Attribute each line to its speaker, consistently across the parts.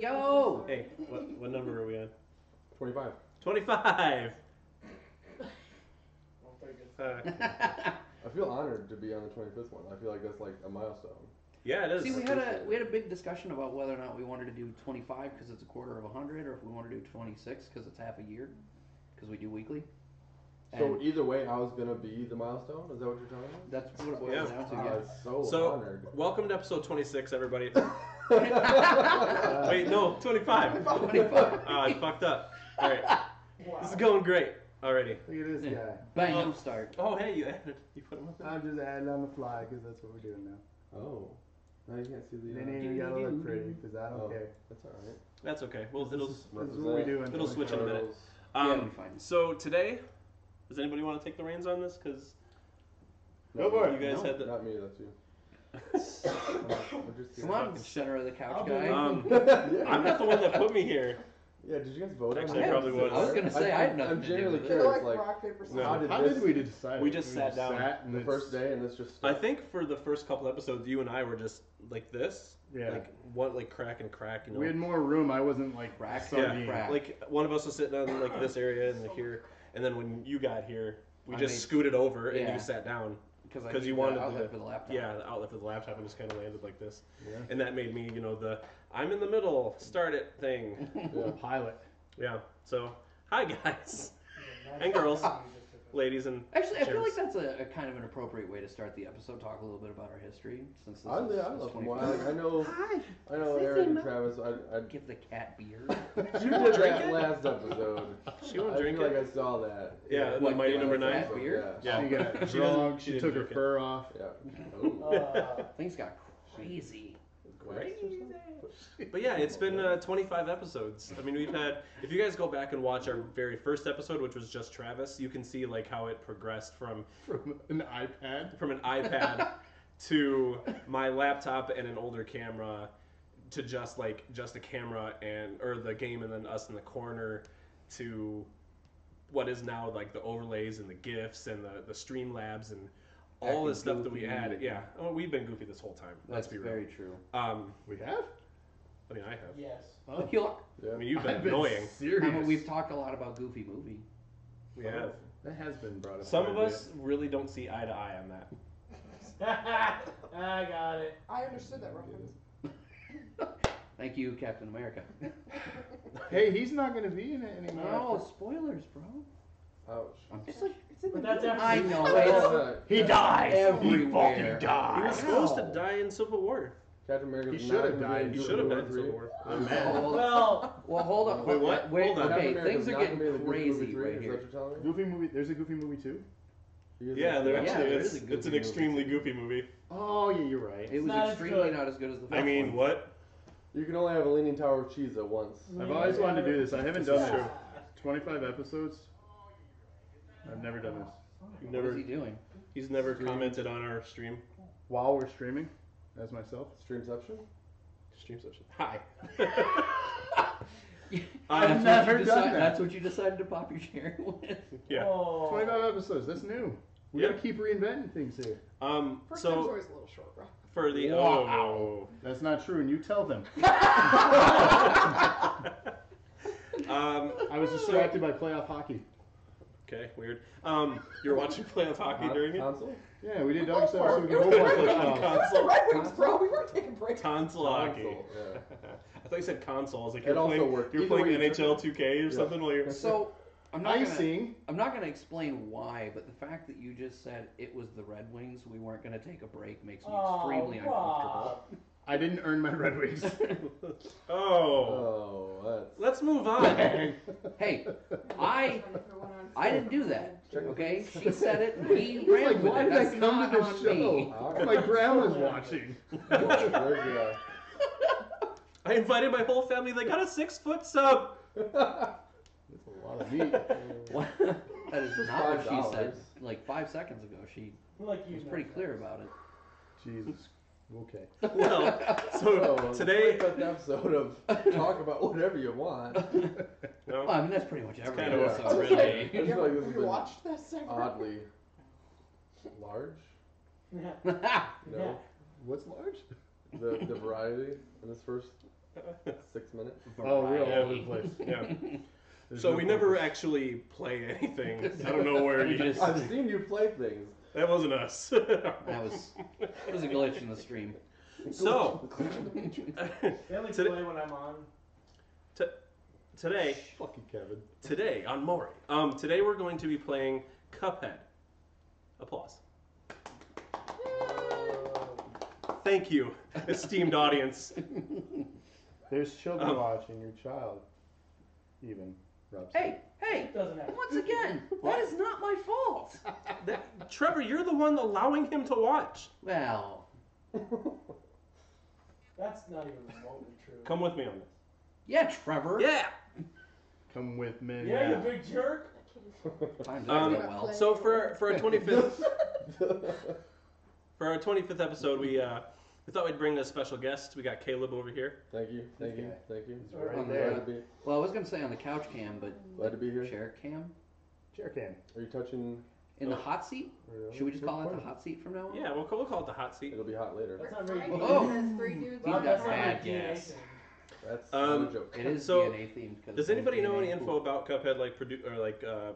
Speaker 1: Yo!
Speaker 2: Hey, what, what number are we on?
Speaker 3: 25.
Speaker 2: 25! Uh,
Speaker 3: I feel honored to be on the 25th one. I feel like that's like a milestone.
Speaker 2: yeah, it is.
Speaker 1: See, we had a we had a big discussion about whether or not we wanted to do 25 because it's a quarter of a hundred, or if we want to do 26 because it's half a year, because we do weekly.
Speaker 3: So
Speaker 1: And
Speaker 3: either way, I was gonna be the milestone. Is that what you're talking about?
Speaker 1: that's what it boils
Speaker 2: Yeah.
Speaker 1: down to.
Speaker 3: Wow,
Speaker 1: Yeah.
Speaker 3: it's so,
Speaker 2: So-
Speaker 3: honored.
Speaker 2: Welcome to episode 26, everybody.
Speaker 3: Uh,
Speaker 2: Wait, no, 25.
Speaker 1: 25.
Speaker 2: Ah, I fucked up. All right, this is going great already.
Speaker 4: Look at this guy.
Speaker 1: Bang!
Speaker 2: Oh.
Speaker 1: Don't start.
Speaker 2: Oh, hey, you added. You put them up.
Speaker 4: I'm just adding on the fly because that's what we're doing now.
Speaker 3: Oh, now you can't see the.
Speaker 4: They
Speaker 3: Uh,
Speaker 4: ain't even gotta look pretty because I don't
Speaker 3: Oh.
Speaker 4: care.
Speaker 3: That's all right.
Speaker 2: That's okay. Well, it'll.
Speaker 4: This is what we do. in
Speaker 2: It'll switch in a minute.
Speaker 3: Turtles.
Speaker 1: Yeah,
Speaker 2: Um,
Speaker 1: it'll be fine.
Speaker 2: so today, does anybody want to take the reins on this? Because
Speaker 4: Go for
Speaker 2: you guys
Speaker 1: No.
Speaker 2: had the.
Speaker 3: Not me. That's you. I'm just
Speaker 1: Come
Speaker 3: kidding.
Speaker 1: on, center of the couch
Speaker 4: I'll be
Speaker 1: guy.
Speaker 4: right
Speaker 2: Um,
Speaker 3: yeah.
Speaker 2: I'm not the one that put me here.
Speaker 3: Yeah. Did you guys vote?
Speaker 2: Actually,
Speaker 3: on
Speaker 2: I
Speaker 3: that?
Speaker 2: probably would.
Speaker 1: I was gonna say I had nothing
Speaker 3: I'm
Speaker 1: to do
Speaker 3: genuinely
Speaker 1: with it.
Speaker 3: curious.
Speaker 5: like,
Speaker 3: like,
Speaker 5: rock paper scissors.
Speaker 3: how did
Speaker 4: How
Speaker 3: this
Speaker 4: did we decide?
Speaker 2: We just sat down.
Speaker 4: and
Speaker 3: the
Speaker 4: it's-
Speaker 3: first day and it's just.
Speaker 2: I think for the first couple episodes, you and I were just like this,
Speaker 4: Yeah.
Speaker 2: like one like crack and crack, you know.
Speaker 4: we had more room. I wasn't like
Speaker 1: Rack,
Speaker 4: so
Speaker 2: yeah,
Speaker 1: Sunbeam.
Speaker 4: deep.
Speaker 1: crack.
Speaker 2: like one of us was sitting on like this area and like here, and then when you got here, we
Speaker 1: I
Speaker 2: just
Speaker 1: made-
Speaker 2: scooted over and
Speaker 1: Yeah.
Speaker 2: you sat down.
Speaker 1: I
Speaker 2: 'Cause you
Speaker 1: needed
Speaker 2: wanted
Speaker 1: the outlet
Speaker 2: the-
Speaker 1: for the laptop.
Speaker 2: Yeah, the outlet for the laptop and just kind of landed like this,
Speaker 4: Yeah.
Speaker 2: and that made me, you know, the I'm in the middle, start it thing.
Speaker 3: Yeah.
Speaker 4: Pilot.
Speaker 2: yeah. So hi guys, and girls, ladies, and
Speaker 1: Actually, I feel like
Speaker 2: Cheers.
Speaker 1: that's a, a kind of an appropriate way to start the episode. Talk a little bit about our history since this
Speaker 3: I,
Speaker 1: is,
Speaker 3: yeah, I
Speaker 1: is
Speaker 3: love them.
Speaker 1: 25.
Speaker 3: Like, I know. I know Eric and Travis. I, I
Speaker 1: Give the cat beer.
Speaker 3: You did that last episode.
Speaker 2: she won't
Speaker 3: I
Speaker 2: drink
Speaker 3: feel
Speaker 2: it.
Speaker 3: like I saw that.
Speaker 2: Yeah, the
Speaker 1: What,
Speaker 2: mighty
Speaker 1: give
Speaker 2: number
Speaker 1: us
Speaker 2: nine.
Speaker 1: that beer?
Speaker 2: Yeah.
Speaker 4: She got
Speaker 2: She
Speaker 4: drunk.
Speaker 2: didn't- she
Speaker 4: She,
Speaker 2: didn't
Speaker 4: took her
Speaker 2: drink it.
Speaker 4: fur off.
Speaker 3: Yeah. Oh.
Speaker 5: Uh,
Speaker 1: Things got crazy.
Speaker 2: Crazy. But yeah, it's been uh, 25 episodes. I mean, we've had. If you guys go back and watch our very first episode, which was just Travis, you can see like how it progressed from
Speaker 4: from an iPad.
Speaker 2: from an iPad to my laptop and an older camera to just like just a camera and or the game and then us in the corner to what is now like the overlays and the gifs and the the stream labs and all
Speaker 1: Acting
Speaker 2: this stuff that we
Speaker 1: goofy.
Speaker 2: added. Yeah, oh, we've been goofy this whole time.
Speaker 1: That's
Speaker 2: Let's be real.
Speaker 1: very true.
Speaker 2: Um,
Speaker 4: We have.
Speaker 2: I mean, I have.
Speaker 5: yes.
Speaker 4: Oh.
Speaker 1: You look-
Speaker 3: Yeah.
Speaker 2: I mean, you've been
Speaker 4: I've
Speaker 2: annoying.
Speaker 4: serious.
Speaker 1: I mean, we've talked a lot about Goofy movie.
Speaker 2: We have.
Speaker 4: That has been brought up.
Speaker 2: Some of
Speaker 4: quite a
Speaker 2: us really don't see eye to eye on that.
Speaker 4: I got it.
Speaker 5: I understood that reference.
Speaker 1: Thank you, Captain America.
Speaker 4: Hey, he's not going to be in it anymore.
Speaker 1: no spoilers, bro.
Speaker 3: Ouch.
Speaker 1: I'm just
Speaker 5: It's
Speaker 1: like,
Speaker 5: like, it's in the
Speaker 4: But that's
Speaker 5: middle.
Speaker 4: after-
Speaker 1: I know.
Speaker 3: That's,
Speaker 1: It's
Speaker 3: uh,
Speaker 4: He dies.
Speaker 1: everywhere.
Speaker 4: He fucking
Speaker 2: He
Speaker 4: dies.
Speaker 2: was supposed to die in Civil War.
Speaker 3: Captain America.
Speaker 4: He should have died.
Speaker 2: He
Speaker 4: Civil
Speaker 2: should have died in Civil War.
Speaker 1: I'm mad.
Speaker 4: Well,
Speaker 1: well, hold on.
Speaker 2: Wait,
Speaker 1: hold-
Speaker 2: what?
Speaker 1: Wait,
Speaker 2: Hold on.
Speaker 1: okay, things are getting crazy right here.
Speaker 4: Goofy movie. There's a Goofy movie too.
Speaker 2: Yeah, there
Speaker 1: Yeah,
Speaker 2: actually
Speaker 1: there
Speaker 2: is.
Speaker 1: is a
Speaker 2: It's
Speaker 1: goofy
Speaker 2: an
Speaker 1: movie.
Speaker 2: extremely goofy movie.
Speaker 4: Oh yeah, you're right.
Speaker 1: It was
Speaker 5: not as
Speaker 1: extremely
Speaker 5: good.
Speaker 1: not as good as the first
Speaker 2: I mean,
Speaker 1: one.
Speaker 2: what?
Speaker 3: You can only have a leaning tower of cheese at once.
Speaker 1: Mm.
Speaker 4: I've always wanted to do this. I haven't
Speaker 2: This
Speaker 4: done
Speaker 2: is
Speaker 4: it.
Speaker 2: true.
Speaker 4: 25 episodes. I've never done this.
Speaker 2: You've
Speaker 1: What is
Speaker 2: Never,
Speaker 1: he doing?
Speaker 2: he's never commented on our stream.
Speaker 4: While we're streaming, as myself.
Speaker 3: Streamception.
Speaker 2: Stream session. Hi.
Speaker 1: That's what
Speaker 2: I,
Speaker 1: you
Speaker 4: never done
Speaker 1: decide-
Speaker 4: that.
Speaker 1: That's what you decided to pop your chair with.
Speaker 2: yeah.
Speaker 5: Oh.
Speaker 4: 25 episodes. That's new. We
Speaker 2: Yeah.
Speaker 4: gotta keep reinventing things here.
Speaker 2: Um.
Speaker 5: First time's
Speaker 2: So
Speaker 5: always a little short, bro.
Speaker 2: for the
Speaker 4: Wow.
Speaker 2: oh.
Speaker 4: That's not true, and you tell them.
Speaker 2: Um.
Speaker 4: I was distracted by playoff hockey.
Speaker 2: Okay. Weird. Um. You're watching playoff hockey
Speaker 3: Con-
Speaker 2: during it.
Speaker 3: Console.
Speaker 4: Yeah, we did dog style so we
Speaker 5: It
Speaker 4: can
Speaker 5: was
Speaker 4: go
Speaker 5: the
Speaker 4: watch
Speaker 5: Red
Speaker 4: playoff
Speaker 5: Wings.
Speaker 4: hockey.
Speaker 5: It was the
Speaker 2: Console.
Speaker 5: Red Wings, bro. We were taking breaks.
Speaker 2: Tonsil hockey.
Speaker 3: Console, yeah.
Speaker 2: I thought you said console. I was like,
Speaker 3: It
Speaker 2: you're
Speaker 3: also
Speaker 2: playing,
Speaker 3: worked.
Speaker 2: you're
Speaker 4: Either
Speaker 2: playing
Speaker 4: way, it
Speaker 2: NHL 2K or
Speaker 3: Yeah.
Speaker 2: something while you're.
Speaker 1: So, I'm not gonna-
Speaker 4: Icing.
Speaker 1: I'm not going to explain why, but the fact that you just said it was the Red Wings, we weren't going to take a break, makes me extremely
Speaker 5: Rob.
Speaker 4: I didn't earn my Red Wings.
Speaker 1: uncomfortable.
Speaker 2: Oh.
Speaker 3: Oh, that's.
Speaker 2: Let's move on.
Speaker 1: hey, I I didn't do that. Okay, she said it. and He
Speaker 4: He's like,
Speaker 1: ran with
Speaker 4: why
Speaker 1: it.
Speaker 4: did
Speaker 1: That's
Speaker 4: I
Speaker 1: not
Speaker 4: come to
Speaker 1: on
Speaker 4: this
Speaker 1: me.
Speaker 4: show?
Speaker 3: me.
Speaker 4: My grandma's watching.
Speaker 3: There's,
Speaker 2: I invited my whole family. They got a six foot sub.
Speaker 3: uh,
Speaker 4: That's a lot of meat.
Speaker 1: What? that is
Speaker 3: Just
Speaker 1: not what she
Speaker 3: $5.
Speaker 1: said. Like five seconds ago, she
Speaker 5: Like you
Speaker 1: was pretty clear about it.
Speaker 4: Jesus
Speaker 3: Okay.
Speaker 2: Well, so
Speaker 3: So
Speaker 2: today,
Speaker 3: an episode of talk about whatever you want.
Speaker 1: Well,
Speaker 2: no,
Speaker 1: I mean, that's pretty much everything.
Speaker 2: kinda
Speaker 3: what
Speaker 1: so-
Speaker 3: it's
Speaker 5: I was
Speaker 2: really-
Speaker 5: like,
Speaker 2: I
Speaker 5: have
Speaker 3: just
Speaker 5: you
Speaker 3: feel like
Speaker 5: ever
Speaker 3: this has been
Speaker 5: rewatched this ever?
Speaker 3: Oddly large.
Speaker 5: Yeah.
Speaker 3: No,
Speaker 4: What's large?
Speaker 3: the the variety in this first six minutes.
Speaker 4: Oh, we're all over
Speaker 1: Variety.
Speaker 4: the place.
Speaker 2: yeah.
Speaker 4: There's
Speaker 2: So
Speaker 4: no
Speaker 2: we never
Speaker 4: focus.
Speaker 2: actually play anything. I don't know where
Speaker 1: We
Speaker 2: you.
Speaker 1: just-
Speaker 3: I've seen you play things.
Speaker 2: That wasn't us.
Speaker 1: That was that was a glitch in the stream.
Speaker 2: So
Speaker 6: They only
Speaker 2: Today-
Speaker 6: play when I'm on.
Speaker 2: today,
Speaker 3: Fucking Kevin.
Speaker 2: today on Mori. Um, today we're going to be playing Cuphead. Applause. Thank you, esteemed audience.
Speaker 4: There's children
Speaker 2: Oh.
Speaker 4: watching. Your child, even. Rob said.
Speaker 1: hey, hey!
Speaker 6: It doesn't happen.
Speaker 1: Once again, that is not my fault.
Speaker 2: That, Trevor, you're the one allowing him to watch.
Speaker 1: Well,
Speaker 6: That's not even remotely true.
Speaker 2: Come with me on this.
Speaker 1: yeah, Trevor.
Speaker 2: Yeah.
Speaker 4: Come with me.
Speaker 6: yeah, you big jerk.
Speaker 1: Times that
Speaker 2: Um,
Speaker 1: go well.
Speaker 2: So for for our 25th
Speaker 3: That's
Speaker 2: for our 25th episode, we uh, we thought we'd bring a special guest. We got Caleb over here.
Speaker 3: Thank you, thank you,
Speaker 4: Okay.
Speaker 3: thank you.
Speaker 4: It's
Speaker 1: On
Speaker 4: right
Speaker 1: the
Speaker 3: Glad
Speaker 4: there.
Speaker 3: to be,
Speaker 1: Well, I was gonna say on the couch cam, but
Speaker 3: glad to be here.
Speaker 1: chair cam
Speaker 4: Chair cam.
Speaker 3: Are you touching?
Speaker 1: in the hot seat. Should we just call it the
Speaker 4: hot?
Speaker 1: hot seat from now on?
Speaker 2: Yeah, we'll, call- we'll call it the hot seat.
Speaker 3: It'll be hot later.
Speaker 6: That's not very
Speaker 5: Mine
Speaker 6: good.
Speaker 1: Oh.
Speaker 5: says three dudes
Speaker 1: He
Speaker 5: on
Speaker 1: does
Speaker 5: it.
Speaker 1: bad
Speaker 6: my DNA
Speaker 1: guess.
Speaker 6: thing.
Speaker 3: That's
Speaker 2: Um,
Speaker 3: not a joke.
Speaker 1: It is
Speaker 2: So,
Speaker 1: DNA themed. 'cause
Speaker 2: Does
Speaker 1: it's
Speaker 2: anybody know any
Speaker 1: DNA.
Speaker 2: info about Cuphead, like produ- or like uh,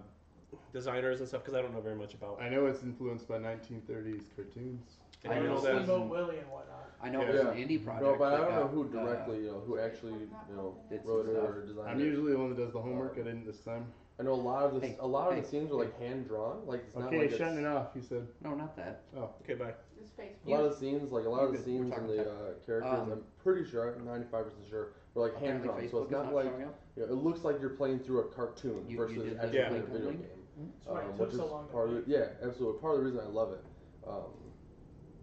Speaker 2: designers and stuff? Because I don't know very much about.
Speaker 4: I know it's influenced by 1930s cartoons.
Speaker 1: I
Speaker 2: I
Speaker 1: know
Speaker 2: know
Speaker 1: that-
Speaker 2: that.
Speaker 6: Steamboat Willie and whatnot.
Speaker 1: I know it was an
Speaker 3: Yeah.
Speaker 1: indie project.
Speaker 3: No, but I
Speaker 1: that
Speaker 3: don't know
Speaker 1: got,
Speaker 3: who
Speaker 1: uh,
Speaker 3: directly, you know, who actually, you know,
Speaker 1: did some
Speaker 3: wrote it
Speaker 1: stuff.
Speaker 3: or designed
Speaker 4: I'm
Speaker 3: it.
Speaker 4: usually the one that does the homework. I didn't this time.
Speaker 3: I know a lot of the
Speaker 1: Hey,
Speaker 3: a lot of
Speaker 1: hey,
Speaker 3: the scenes were like hand drawn. Like it's not
Speaker 4: Okay,
Speaker 3: like
Speaker 4: shutting it
Speaker 3: it's,
Speaker 4: off. You said
Speaker 1: no, not that.
Speaker 2: Okay, bye.
Speaker 5: His face.
Speaker 3: a lot of the scenes, like a lot of the
Speaker 1: We're good. We're
Speaker 3: scenes and
Speaker 1: talking
Speaker 3: the
Speaker 1: tech.
Speaker 3: uh, characters,
Speaker 1: Um,
Speaker 3: I'm pretty sure, I'm 95 percent sure, were like hand drawn.
Speaker 1: Apparently
Speaker 3: So
Speaker 1: Facebook is
Speaker 3: it's not
Speaker 1: not
Speaker 3: like
Speaker 1: showing up.
Speaker 3: you know, it looks like you're playing through a cartoon
Speaker 1: You- you
Speaker 3: versus
Speaker 1: did this
Speaker 3: actually
Speaker 2: with
Speaker 3: playing a
Speaker 1: Lincoln
Speaker 3: video
Speaker 1: Link?
Speaker 3: game.
Speaker 6: That's why it
Speaker 3: Um,
Speaker 6: took
Speaker 3: which
Speaker 6: so
Speaker 3: is
Speaker 6: long
Speaker 3: part of
Speaker 6: to
Speaker 3: the, yeah, absolutely. Part of the reason I love it. Um,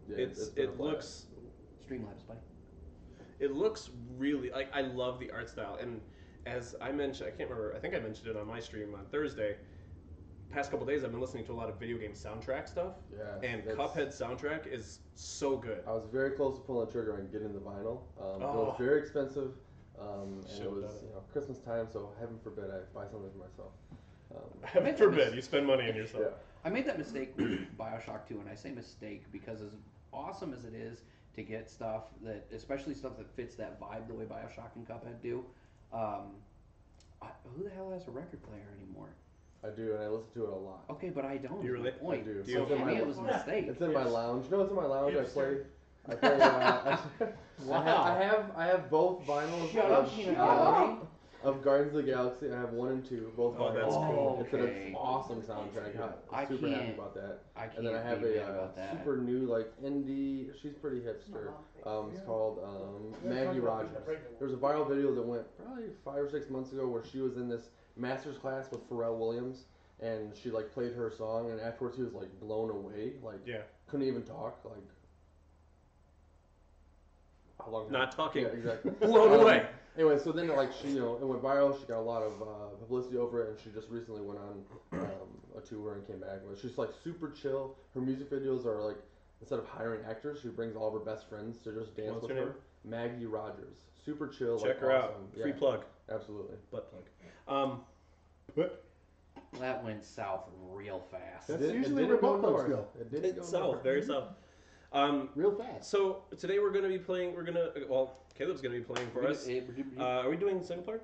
Speaker 3: yeah,
Speaker 2: it's
Speaker 3: been a
Speaker 2: it
Speaker 3: blast.
Speaker 2: looks
Speaker 1: Streamlabs, buddy.
Speaker 2: it looks really like I love the art style and as I mentioned I can't remember I think I mentioned it on my stream on Thursday past couple days I've been listening to a lot of video game soundtrack stuff
Speaker 3: yeah,
Speaker 2: and
Speaker 3: that's-
Speaker 2: Cuphead soundtrack is so good
Speaker 3: I was very close to pulling the trigger and getting the vinyl. Um, It was
Speaker 2: Oh.
Speaker 3: very expensive, um, and
Speaker 2: Should've
Speaker 3: it was
Speaker 2: done it.
Speaker 3: you know, Christmas time, so heaven forbid I buy something for myself. Um,
Speaker 2: heaven forbid you spend money on yourself
Speaker 3: yeah.
Speaker 1: I made that mistake with Bioshock 2, and I say mistake because as awesome as it is to get stuff that, especially stuff that fits that vibe the way Bioshock and Cuphead do, um, I, who the hell has a record player anymore?
Speaker 3: I do, and I listen to it a lot.
Speaker 1: Okay, but I don't.
Speaker 2: You
Speaker 1: is my
Speaker 2: really-
Speaker 1: Point.
Speaker 3: I do.
Speaker 1: So
Speaker 3: Do you-
Speaker 1: for me, it was a mistake.
Speaker 3: It's in my
Speaker 2: Yes.
Speaker 3: lounge. No, it's in my lounge. I
Speaker 6: Hipster.
Speaker 3: play. I play. Uh, I, have, I have I have both vinyls
Speaker 1: Shut
Speaker 3: of,
Speaker 1: up, Peanut
Speaker 3: uh,
Speaker 1: Gallery.
Speaker 3: of Guardians of the Galaxy. I have one and two, both
Speaker 2: Oh,
Speaker 3: vinyls.
Speaker 2: that's
Speaker 1: cool.
Speaker 3: It's an
Speaker 1: Okay.
Speaker 3: awesome soundtrack.
Speaker 1: I
Speaker 3: I'm super happy
Speaker 1: can't-
Speaker 3: about that.
Speaker 1: I can't
Speaker 3: And then I have
Speaker 1: be
Speaker 3: a
Speaker 1: mad
Speaker 3: uh,
Speaker 1: about that.
Speaker 3: super new like indie. She's pretty hipster. Um, it's called um, Maggie Rogers. There was a viral video that went probably five or six months ago where she was in this master's class with Pharrell Williams and she like played her song and afterwards he was like blown away, like
Speaker 2: Yeah.
Speaker 3: couldn't even talk, like how long?
Speaker 2: not talking
Speaker 3: Yeah, exactly.
Speaker 2: blown
Speaker 3: Um,
Speaker 2: away
Speaker 3: Anyway, so then like she, you know, it went viral. She got a lot of uh, publicity over it, and she just recently went on um, a tour and came back. But she's like super chill. Her music videos are like instead of hiring actors, she brings all of her best friends to just dance
Speaker 2: What's
Speaker 3: with
Speaker 2: her
Speaker 3: her.
Speaker 2: name?
Speaker 3: Maggie Rogers, super chill.
Speaker 2: check
Speaker 3: like,
Speaker 2: her out
Speaker 3: awesome.
Speaker 2: free
Speaker 3: yeah,
Speaker 2: plug
Speaker 3: Absolutely.
Speaker 2: butt plug um
Speaker 1: That went south real fast.
Speaker 4: That's
Speaker 3: It did- it
Speaker 4: usually
Speaker 3: didn't
Speaker 4: where
Speaker 3: go
Speaker 4: both of us
Speaker 3: north. It didn't go Mm-hmm.
Speaker 2: it's south
Speaker 3: north.
Speaker 2: very south um
Speaker 4: Real fast.
Speaker 2: so today we're gonna be playing we're gonna well Caleb's gonna be playing for us
Speaker 1: It- it-
Speaker 2: uh, are we doing single player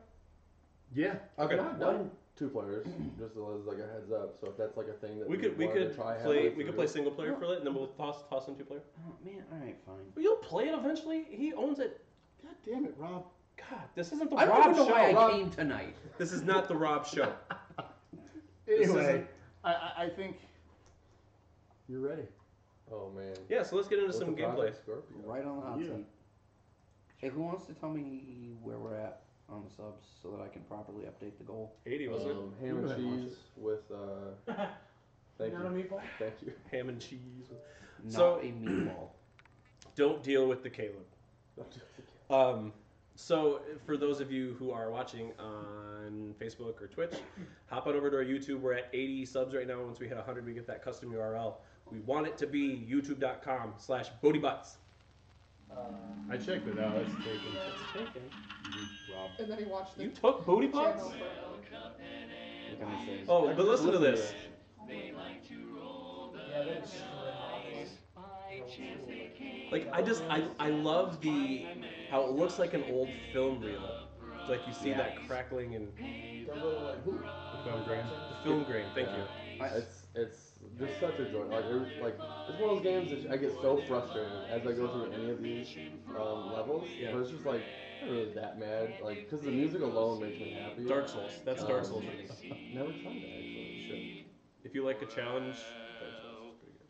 Speaker 4: Yeah.
Speaker 3: I've
Speaker 2: okay.
Speaker 3: not done two players, just as like a heads up. So if that's like a thing that
Speaker 2: we could we
Speaker 3: wanted to
Speaker 2: could
Speaker 3: try
Speaker 2: play
Speaker 3: halfway
Speaker 2: we
Speaker 3: through-
Speaker 2: could play single player for it and then we'll toss toss in two player
Speaker 1: oh, man, all right, fine.
Speaker 2: Well, You'll play it eventually. He owns it.
Speaker 4: God damn it, Rob.
Speaker 2: God, this isn't the
Speaker 1: I don't
Speaker 2: Rob
Speaker 1: even know
Speaker 2: show.
Speaker 1: why I
Speaker 2: Rob-
Speaker 1: came tonight.
Speaker 2: This is not the Rob show. This
Speaker 4: Anyway,
Speaker 2: isn't-
Speaker 4: I, I, I think you're ready.
Speaker 3: Oh man.
Speaker 2: Yeah, so let's get into
Speaker 3: What's
Speaker 2: some
Speaker 3: the
Speaker 2: gameplay.
Speaker 3: Project Scorpio?
Speaker 1: Right on the hot
Speaker 4: Yeah.
Speaker 1: seat. Hey, who wants to tell me where we're at on the subs so that I can properly update the goal?
Speaker 2: 80, wasn't
Speaker 3: um, Ham
Speaker 4: You
Speaker 3: and
Speaker 4: might watch
Speaker 3: cheese with uh,
Speaker 6: You
Speaker 3: thank
Speaker 6: know what I
Speaker 3: you,
Speaker 6: mean, Paul?
Speaker 3: thank you.
Speaker 2: it? Ham and cheese.
Speaker 1: Not
Speaker 2: So-
Speaker 1: a meatball.
Speaker 2: Don't deal with the Caleb. Um, so, for those of you who are watching on Facebook or Twitch, hop on over to our YouTube. We're at 80 subs right now. Once we hit 100, we get that custom URL. We want it to be youtube.com slash booty butts.
Speaker 6: Uh,
Speaker 4: I checked it out. It's taken.
Speaker 2: It's taken.
Speaker 4: Rob.
Speaker 5: And then he watched the
Speaker 2: You took booty
Speaker 5: channel
Speaker 2: pots?
Speaker 5: for-
Speaker 1: Look at my face.
Speaker 2: Oh, but listen to this.
Speaker 6: yeah, they just chance they can.
Speaker 2: Like I just I, I love the how it looks like an old film reel. It's like you see
Speaker 1: Yeah.
Speaker 2: that crackling and
Speaker 6: Their little like hoop.
Speaker 4: Film grain.
Speaker 2: the film grain. Thank you.
Speaker 1: I-
Speaker 3: It's it's just such a joy. Like it, like it's one of those games that I get so frustrated as I go through any of these um, levels.
Speaker 2: Yeah.
Speaker 3: But it's just like I'm not really that mad. Like because the music alone makes me happy.
Speaker 2: Dark Souls. That's Dark Souls for me.
Speaker 3: Never tried it actually.
Speaker 2: If you like a challenge,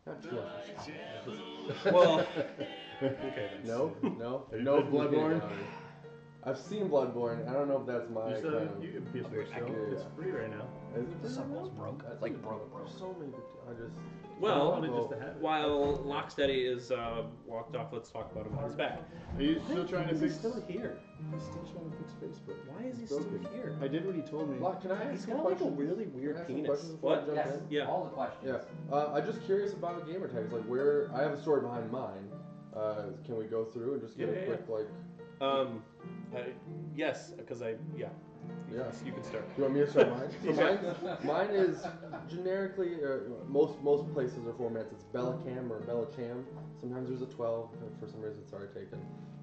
Speaker 2: Dark Souls is pretty
Speaker 3: Shit. Not too much.
Speaker 2: Well- good. Okay. Then.
Speaker 3: No, no,
Speaker 4: Have you
Speaker 3: no
Speaker 4: played Bloodborne?
Speaker 3: I've seen Bloodborne. I don't know if that's my.
Speaker 4: You,
Speaker 3: kind
Speaker 4: said
Speaker 3: of,
Speaker 4: you um, can PS4 still.
Speaker 3: Yeah.
Speaker 4: It's free right now.
Speaker 3: Is it
Speaker 1: The
Speaker 3: free right
Speaker 1: symbol's
Speaker 3: now?
Speaker 1: broke.
Speaker 3: I
Speaker 1: It's like
Speaker 3: think-
Speaker 1: broke, broke.
Speaker 3: So many. good- I just.
Speaker 4: I
Speaker 2: Well,
Speaker 4: wanted just to have it.
Speaker 2: while Locksteady is uh, walked off, let's talk about him on his back.
Speaker 4: Are you still trying to
Speaker 3: He's
Speaker 4: fix?
Speaker 3: still here. He's still trying to fix Facebook.
Speaker 2: Why is he
Speaker 3: It's
Speaker 2: still
Speaker 3: broken.
Speaker 2: here?
Speaker 4: I did what he told me.
Speaker 3: Lock, can I ask
Speaker 2: He's
Speaker 3: you a
Speaker 2: got like a
Speaker 3: question?
Speaker 2: really
Speaker 3: Can I
Speaker 2: weird
Speaker 3: ask you a
Speaker 2: penis.
Speaker 3: question before I
Speaker 2: What?
Speaker 3: jump
Speaker 1: Yes,
Speaker 3: in?
Speaker 2: Yeah.
Speaker 1: all the questions.
Speaker 3: Yeah. Uh, I'm just curious about gamer tags. Like, where I have a story behind mine. Uh, can we go through and just get
Speaker 2: Yeah,
Speaker 3: a
Speaker 2: yeah,
Speaker 3: quick like?
Speaker 2: Um, I, yes, because I yeah. You
Speaker 3: Yeah.
Speaker 2: can- You can start.
Speaker 3: You want me to start mine? So
Speaker 2: Yeah.
Speaker 3: mine, mine is generically uh, most most places or formats. It's Bellacam or Bellacham. Sometimes there's a 12. and For some reason, it's already taken.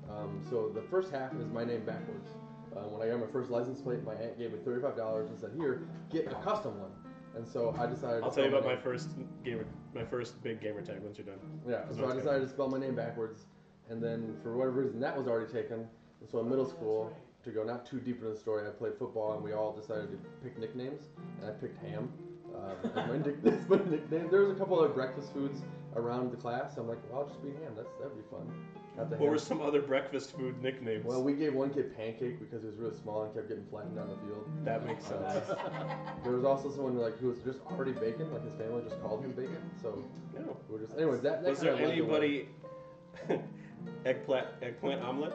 Speaker 3: Um, so the first half is my name backwards. Uh, when I got my first license plate, my aunt gave me thirty-five dollars and said, "Here, get a custom one." And so I decided. to
Speaker 2: I'll tell you
Speaker 3: spell
Speaker 2: about my
Speaker 3: name-
Speaker 2: first gamer, my first big gamer tag once you're done.
Speaker 3: Yeah,
Speaker 2: That's
Speaker 3: so
Speaker 2: what
Speaker 3: I
Speaker 2: it's
Speaker 3: decided to spell my name backwards, and then for whatever reason that was already taken. And So in middle school, to go not too deep into the story, I played football, and we all decided to pick nicknames, and I picked ham. Um, and my, nick- that's my nickname. There was a couple of breakfast foods around the class. I'm like, well, I'll just be ham. That's that'd be fun. Got the
Speaker 2: What were
Speaker 3: ham.
Speaker 2: some other breakfast food nicknames?
Speaker 3: Well, we gave one kid pancake because he was really small and kept getting flattened on the field.
Speaker 2: that makes sense.
Speaker 3: Uh, there was also someone like who was just already bacon, like his family just called him bacon. So
Speaker 2: No.
Speaker 3: we were just, anyways, that. that
Speaker 2: Was there
Speaker 3: kinda led the way.
Speaker 2: anybody eggplant eggplant omelet?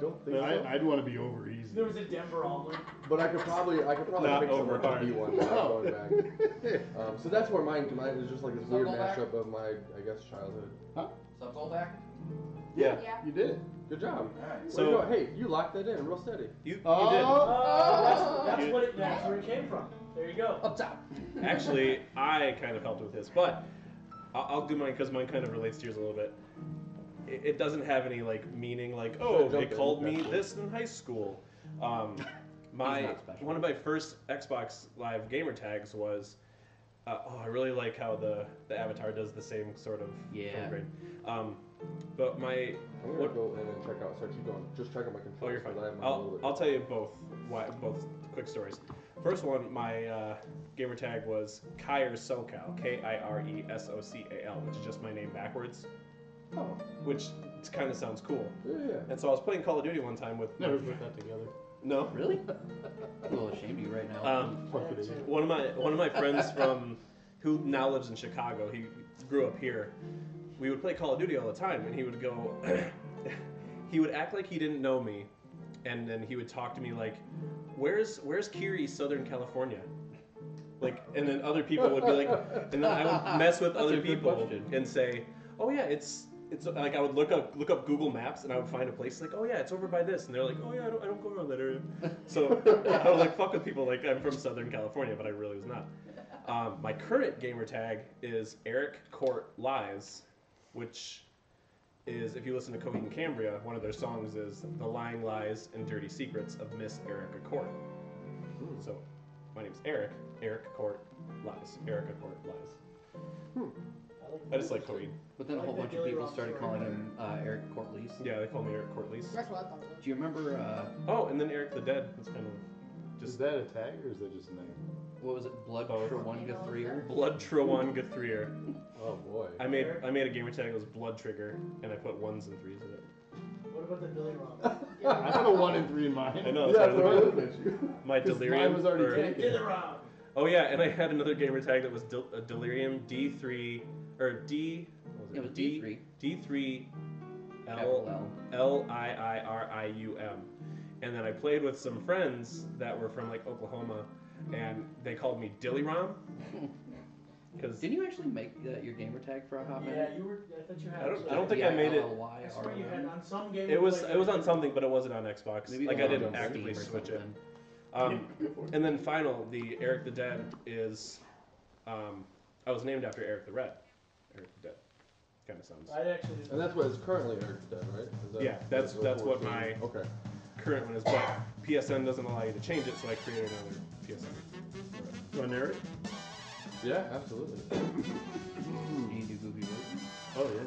Speaker 3: Don't think so.
Speaker 4: I, I'd want to be over easy.
Speaker 6: There was a Denver omelet.
Speaker 3: But I could probably, I could probably
Speaker 2: Not
Speaker 3: pick someone
Speaker 2: overpowered.
Speaker 3: to be one without going back. Um, so that's where mine, mine is just like this weird
Speaker 1: Circle back.
Speaker 3: mashup of my, I guess, childhood.
Speaker 1: Subs all back?
Speaker 2: Yeah.
Speaker 5: Yeah.
Speaker 4: you did it.
Speaker 3: Good job.
Speaker 1: Alright.
Speaker 2: So-
Speaker 3: So hey, you locked that in real steady.
Speaker 2: You, you
Speaker 4: Oh.
Speaker 6: Oh, that's,
Speaker 2: You-
Speaker 6: that's what it. That's where it came from. There you go.
Speaker 1: Up top.
Speaker 2: did. Actually, I kind of helped with this, but I- I'll do mine because mine kind of relates to yours a little bit. It, it doesn't have any like meaning, like oh,
Speaker 3: jump
Speaker 2: they
Speaker 3: in,
Speaker 2: called me
Speaker 3: that's cool.
Speaker 2: this in high school. Um, my
Speaker 1: not special.
Speaker 2: one of my first Xbox Live gamer tags was. Uh, oh, I really like how the, the avatar does the same sort of
Speaker 1: Yeah.
Speaker 2: film grade. Um, but my
Speaker 3: I'm gonna
Speaker 2: What-
Speaker 3: go in and check out. Sorry, keep going. Just check out my controls.
Speaker 2: Oh, you're fine.
Speaker 3: 'cause I have mine a
Speaker 2: I'll,
Speaker 3: little bit
Speaker 2: I'll tell you both why, both quick stories. First one, my uh, gamer tag was Kyre SoCal, K I R E S O C A L, which is just my name backwards,
Speaker 3: Oh,
Speaker 2: which kind of sounds cool.
Speaker 3: yeah, yeah.
Speaker 2: And so I was playing Call of Duty one time with
Speaker 4: Never put that together.
Speaker 2: no,
Speaker 1: Really? I'm a little ashamed of you right now.
Speaker 2: um,
Speaker 4: Fuck it. dude.
Speaker 2: one of my one of my friends from who now lives in Chicago. He grew up here. We would play Call of Duty all the time, and he would go. he would act like he didn't know me, and then he would talk to me like, "Where's Where's Kiri, Southern California?" Like, and then other people would be like, and then I would mess with
Speaker 1: That's a
Speaker 2: other
Speaker 1: good
Speaker 2: people
Speaker 1: question.
Speaker 2: and say, "Oh yeah, it's." It's like I would look up look up Google Maps and I would find a place like oh yeah it's over by this and they're like oh yeah I don't, I don't go around that area so I would like fuck with people like I'm from Southern California but I really was not um, my current gamer tag is Eric Court Lies, which is if you listen to Coheed and Cambria, one of their songs is "The Lying Lies and Dirty Secrets of Miss Erica Court."
Speaker 1: Hmm.
Speaker 2: So, my name's Eric. Eric Court Lies. Erica Court Lies. I just like Coheed.
Speaker 1: but then a
Speaker 6: I
Speaker 1: whole
Speaker 6: like
Speaker 1: bunch
Speaker 6: the
Speaker 1: of
Speaker 6: Daily
Speaker 1: people
Speaker 6: Rock
Speaker 1: started
Speaker 6: story.
Speaker 1: calling him uh, Eric Cortlease.
Speaker 2: Yeah, they call me Eric Court Lease.
Speaker 5: That's what I thought it was.
Speaker 1: Do you remember uh,
Speaker 2: Oh, and then Eric the Dead. That's kind of
Speaker 4: Is
Speaker 2: just
Speaker 4: that a tag or is that just a name?
Speaker 1: what was it? Blood
Speaker 2: Both.
Speaker 1: for one to three or
Speaker 2: Blood Trowanga Threer.
Speaker 3: Oh boy.
Speaker 2: I made I made a gamer tag that was Blood Trigger, and I put ones and threes in it.
Speaker 6: What about the Billy Ron?
Speaker 4: I put a one in three in mine.
Speaker 2: I know.
Speaker 3: yeah,
Speaker 2: that's
Speaker 3: that's
Speaker 2: what
Speaker 3: what
Speaker 2: I
Speaker 3: I
Speaker 2: looked
Speaker 3: was looking at you.
Speaker 2: at. My
Speaker 4: 'Cause mine
Speaker 2: delirium.
Speaker 4: was already
Speaker 2: or-
Speaker 4: taken.
Speaker 6: Billy Ron.
Speaker 2: Oh yeah, and I had another gamer tag that was del- uh, Delirium D3 or D. What was
Speaker 1: It was
Speaker 2: D
Speaker 1: D3.
Speaker 2: D3
Speaker 1: capital
Speaker 2: L
Speaker 1: L?
Speaker 2: L I I R I U M, and then I played with some friends that were from like Oklahoma, and they called me Dilly Rom, Because
Speaker 1: Didn't you actually make the, your gamer tag for a hot minute?
Speaker 6: Yeah, you were. I thought you had.
Speaker 2: I don't-
Speaker 6: it.
Speaker 2: I don't think I made it-
Speaker 1: LLY
Speaker 6: I swear
Speaker 1: or
Speaker 6: you had
Speaker 1: whatever.
Speaker 6: on some game.
Speaker 2: it was
Speaker 6: like-
Speaker 2: it was on something, but it wasn't on Xbox.
Speaker 1: Maybe it
Speaker 2: like
Speaker 1: was
Speaker 2: I
Speaker 1: on
Speaker 2: didn't
Speaker 1: Steam
Speaker 2: actively
Speaker 1: or
Speaker 2: switch it.
Speaker 1: something.
Speaker 2: Um,
Speaker 4: Go for it.
Speaker 2: and then final, the Eric the Dead is, um, I was named after Eric the Red. Eric the Dead, kind of sounds.
Speaker 6: I actually. didn't-
Speaker 3: And that's what it's currently Eric's done, right? Is that-
Speaker 2: Yeah, that's- that's what my-
Speaker 3: Okay.
Speaker 2: current one is, but PSN doesn't allow you to change it, so I created another PSN.
Speaker 4: Run Eric.
Speaker 3: Yeah, absolutely.
Speaker 1: Can you do Goofy Wood?
Speaker 4: Oh yeah.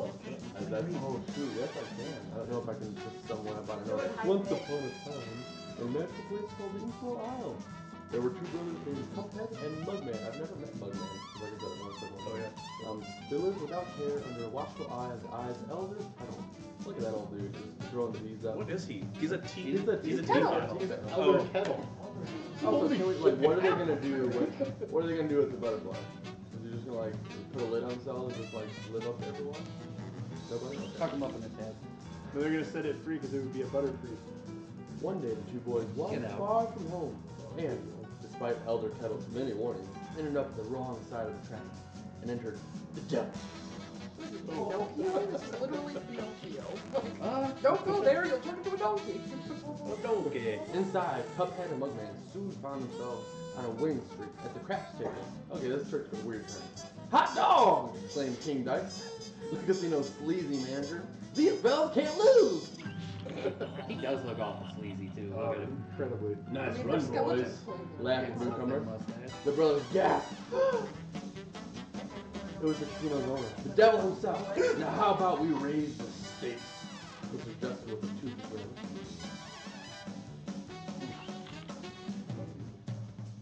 Speaker 3: Uh, that's, oh shoot, yes I can. I don't know if I can just stumble up on it.
Speaker 7: Go ahead.
Speaker 3: Once upon a time, in a magical place called Info Isle, there were two brothers named Cuphead and Mugman. I've never met Mugman. Like I said, I've only said one.
Speaker 2: Oh yeah.
Speaker 3: Um, they live without care under a watchful eye of the eyes elder. I don't look at that old dude just throwing the bees up.
Speaker 2: What is Oh. he? He's a tea.
Speaker 3: He's a
Speaker 2: He's a
Speaker 3: tea-
Speaker 2: teapot.
Speaker 3: He's
Speaker 4: an
Speaker 2: elder
Speaker 4: kettle.
Speaker 3: Also, can we, like, what are they gonna do? With, what are they gonna do with the butterfly? Is he just gonna like put a lid on themselves and just like live up to everyone? Nobody. Okay.
Speaker 1: Tuck him up in his head.
Speaker 4: But they're gonna set it free because it would be a butter free.
Speaker 3: One day, the two boys
Speaker 1: You
Speaker 3: wandered
Speaker 1: know.
Speaker 3: far from home, and despite Elder Kettle's many warnings, ended up the wrong side of the track and entered the depths.
Speaker 5: Pinocchio is literally Pinocchio. Like,
Speaker 1: Uh,
Speaker 5: don't go there, you'll turn into a donkey.
Speaker 2: Donkey.
Speaker 3: Inside, Cuphead and Mugman soon found themselves on a winning streak at the craps table. Okay, this trick's a weird turn. Hot dog! exclaimed King Dice, the casino's sleazy manager. These bells can't lose!
Speaker 1: he does look awful sleazy too. Look at him.
Speaker 4: Incredibly.
Speaker 5: I
Speaker 4: Nice
Speaker 5: mean,
Speaker 4: run,
Speaker 5: they're skeletons.
Speaker 4: boys.
Speaker 5: Oh.
Speaker 3: Laughing
Speaker 1: He has a
Speaker 3: newcomer.
Speaker 1: mustache.
Speaker 3: The brothers gasped. it was the casino's owner, the devil himself. Now how about we raise the stakes? Which is just what the two deserve.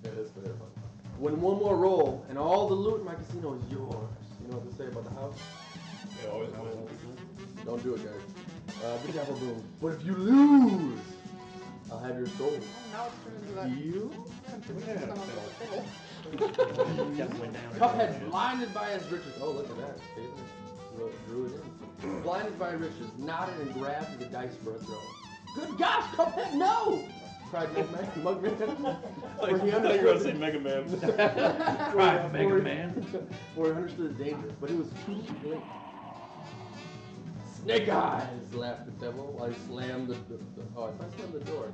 Speaker 3: It is very fun. When one more roll and all the loot in my casino is yours. You know what to say about the house?
Speaker 2: It always wins.
Speaker 3: Don't do it, guys. Uh, the devil boom. But if you lose, I'll have your soul.
Speaker 5: Now it's turned into that
Speaker 3: You?
Speaker 5: country
Speaker 4: Yeah.
Speaker 5: music song with the fiddle.
Speaker 1: Definitely down.
Speaker 3: Cuphead blinded by his riches. Oh, look at that. See, they wrote- Drew it in. Blinded by riches, nodded and grabbed the dice for a throw. Good gosh, Cuphead, no! Cried Mugman. Mugman.
Speaker 2: Like, I
Speaker 3: For he
Speaker 2: thought you were gonna say
Speaker 3: understood.
Speaker 2: Mega Man.
Speaker 1: Cry, Mega
Speaker 3: for-
Speaker 1: Man.
Speaker 3: For he understood the danger, but it was too late. Snake eyes! laughed the devil while he slammed the, the, the oh, I thought I slammed the door.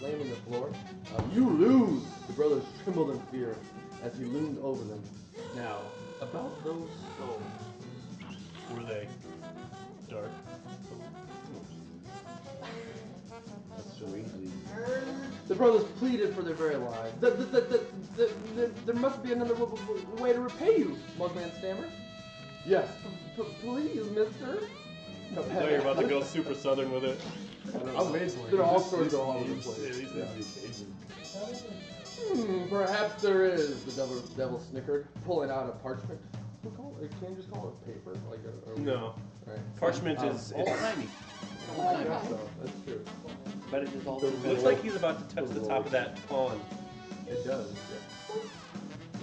Speaker 3: Slamming the floor. Uh, you lose! The brothers trembled in fear as he loomed over them. Now, about those souls.
Speaker 2: Were they dark?
Speaker 3: The brothers pleaded for their very lives. The, the, the, the, the, the, there must be another w- w- way to repay you, Mugman stammered. Yes. P- please, mister.
Speaker 2: I thought you were about to go super southern with it.
Speaker 3: I'm There are all sorts of all over the
Speaker 2: Yeah,
Speaker 3: place.
Speaker 2: these guys be Asian.
Speaker 3: Hmm, perhaps there is, the devil, devil snickered, pulling out a parchment. We call it, can you just call it paper? Like a, or,
Speaker 2: No,
Speaker 3: All right.
Speaker 2: parchment
Speaker 1: Oh,
Speaker 3: Um,
Speaker 2: is.
Speaker 1: Old
Speaker 2: It's,
Speaker 1: timey.
Speaker 3: I guess so. That's true.
Speaker 1: But it is all
Speaker 3: Looks
Speaker 2: looks like he's about to touch the top of that pawn.
Speaker 3: It does, yeah.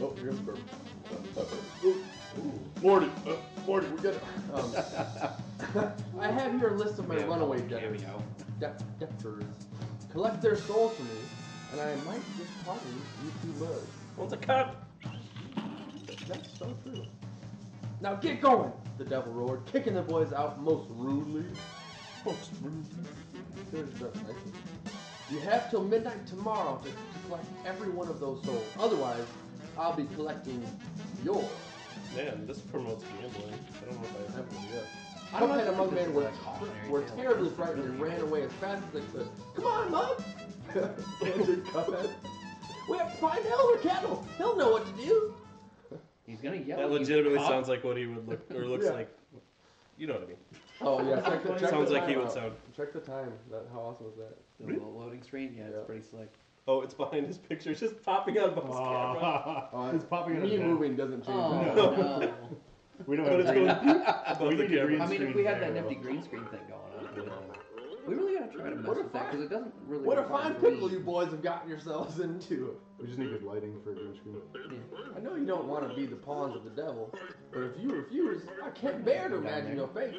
Speaker 3: Oh, you're gonna burp. uh,
Speaker 4: Morty, uh, Morty, we got it.
Speaker 3: Um, I have here a list of my
Speaker 1: Yeah,
Speaker 3: runaway debtors.
Speaker 1: cameo.
Speaker 3: De- debtors. Collect their souls for me, and I might just pardon you two birds.
Speaker 2: Wants a cup.
Speaker 3: That's so true. Now get going! The devil roared, kicking the boys out most rudely. Sure is done, right? You have till midnight tomorrow to, to collect every one of those souls. Otherwise, I'll be collecting yours.
Speaker 2: Man, this promotes gambling. I don't know if I.
Speaker 3: That was good.
Speaker 1: I don't
Speaker 3: Cuphead
Speaker 1: know
Speaker 3: and
Speaker 1: if
Speaker 3: Mugman
Speaker 1: this is
Speaker 3: were,
Speaker 1: a cautionary
Speaker 3: were
Speaker 1: tale.
Speaker 3: terribly frightened and ran away as fast as they could. Come on, Mug! Andrew Cuphead. We have to find Elder Kettle. He'll know what to do.
Speaker 1: He's gonna yell.
Speaker 2: That
Speaker 1: at you,
Speaker 2: legitimately
Speaker 1: cop.
Speaker 2: sounds like what he would look or looks
Speaker 3: Yeah.
Speaker 2: like. You know what I mean?
Speaker 3: Oh yeah, check the, check
Speaker 2: Sounds
Speaker 3: the
Speaker 2: like he
Speaker 3: time
Speaker 2: would
Speaker 3: out.
Speaker 2: sound.
Speaker 3: Check the time. That, how awesome was that?
Speaker 1: The little loading screen. Yeah,
Speaker 3: Yeah.
Speaker 1: it's pretty slick.
Speaker 2: Oh, it's behind his picture. It's just popping out of his camera.
Speaker 3: Oh,
Speaker 4: it's popping out
Speaker 3: Me
Speaker 4: of
Speaker 3: moving doesn't change.
Speaker 1: Oh
Speaker 3: at all.
Speaker 1: no.
Speaker 4: We don't
Speaker 2: But
Speaker 4: have
Speaker 2: it's
Speaker 4: green.
Speaker 2: going above
Speaker 4: We
Speaker 2: the
Speaker 4: need a green
Speaker 2: camera.
Speaker 1: I mean, if
Speaker 4: screen
Speaker 1: we had that
Speaker 4: there,
Speaker 1: nifty
Speaker 4: though.
Speaker 1: green screen thing going on, we'd, uh, we really gotta try to mess
Speaker 3: What a
Speaker 1: with that because it doesn't really.
Speaker 3: What a
Speaker 1: require
Speaker 3: fine
Speaker 1: green.
Speaker 3: pickle you boys have gotten yourselves into.
Speaker 4: We just need good lighting for a green screen.
Speaker 3: I know you don't want to be the pawns of the devil, but if you refuse, I can't bear to imagine your face.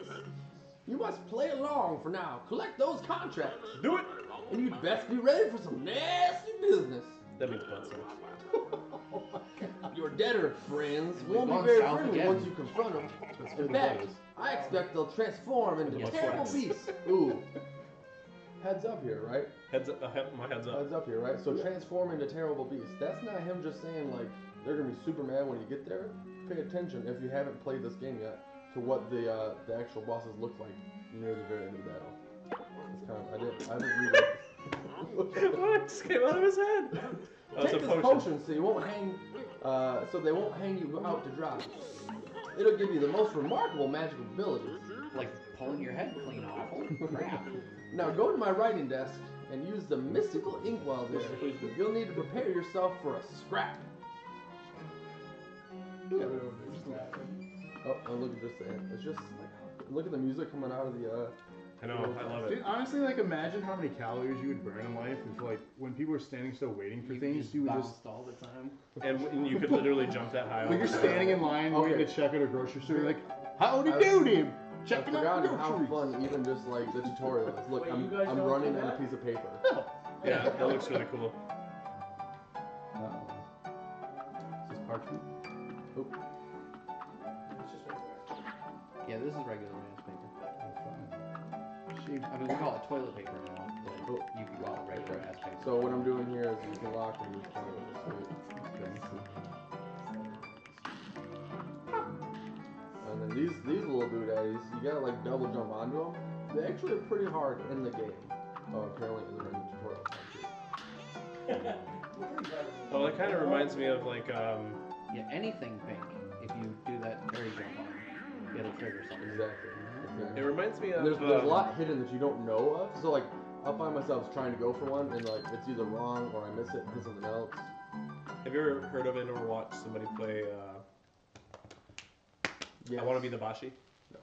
Speaker 3: You must play along for now. Collect those contracts.
Speaker 2: Do it.
Speaker 3: And you'd best be ready for some nasty business.
Speaker 2: That means butt sex.
Speaker 3: Oh, Your debtor friends
Speaker 1: We
Speaker 3: won't
Speaker 1: want
Speaker 3: be very
Speaker 1: South
Speaker 3: friendly
Speaker 1: again.
Speaker 3: once you confront them.
Speaker 4: That's
Speaker 3: In
Speaker 4: good
Speaker 3: fact,
Speaker 4: news.
Speaker 3: I expect they'll transform into
Speaker 1: Yes.
Speaker 3: terrible beasts. Ooh. Heads up here, right?
Speaker 2: Heads up, uh, he- my heads up.
Speaker 3: Heads up here, right? So transform into terrible beasts. That's not him just saying like they're gonna be super mad when you get there. Pay attention if you haven't played this game yet to what the uh, the actual bosses look like near the very end of the battle. It's kind of I did I didn't read it.
Speaker 2: what just came out of his head? Oh, it's
Speaker 3: Take
Speaker 2: a
Speaker 3: this
Speaker 2: potion.
Speaker 3: potion. so you won't hang, uh, so they won't hang you out to dry. It'll give you the most remarkable magical abilities.
Speaker 1: Like pulling your head clean off. Holy crap.
Speaker 3: Now go to my writing desk and use the mystical inkwell there. You'll need to prepare yourself for a scrap. Oh, and look at this thing. It's just like, look at the music coming out of the. Uh,
Speaker 2: I know, I love
Speaker 4: Dude,
Speaker 2: it.
Speaker 4: honestly, like imagine how many calories you would burn in life if, like, when people are standing still waiting for
Speaker 1: You
Speaker 4: things,
Speaker 1: just
Speaker 4: you would
Speaker 1: bounced
Speaker 4: just.
Speaker 1: all the time.
Speaker 2: And when you could literally jump that high.
Speaker 4: Like
Speaker 2: off
Speaker 4: you're
Speaker 2: the-
Speaker 4: standing in line waiting
Speaker 3: Okay.
Speaker 4: to check at a grocery store, you're like, how do
Speaker 3: I-
Speaker 4: duty?
Speaker 3: I
Speaker 4: Checking out
Speaker 3: forgot
Speaker 4: the
Speaker 3: how
Speaker 4: groceries.
Speaker 3: fun even just like the tutorial is. Look,
Speaker 6: Wait, you
Speaker 3: I'm,
Speaker 6: guys
Speaker 3: I'm
Speaker 6: don't
Speaker 3: running
Speaker 6: do
Speaker 3: on a
Speaker 6: that?
Speaker 3: piece of paper.
Speaker 2: Yeah, that looks really cool.
Speaker 3: No.
Speaker 4: Is this parchment?
Speaker 6: It's just right
Speaker 1: Yeah, this is regular newspaper.
Speaker 4: That's fine. She-
Speaker 1: I mean, we call it toilet paper now, but
Speaker 3: Oh.
Speaker 1: you can call it regular ass paper.
Speaker 3: So what I'm doing here is you can lock and just kind of And then these these little doodaddies, you gotta like double jump onto them. They actually are pretty hard in the game. Oh, apparently they're in the tutorial.
Speaker 6: there.
Speaker 2: Oh, that kind of reminds me of like um,
Speaker 1: yeah, anything pink. If you do that very jump on, it'll trigger something.
Speaker 3: Exactly.
Speaker 2: It
Speaker 3: exactly.
Speaker 2: reminds me of.
Speaker 3: There's there's a
Speaker 2: um,
Speaker 3: lot hidden that you don't know of. So like, I'll find myself trying to go for one and like it's either wrong or I miss it and hit something else.
Speaker 2: Have you ever heard of it or watched somebody play? Uh,
Speaker 3: Yeah.
Speaker 2: I want to be the Bashi.
Speaker 3: No.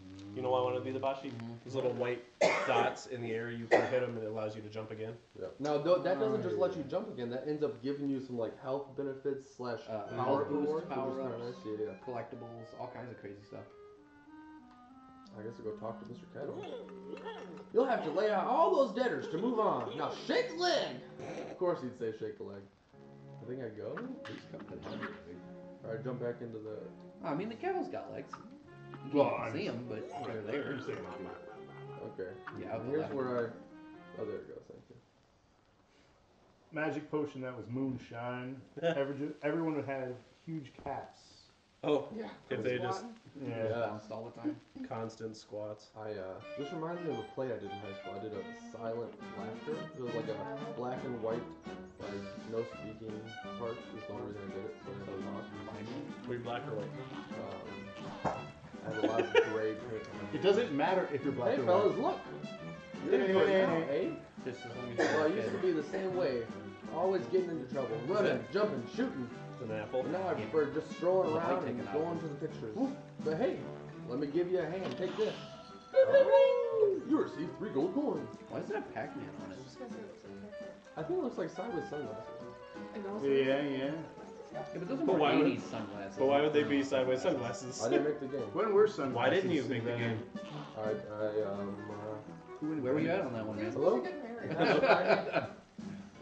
Speaker 2: Mm. You know why I want to be the Bashi? These little white dots in the air. You can hit them, and it allows you to jump again.
Speaker 3: Yep. Now tho- that doesn't just let you jump again. That ends up giving you some like health benefits slash
Speaker 1: Uh,
Speaker 3: power
Speaker 1: health boost,
Speaker 3: rewards, which is kinda
Speaker 1: power-ups.
Speaker 3: nice. Yeah, yeah.
Speaker 1: Collectibles, all kinds of crazy stuff.
Speaker 3: I guess I go talk to Mr. Kettle. You'll have to lay out all those debtors to move on. Now shake the leg. Of course he'd say shake the leg. I think I go. All right, jump back into the.
Speaker 1: I mean, the kettle's got legs. You can't
Speaker 4: Well, I'm-
Speaker 1: see them, but they're there.
Speaker 4: I'm saying I'll do it.
Speaker 3: Okay.
Speaker 1: Yeah, out the
Speaker 3: Here's
Speaker 1: left.
Speaker 3: where I. Oh, there it goes. Thank you.
Speaker 4: Magic potion that was moonshine. Every, everyone would have huge caps.
Speaker 2: Oh,
Speaker 5: Yeah.
Speaker 2: if they just
Speaker 5: Squatting.
Speaker 4: Yeah.
Speaker 1: Bounced all the time.
Speaker 2: constant squats.
Speaker 3: I uh, this reminds me of a play I did in high school. I did a silent laughter. It was like a black and white, like no speaking part. Is the only reason I did it. So I had, a
Speaker 2: Were you black or white?
Speaker 3: lot, um, I had a lot of gray paint.
Speaker 4: It doesn't matter if you're black
Speaker 3: Hey
Speaker 4: or
Speaker 3: fellas,
Speaker 4: white.
Speaker 3: look. You're in for it now, eh?
Speaker 1: Just as long as
Speaker 3: Well, I
Speaker 1: you're
Speaker 3: used to
Speaker 1: good.
Speaker 3: be the same way. Always getting into trouble, running, jumping, shooting.
Speaker 2: An apple.
Speaker 3: But now I prefer just throwing
Speaker 1: Look like
Speaker 3: around
Speaker 1: taking
Speaker 3: and
Speaker 1: out.
Speaker 3: going to the pictures. But hey, let me give you a hand. Take this. You received three gold coins.
Speaker 1: Why does it have Pac-Man on it?
Speaker 5: I was just gonna say it looks like
Speaker 3: I think it looks like sideways sunglasses.
Speaker 5: that. And also-
Speaker 4: Yeah, yeah.
Speaker 1: Yeah, but those are
Speaker 2: But
Speaker 1: more
Speaker 2: why would-
Speaker 1: 80s sunglasses.
Speaker 2: But why would they be sideways sunglasses?
Speaker 3: I didn't make the game.
Speaker 4: When were sunglasses?
Speaker 2: Why didn't you make the
Speaker 4: invented?
Speaker 2: game?
Speaker 3: I, I, um,
Speaker 1: Where were you at on that one,
Speaker 5: It was
Speaker 1: man?
Speaker 3: Hello?
Speaker 5: supposed to get married.
Speaker 3: uh,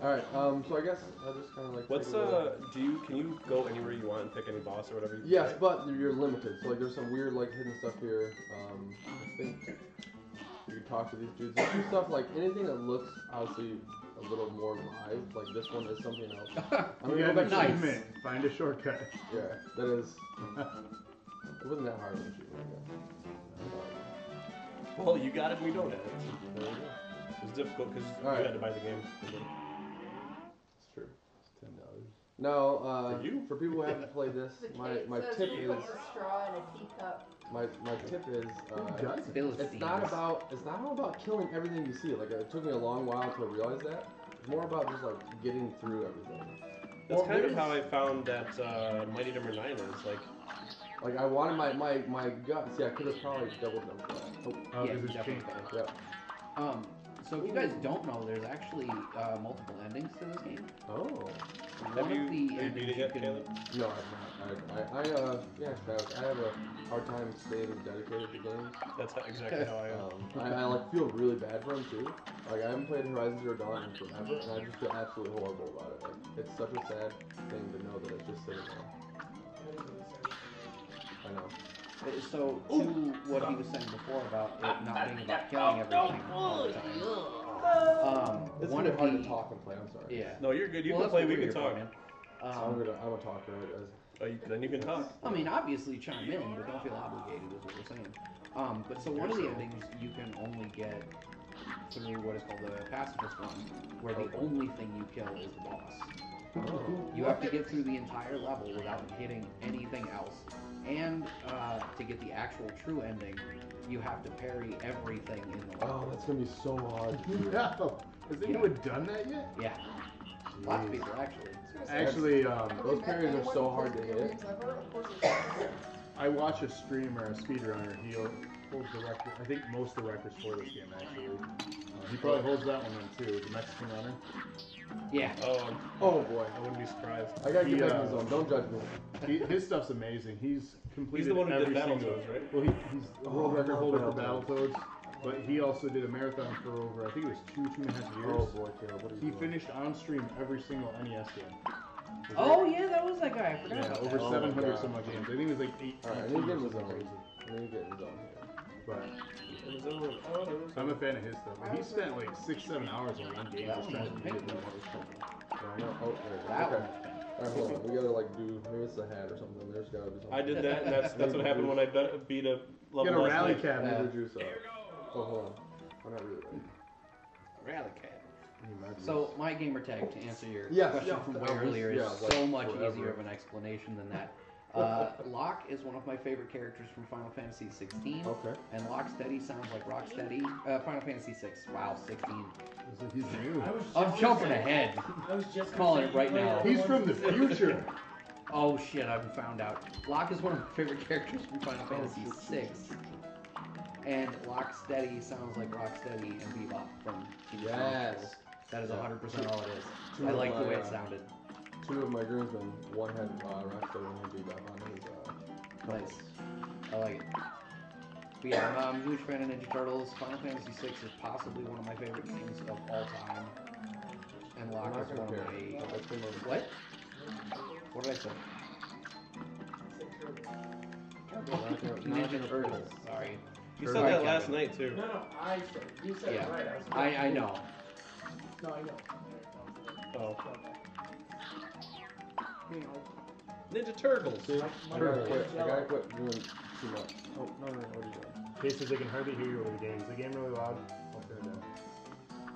Speaker 3: all right. Um, so I guess I just kind of like.
Speaker 2: What's
Speaker 3: take a little-
Speaker 2: uh? Do you can you go anywhere you want and pick any boss or whatever? You
Speaker 3: Yes, but you're limited. So like, there's some weird like hidden stuff here. Um, I think you can talk to these dudes. There's some stuff like anything that looks obviously a little more live. Like this one is something else. I'm
Speaker 4: You
Speaker 3: gonna go
Speaker 4: got
Speaker 3: back
Speaker 4: an
Speaker 3: to
Speaker 1: Nice.
Speaker 4: achievement. Find a shortcut.
Speaker 3: yeah. That is. It wasn't that hard of an achievement. I
Speaker 2: play? Well, you got it. We don't have it.
Speaker 3: guess. There we go.
Speaker 2: It was difficult because you
Speaker 3: Alright.
Speaker 2: had to buy the game.
Speaker 3: It's true.
Speaker 4: It's ten dollars.
Speaker 3: Now, uh,
Speaker 2: For you?
Speaker 3: for people who haven't played this,
Speaker 5: The
Speaker 3: my
Speaker 5: cake
Speaker 3: my
Speaker 5: says
Speaker 3: tip is
Speaker 5: who puts a straw in a teacup.
Speaker 3: my my tip is.
Speaker 4: Who
Speaker 3: Uh,
Speaker 4: does it?
Speaker 3: It's not about it's not all about killing everything you see. Like it took me a long while to realize that. It's more about just like getting through everything.
Speaker 2: That's
Speaker 1: Well,
Speaker 2: kind
Speaker 1: there
Speaker 2: of how I
Speaker 1: is-
Speaker 2: found that uh, Mighty Number Nine is like.
Speaker 3: Like I wanted my my my gut. See, I could have probably double jumped that. Oh,
Speaker 4: Oh,
Speaker 1: Yeah,
Speaker 4: because it's
Speaker 1: definitely.
Speaker 4: changed.
Speaker 3: yeah.
Speaker 1: Um, So if you guys don't know, there's actually uh, multiple endings to this game.
Speaker 3: Oh.
Speaker 2: Have
Speaker 1: One
Speaker 2: you,
Speaker 1: of
Speaker 2: have
Speaker 1: the
Speaker 2: you
Speaker 1: endings
Speaker 2: beat it
Speaker 1: you
Speaker 2: yet,
Speaker 1: can-
Speaker 2: Caleb?
Speaker 3: No, I'm not. I, I, I uh, yeah, Travis, I have a hard time staying dedicated to games.
Speaker 2: That's how, exactly how I am.
Speaker 3: Um, I, I like feel really bad for him too. Like I haven't played Horizon Zero Dawn in forever, and I just feel absolutely horrible about it. Like it's such a sad thing to know that it's just sitting there. I know.
Speaker 1: Uh, So to what he was saying before about it not being about
Speaker 2: Oh,
Speaker 1: killing everything all the time. Um,
Speaker 3: It's
Speaker 1: one
Speaker 3: really
Speaker 1: of
Speaker 3: hard
Speaker 1: the-
Speaker 3: to talk and play. I'm sorry.
Speaker 1: Yeah.
Speaker 2: No, you're good. You
Speaker 1: Well,
Speaker 2: can
Speaker 1: that's
Speaker 2: play.
Speaker 1: what
Speaker 2: We
Speaker 1: were
Speaker 2: can talk.
Speaker 1: talking.
Speaker 3: I'm,
Speaker 1: Um,
Speaker 3: gonna, I'm a talker. I, I,
Speaker 2: Oh, you, then you can talk.
Speaker 1: I mean, obviously chime in, but don't feel obligated, is what we're saying. Um, but so one of the endings you can only get through what is called the pacifist one, where the only thing you kill is the boss. You have to get through the entire level without hitting anything else, and uh, to get the actual true ending, you have to parry everything in the level.
Speaker 3: oh, that's gonna be so hard. To do.
Speaker 4: No. Has anyone done that yet?
Speaker 1: Yeah, lots of people actually.
Speaker 4: Actually, um,
Speaker 3: Those parries are so hard to hit.
Speaker 4: I watch a streamer, a speedrunner. He holds the record. I think most of the records for this game actually. Uh, he probably holds that one in too. The Mexican runner.
Speaker 1: Yeah,
Speaker 2: Oh,
Speaker 3: Oh boy.
Speaker 2: I wouldn't be surprised.
Speaker 3: I gotta get
Speaker 4: He,
Speaker 3: back in
Speaker 4: uh,
Speaker 3: the zone. Don't judge me.
Speaker 4: He, his stuff's amazing. He's
Speaker 2: He's
Speaker 4: completed
Speaker 2: the one who
Speaker 4: every
Speaker 2: did
Speaker 4: single.
Speaker 2: Battletoads, right?
Speaker 4: Well, he, he's a world
Speaker 3: Oh, I
Speaker 4: record
Speaker 3: love
Speaker 4: holder for
Speaker 3: Battletoads.
Speaker 4: Battletoads, but he also did a marathon for over I think it was two two and a half years.
Speaker 3: Oh boy, Caleb, what are you
Speaker 4: He
Speaker 3: doing?
Speaker 4: finished on stream every single NES game.
Speaker 1: Oh yeah, that was that guy. I forgot
Speaker 4: Yeah,
Speaker 1: about
Speaker 4: over
Speaker 1: that.
Speaker 3: Oh my
Speaker 4: 700
Speaker 3: God.
Speaker 4: some odd games. I think it was like eight.
Speaker 3: All right, I
Speaker 4: 18
Speaker 3: need to get
Speaker 4: or
Speaker 3: in the
Speaker 4: something
Speaker 3: zone.
Speaker 4: crazy.
Speaker 3: I need to get in the zone here.
Speaker 4: But
Speaker 2: It was over. Oh, there was-
Speaker 4: I'm a fan of his stuff. But he spent like six, seven hours on one game.
Speaker 1: That
Speaker 4: just
Speaker 1: one
Speaker 4: trying
Speaker 1: was
Speaker 4: to
Speaker 1: a pink
Speaker 4: beat it.
Speaker 1: one.
Speaker 3: I know. Oh, there it is. okay.
Speaker 1: That one. was pink.
Speaker 3: Alright, hold on. We gotta like do maybe it's a hat or something. There's gotta be something.
Speaker 2: I did that, and that's that's what happened when I bet, beat a level
Speaker 4: Get a
Speaker 2: last
Speaker 4: rally
Speaker 2: night.
Speaker 3: I
Speaker 4: cap.
Speaker 1: Yeah.
Speaker 3: need to juice up. Oh, hold on. I'm not really ready.
Speaker 1: Rally cat.
Speaker 4: He might be-
Speaker 1: So my gamer tag to answer your
Speaker 3: Yes,
Speaker 1: question
Speaker 3: yeah,
Speaker 1: from
Speaker 3: that
Speaker 1: way
Speaker 3: was-
Speaker 1: earlier is
Speaker 3: yeah, like,
Speaker 1: so much
Speaker 3: forever.
Speaker 1: easier of an explanation than that. Uh, Locke is one of my favorite characters from Final Fantasy 16,
Speaker 3: Okay.
Speaker 1: and Locksteady sounds like Rocksteady. Uh, Final Fantasy 6. Wow, 16.
Speaker 4: So he's new.
Speaker 6: I was just
Speaker 1: I'm
Speaker 6: gonna
Speaker 1: jumping
Speaker 6: say-
Speaker 1: ahead.
Speaker 6: I was just Oh,
Speaker 1: Calling
Speaker 6: gonna
Speaker 1: it
Speaker 6: say,
Speaker 1: right
Speaker 6: you know,
Speaker 1: now.
Speaker 4: He's from the
Speaker 6: ones-
Speaker 4: future.
Speaker 1: Oh shit, I've found out. Locke is one of my favorite characters from
Speaker 3: Oh,
Speaker 1: Final Fantasy VI. And Locksteady sounds like Rocksteady and Bebop from Teenage Mutant Ninja Turtles.
Speaker 3: Yes.
Speaker 1: That is 100% all it is.
Speaker 3: Two
Speaker 1: I
Speaker 3: of
Speaker 1: like the
Speaker 3: my,
Speaker 1: way it
Speaker 3: uh,
Speaker 1: sounded.
Speaker 3: Two of my groomsmen, one had uh, Rockstar, one had Bebop on his. Uh,
Speaker 1: Nice. I like it. But yeah, I'm, I'm a huge fan of Ninja Turtles. Final Fantasy VI is possibly one of my favorite games of all time. And
Speaker 3: I'm
Speaker 1: Locke
Speaker 3: not
Speaker 1: is one
Speaker 3: gonna
Speaker 1: of
Speaker 3: care.
Speaker 1: my.
Speaker 3: I'll just put him on the-
Speaker 1: What? What did I say?
Speaker 3: I'm not gonna- not
Speaker 1: Ninja
Speaker 3: gonna
Speaker 1: Turtles.
Speaker 3: care.
Speaker 1: Sorry.
Speaker 2: You
Speaker 1: Or
Speaker 2: said
Speaker 1: Mike
Speaker 2: that last
Speaker 1: Kevin.
Speaker 2: night too.
Speaker 6: No, no, I said it. You said
Speaker 1: Yeah.
Speaker 6: it right. I, was
Speaker 1: I, I know.
Speaker 6: No, I know.
Speaker 2: Oh,
Speaker 6: You know,
Speaker 2: Ninja Turtles.
Speaker 3: See, I gotta
Speaker 4: Turtles.
Speaker 3: quit. I gotta quit doing too much. Oh no no no! What are you doing?
Speaker 4: He says they can hardly hear you over the game. Is the game really loud? I'll turn it down.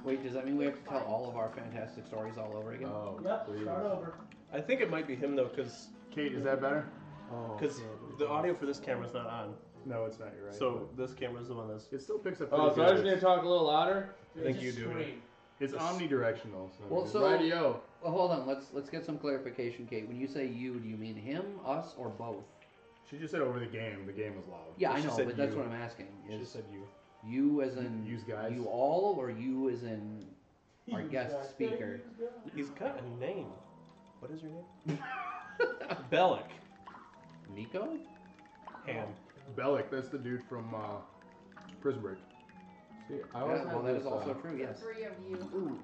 Speaker 1: Wait, does that mean we have to tell all of our fantastic stories all over again?
Speaker 3: Oh
Speaker 6: Yep,
Speaker 3: please.
Speaker 6: start over.
Speaker 2: I think it might be him though, because
Speaker 4: Kate, is that better?
Speaker 3: Oh, God.
Speaker 2: the audio for this camera's not on.
Speaker 4: No, it's not. You're right.
Speaker 2: So this camera's the one that's.
Speaker 4: it still picks up.
Speaker 3: Oh,
Speaker 4: pretty
Speaker 3: so I just
Speaker 4: good.
Speaker 3: need to talk a little louder.
Speaker 6: Dude,
Speaker 2: Think
Speaker 6: just
Speaker 2: you do it.
Speaker 6: scream.
Speaker 4: It's omnidirectional. So
Speaker 1: Well, so-
Speaker 3: Radio.
Speaker 1: Well, hold on. Let's let's get some clarification, Kate. When you say you, do you mean him, us, or both?
Speaker 4: she just said over the game. The game was loud.
Speaker 1: Yeah,
Speaker 2: Well,
Speaker 1: I
Speaker 2: she
Speaker 1: know,
Speaker 2: said
Speaker 1: but that's
Speaker 2: you.
Speaker 1: what I'm asking.
Speaker 2: She
Speaker 1: Is
Speaker 2: said you.
Speaker 1: you as in
Speaker 4: Use guys.
Speaker 1: you all, or you as in Our
Speaker 6: You
Speaker 1: guest
Speaker 6: got-
Speaker 1: speaker.
Speaker 6: you got-
Speaker 2: He's got a name. What is your name? Bellic.
Speaker 1: Nico?
Speaker 2: Ham.
Speaker 4: Bellic, that's the dude from uh, Prison Break.
Speaker 3: See, I
Speaker 1: Yeah,
Speaker 3: always
Speaker 1: well,
Speaker 3: had
Speaker 1: that
Speaker 3: this,
Speaker 1: is also
Speaker 3: uh,
Speaker 1: true. Yes.
Speaker 5: Three of you.
Speaker 3: Mm-hmm.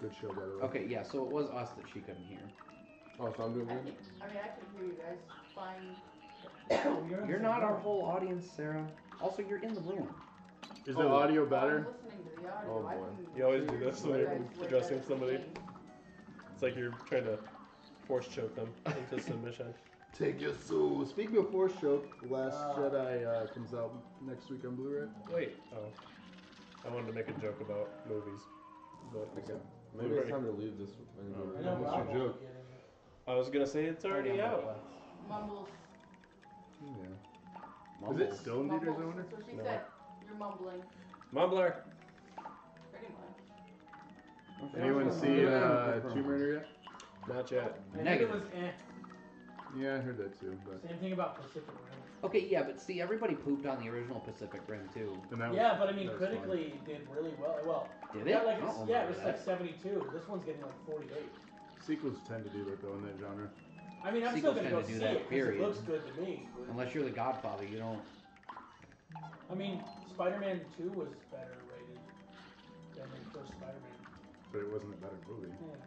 Speaker 4: Good show, by the way.
Speaker 1: Okay. Yeah. So it was us that she couldn't hear.
Speaker 3: Oh, so I'm doing
Speaker 5: I
Speaker 3: good.
Speaker 5: mean, I can hear you guys fine.
Speaker 6: Oh, you're,
Speaker 1: You're
Speaker 6: on
Speaker 1: not our
Speaker 6: sound.
Speaker 1: whole audience, Sarah. Also, you're in the room.
Speaker 4: Is the
Speaker 3: Oh.
Speaker 4: audio
Speaker 5: I'm
Speaker 4: better?
Speaker 5: listening to the
Speaker 3: Oh,
Speaker 5: audio. I
Speaker 3: boy.
Speaker 5: can
Speaker 2: You always do this when
Speaker 5: hear you
Speaker 2: you're
Speaker 5: guys way
Speaker 2: addressing
Speaker 5: better than
Speaker 2: somebody.
Speaker 5: me.
Speaker 2: It's like you're trying to force choke them into submission.
Speaker 4: Take your soul. Speaking of Force Show, Last
Speaker 6: Ah.
Speaker 4: Jedi uh, comes out next week on Blu-ray.
Speaker 2: Wait. Oh. I wanted to make a joke about movies, but
Speaker 3: Okay. Maybe it's time to leave this. and go-
Speaker 6: I know
Speaker 4: What's
Speaker 6: Rob
Speaker 4: your
Speaker 6: won't
Speaker 4: joke?
Speaker 6: get in
Speaker 2: I was gonna say it's already out.
Speaker 5: Mumbles.
Speaker 4: Yeah. Is
Speaker 1: Mumbles.
Speaker 4: it still in theaters? I
Speaker 5: Mumbles.
Speaker 4: wonder.
Speaker 5: That's what she
Speaker 2: No.
Speaker 5: said. You're mumbling.
Speaker 2: Mumbler.
Speaker 5: Pretty much.
Speaker 1: Okay.
Speaker 4: Anyone see uh, Tomb Raider yet?
Speaker 2: Not yet.
Speaker 6: it. I think it
Speaker 1: Negative.
Speaker 6: was eh.
Speaker 4: Yeah, I heard that too. But
Speaker 6: Same thing about Pacific Rim.
Speaker 1: Okay, yeah, but see, everybody pooped on the original Pacific Rim too.
Speaker 4: And that was-
Speaker 6: Yeah, but I mean,
Speaker 4: that was fun.
Speaker 6: critically, it did really well. Well,
Speaker 1: Did it? Oh,
Speaker 6: yeah, like
Speaker 1: I
Speaker 6: it's,
Speaker 1: don't
Speaker 6: yeah, it
Speaker 1: remember
Speaker 6: was
Speaker 1: that.
Speaker 6: like 72. This one's getting like 48.
Speaker 4: Sequels tend to do that though in that genre.
Speaker 6: I mean, I'm still
Speaker 1: Sequels
Speaker 6: gonna
Speaker 1: tend
Speaker 6: go
Speaker 1: to
Speaker 6: see
Speaker 1: do
Speaker 6: it
Speaker 1: that,
Speaker 6: 'cause
Speaker 1: period.
Speaker 6: it looks good to me.
Speaker 1: Unless you're the Godfather, you don't.
Speaker 6: I mean, Spider-Man 2 was better rated than the first Spider-Man.
Speaker 4: But it wasn't a better movie.
Speaker 6: Yeah, it was.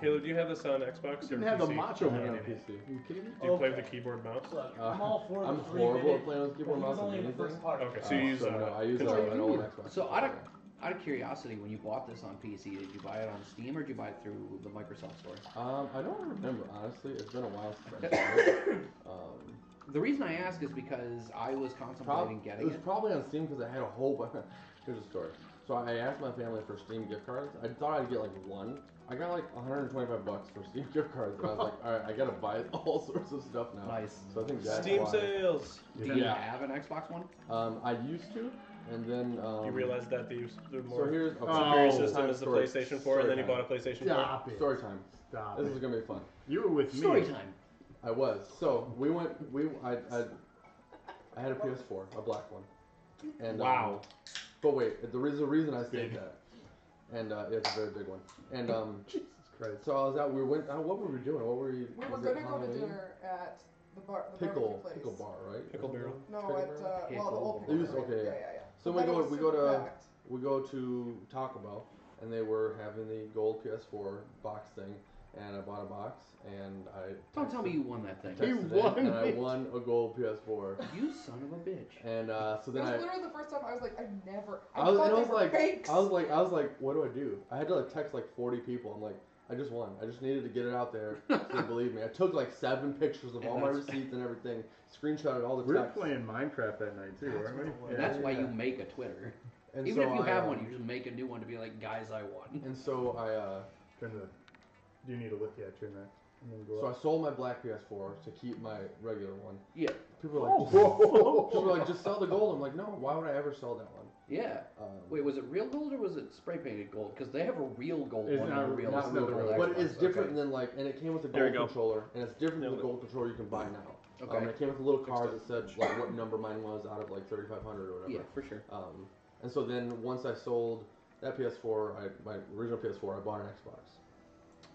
Speaker 2: Caleb, do you have this on Xbox?
Speaker 4: Didn't
Speaker 2: or
Speaker 4: have the
Speaker 2: PC?
Speaker 4: macho
Speaker 3: I
Speaker 4: man
Speaker 3: don't
Speaker 4: in
Speaker 3: know,
Speaker 4: it.
Speaker 3: PC.
Speaker 4: you kidding me?
Speaker 2: Do you play with
Speaker 6: Okay.
Speaker 2: the keyboard mouse?
Speaker 6: Look,
Speaker 3: Uh,
Speaker 6: I'm all for
Speaker 3: I'm
Speaker 6: the three
Speaker 3: horrible
Speaker 6: minute,
Speaker 3: at playing with
Speaker 6: but
Speaker 3: keyboard
Speaker 6: he
Speaker 3: mouse
Speaker 6: was
Speaker 3: on
Speaker 6: only in the
Speaker 3: anything.
Speaker 6: first part.
Speaker 2: Okay,
Speaker 3: Uh,
Speaker 2: so you use
Speaker 3: so
Speaker 2: uh,
Speaker 3: no, I use uh,
Speaker 2: controller.
Speaker 3: an old Xbox.
Speaker 1: So I don't. Out of curiosity, when you bought this on PC, did you buy it on Steam or did you buy it through the Microsoft Store?
Speaker 3: Um, I don't remember honestly. It's been a while since I bought it. Um,
Speaker 1: The reason I ask is because I was
Speaker 3: prob-
Speaker 1: contemplating
Speaker 3: it
Speaker 1: getting
Speaker 3: was
Speaker 1: it.
Speaker 3: probably on Steam because I had a whole bunch. Here's the story. So I asked my family for Steam gift cards. I thought I'd get like one. I got like 125 bucks for Steam gift cards, and I was like, all right, I gotta buy all sorts of stuff now.
Speaker 1: Nice.
Speaker 3: So I think that's
Speaker 2: Steam
Speaker 3: why.
Speaker 2: sales.
Speaker 1: Do you have an Xbox One?
Speaker 3: Um, I used to, and then um,
Speaker 2: You realize that the, the
Speaker 3: So
Speaker 2: more
Speaker 3: here's okay.
Speaker 4: Oh.
Speaker 2: superior system
Speaker 3: Time
Speaker 2: is the
Speaker 3: story.
Speaker 2: PlayStation 4, and then you
Speaker 3: Story
Speaker 2: bought a PlayStation 4.
Speaker 4: Stop it.
Speaker 3: Story time.
Speaker 4: Stop
Speaker 3: This is
Speaker 4: it.
Speaker 3: gonna be fun.
Speaker 4: You were with me.
Speaker 1: Story time.
Speaker 3: I was. So we went. We I I, I had a PS4, a black one. And
Speaker 2: Wow.
Speaker 3: Um, but wait, the reason the reason I stayed
Speaker 4: Big.
Speaker 3: that, and uh, yeah, it's a very big one. And um,
Speaker 4: Jesus Christ.
Speaker 3: so I was out. We went. Uh, what were we doing? What were we?
Speaker 7: We were
Speaker 3: was it
Speaker 7: gonna go to
Speaker 3: Halloween?
Speaker 7: dinner at the bar. The
Speaker 3: Pickle
Speaker 7: barbecue
Speaker 3: pickle
Speaker 7: place.
Speaker 3: bar, right?
Speaker 2: Pickle Barrel.
Speaker 7: No,
Speaker 3: Pickle
Speaker 7: at
Speaker 3: bar?
Speaker 7: uh, well, the old
Speaker 1: Pickle
Speaker 7: pickle.
Speaker 3: bar.
Speaker 7: bar.
Speaker 3: Okay,
Speaker 7: Yeah,
Speaker 3: yeah.
Speaker 7: yeah, yeah.
Speaker 3: So
Speaker 7: But
Speaker 3: we
Speaker 7: it
Speaker 3: go.
Speaker 7: was
Speaker 3: We go to.
Speaker 7: packed.
Speaker 3: we go to Taco Bell, and they were having the gold PS4 box thing, and I bought a box, and I
Speaker 1: Don't tell me
Speaker 3: texted-
Speaker 1: you won that thing.
Speaker 4: He
Speaker 3: texted
Speaker 4: won
Speaker 3: it, and I
Speaker 4: it.
Speaker 3: won a gold PS4,
Speaker 1: You son of a bitch.
Speaker 3: and uh, so
Speaker 7: It
Speaker 3: then
Speaker 7: was
Speaker 3: I.
Speaker 7: literally the first time I was like, I never. I,
Speaker 3: I was,
Speaker 7: thought
Speaker 3: and I
Speaker 7: they
Speaker 3: was
Speaker 7: were
Speaker 3: like,
Speaker 7: fakes.
Speaker 3: I was like, I was like, what do I do? I had to like text like 40 people. I'm like, I just won. I just needed to get it out there. so they believe me. I took like seven pictures of
Speaker 1: And
Speaker 3: all my
Speaker 1: that's-
Speaker 3: receipts and everything, screenshotted all the
Speaker 4: We were
Speaker 3: texts.
Speaker 4: playing Minecraft that night too, weren't we?
Speaker 1: And that's why
Speaker 3: yeah.
Speaker 1: you make a Twitter.
Speaker 3: And
Speaker 1: Even
Speaker 3: so
Speaker 1: if you
Speaker 3: I,
Speaker 1: have
Speaker 3: um,
Speaker 1: one, you just make a new one to be like, guys, I won.
Speaker 3: And so I. uh
Speaker 4: Turn the. Do you need to look? Yeah, turn that. And then go
Speaker 3: So
Speaker 4: up.
Speaker 3: I sold my black PS4 to keep my regular one.
Speaker 1: Yeah. Oh.
Speaker 3: People were
Speaker 4: Oh,
Speaker 3: like, just, people were like, just sell the gold. I'm like, no, why would I ever sell that one?
Speaker 1: Yeah.
Speaker 3: Um,
Speaker 1: Wait, was it real gold or was it spray painted gold? Because they have a real gold
Speaker 4: It's
Speaker 1: one
Speaker 4: not-
Speaker 1: and a real
Speaker 4: not
Speaker 1: gold
Speaker 4: real
Speaker 1: one.
Speaker 4: gold.
Speaker 3: but it is
Speaker 1: Okay.
Speaker 3: different than like, and it came with a
Speaker 2: There
Speaker 3: gold
Speaker 2: you go.
Speaker 3: controller, and it's different than
Speaker 2: Nailed
Speaker 3: the
Speaker 2: it.
Speaker 3: gold controller you can buy now.
Speaker 1: Okay.
Speaker 3: Um, and it came with a little
Speaker 2: Fixed
Speaker 3: card
Speaker 2: it.
Speaker 3: that said like what number mine was out of like 3,500 or whatever.
Speaker 1: yeah, for sure.
Speaker 3: Um, and so then once I sold that PS4, I, my original PS4, I bought an Xbox.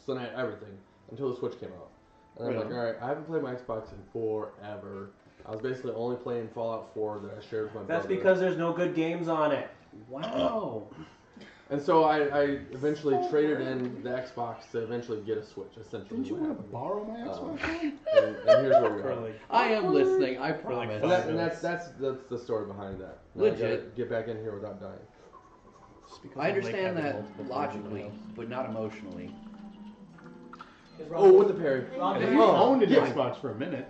Speaker 3: So then I had everything until the Switch came out. And I'm
Speaker 1: Right
Speaker 3: like,
Speaker 1: on.
Speaker 3: all right, I haven't played my Xbox in forever. I was basically only playing Fallout 4 that I shared with my brother.
Speaker 2: there's no good games on it.
Speaker 1: Wow.
Speaker 3: And so I, I eventually traded in the Xbox to eventually get a Switch, essentially.
Speaker 4: Didn't you
Speaker 3: what
Speaker 4: want to
Speaker 3: happened.
Speaker 4: borrow my
Speaker 3: Um,
Speaker 4: Xbox? One?
Speaker 3: and, and here's where we
Speaker 2: Or
Speaker 3: are.
Speaker 2: like,
Speaker 1: I am listening. I
Speaker 2: like
Speaker 1: promise.
Speaker 3: And, that,
Speaker 2: five
Speaker 3: and that's that's that's the story behind that. Now I gotta
Speaker 1: Legit.
Speaker 3: Get back in here without dying.
Speaker 1: I understand that logically,
Speaker 4: logically.
Speaker 1: but not emotionally.
Speaker 6: 'Cause
Speaker 3: Oh,
Speaker 6: Rob-
Speaker 3: with the parry.
Speaker 6: Rob-
Speaker 1: And
Speaker 4: I think
Speaker 1: then
Speaker 4: you
Speaker 1: you
Speaker 4: owned an
Speaker 3: yeah.
Speaker 4: Xbox for a minute.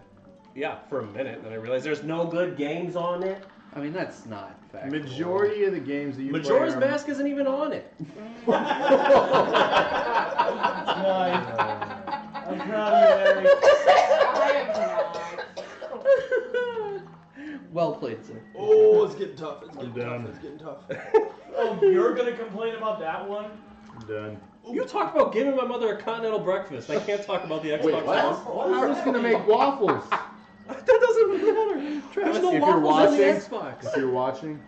Speaker 2: yeah, for a minute, then I realized there's no good games on it.
Speaker 1: I mean, that's not fact.
Speaker 4: Majority of the games that you
Speaker 2: Majora's
Speaker 4: play. are-
Speaker 2: Mask isn't even on it.
Speaker 6: Nice.
Speaker 4: Uh,
Speaker 6: I'm proud of you, Larry.
Speaker 5: I am not.
Speaker 1: well played, sir.
Speaker 3: Oh, it's getting tough. It's getting
Speaker 4: done.
Speaker 3: tough. It's getting tough.
Speaker 6: Oh, you're gonna complain about that one?
Speaker 4: I'm done.
Speaker 2: You talk about giving my mother a continental breakfast. I can't talk about the Xbox.
Speaker 3: Wait, what?
Speaker 2: One.
Speaker 6: What
Speaker 4: I was gonna make waffles.
Speaker 2: That doesn't matter. There's no
Speaker 4: if you're
Speaker 2: waffles on the
Speaker 4: watching-
Speaker 2: Xbox.
Speaker 4: If you're watching,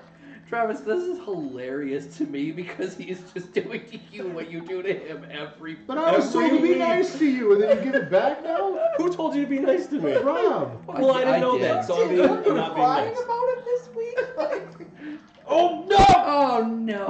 Speaker 1: Travis, this is hilarious to me because he's just doing to you what you do to him every.
Speaker 4: but I was
Speaker 2: Every
Speaker 4: trying to be
Speaker 2: week.
Speaker 4: nice to you, and then you give it back now,
Speaker 2: Who told you to be nice to me?
Speaker 4: Rob.
Speaker 2: Well, I didn't know
Speaker 1: did.
Speaker 2: that, so I'm,
Speaker 7: Dude,
Speaker 2: being,
Speaker 7: you
Speaker 2: I'm
Speaker 7: were
Speaker 2: not being
Speaker 7: crying
Speaker 2: nice.
Speaker 7: about it this week. Like,
Speaker 2: Oh no!
Speaker 1: Oh no!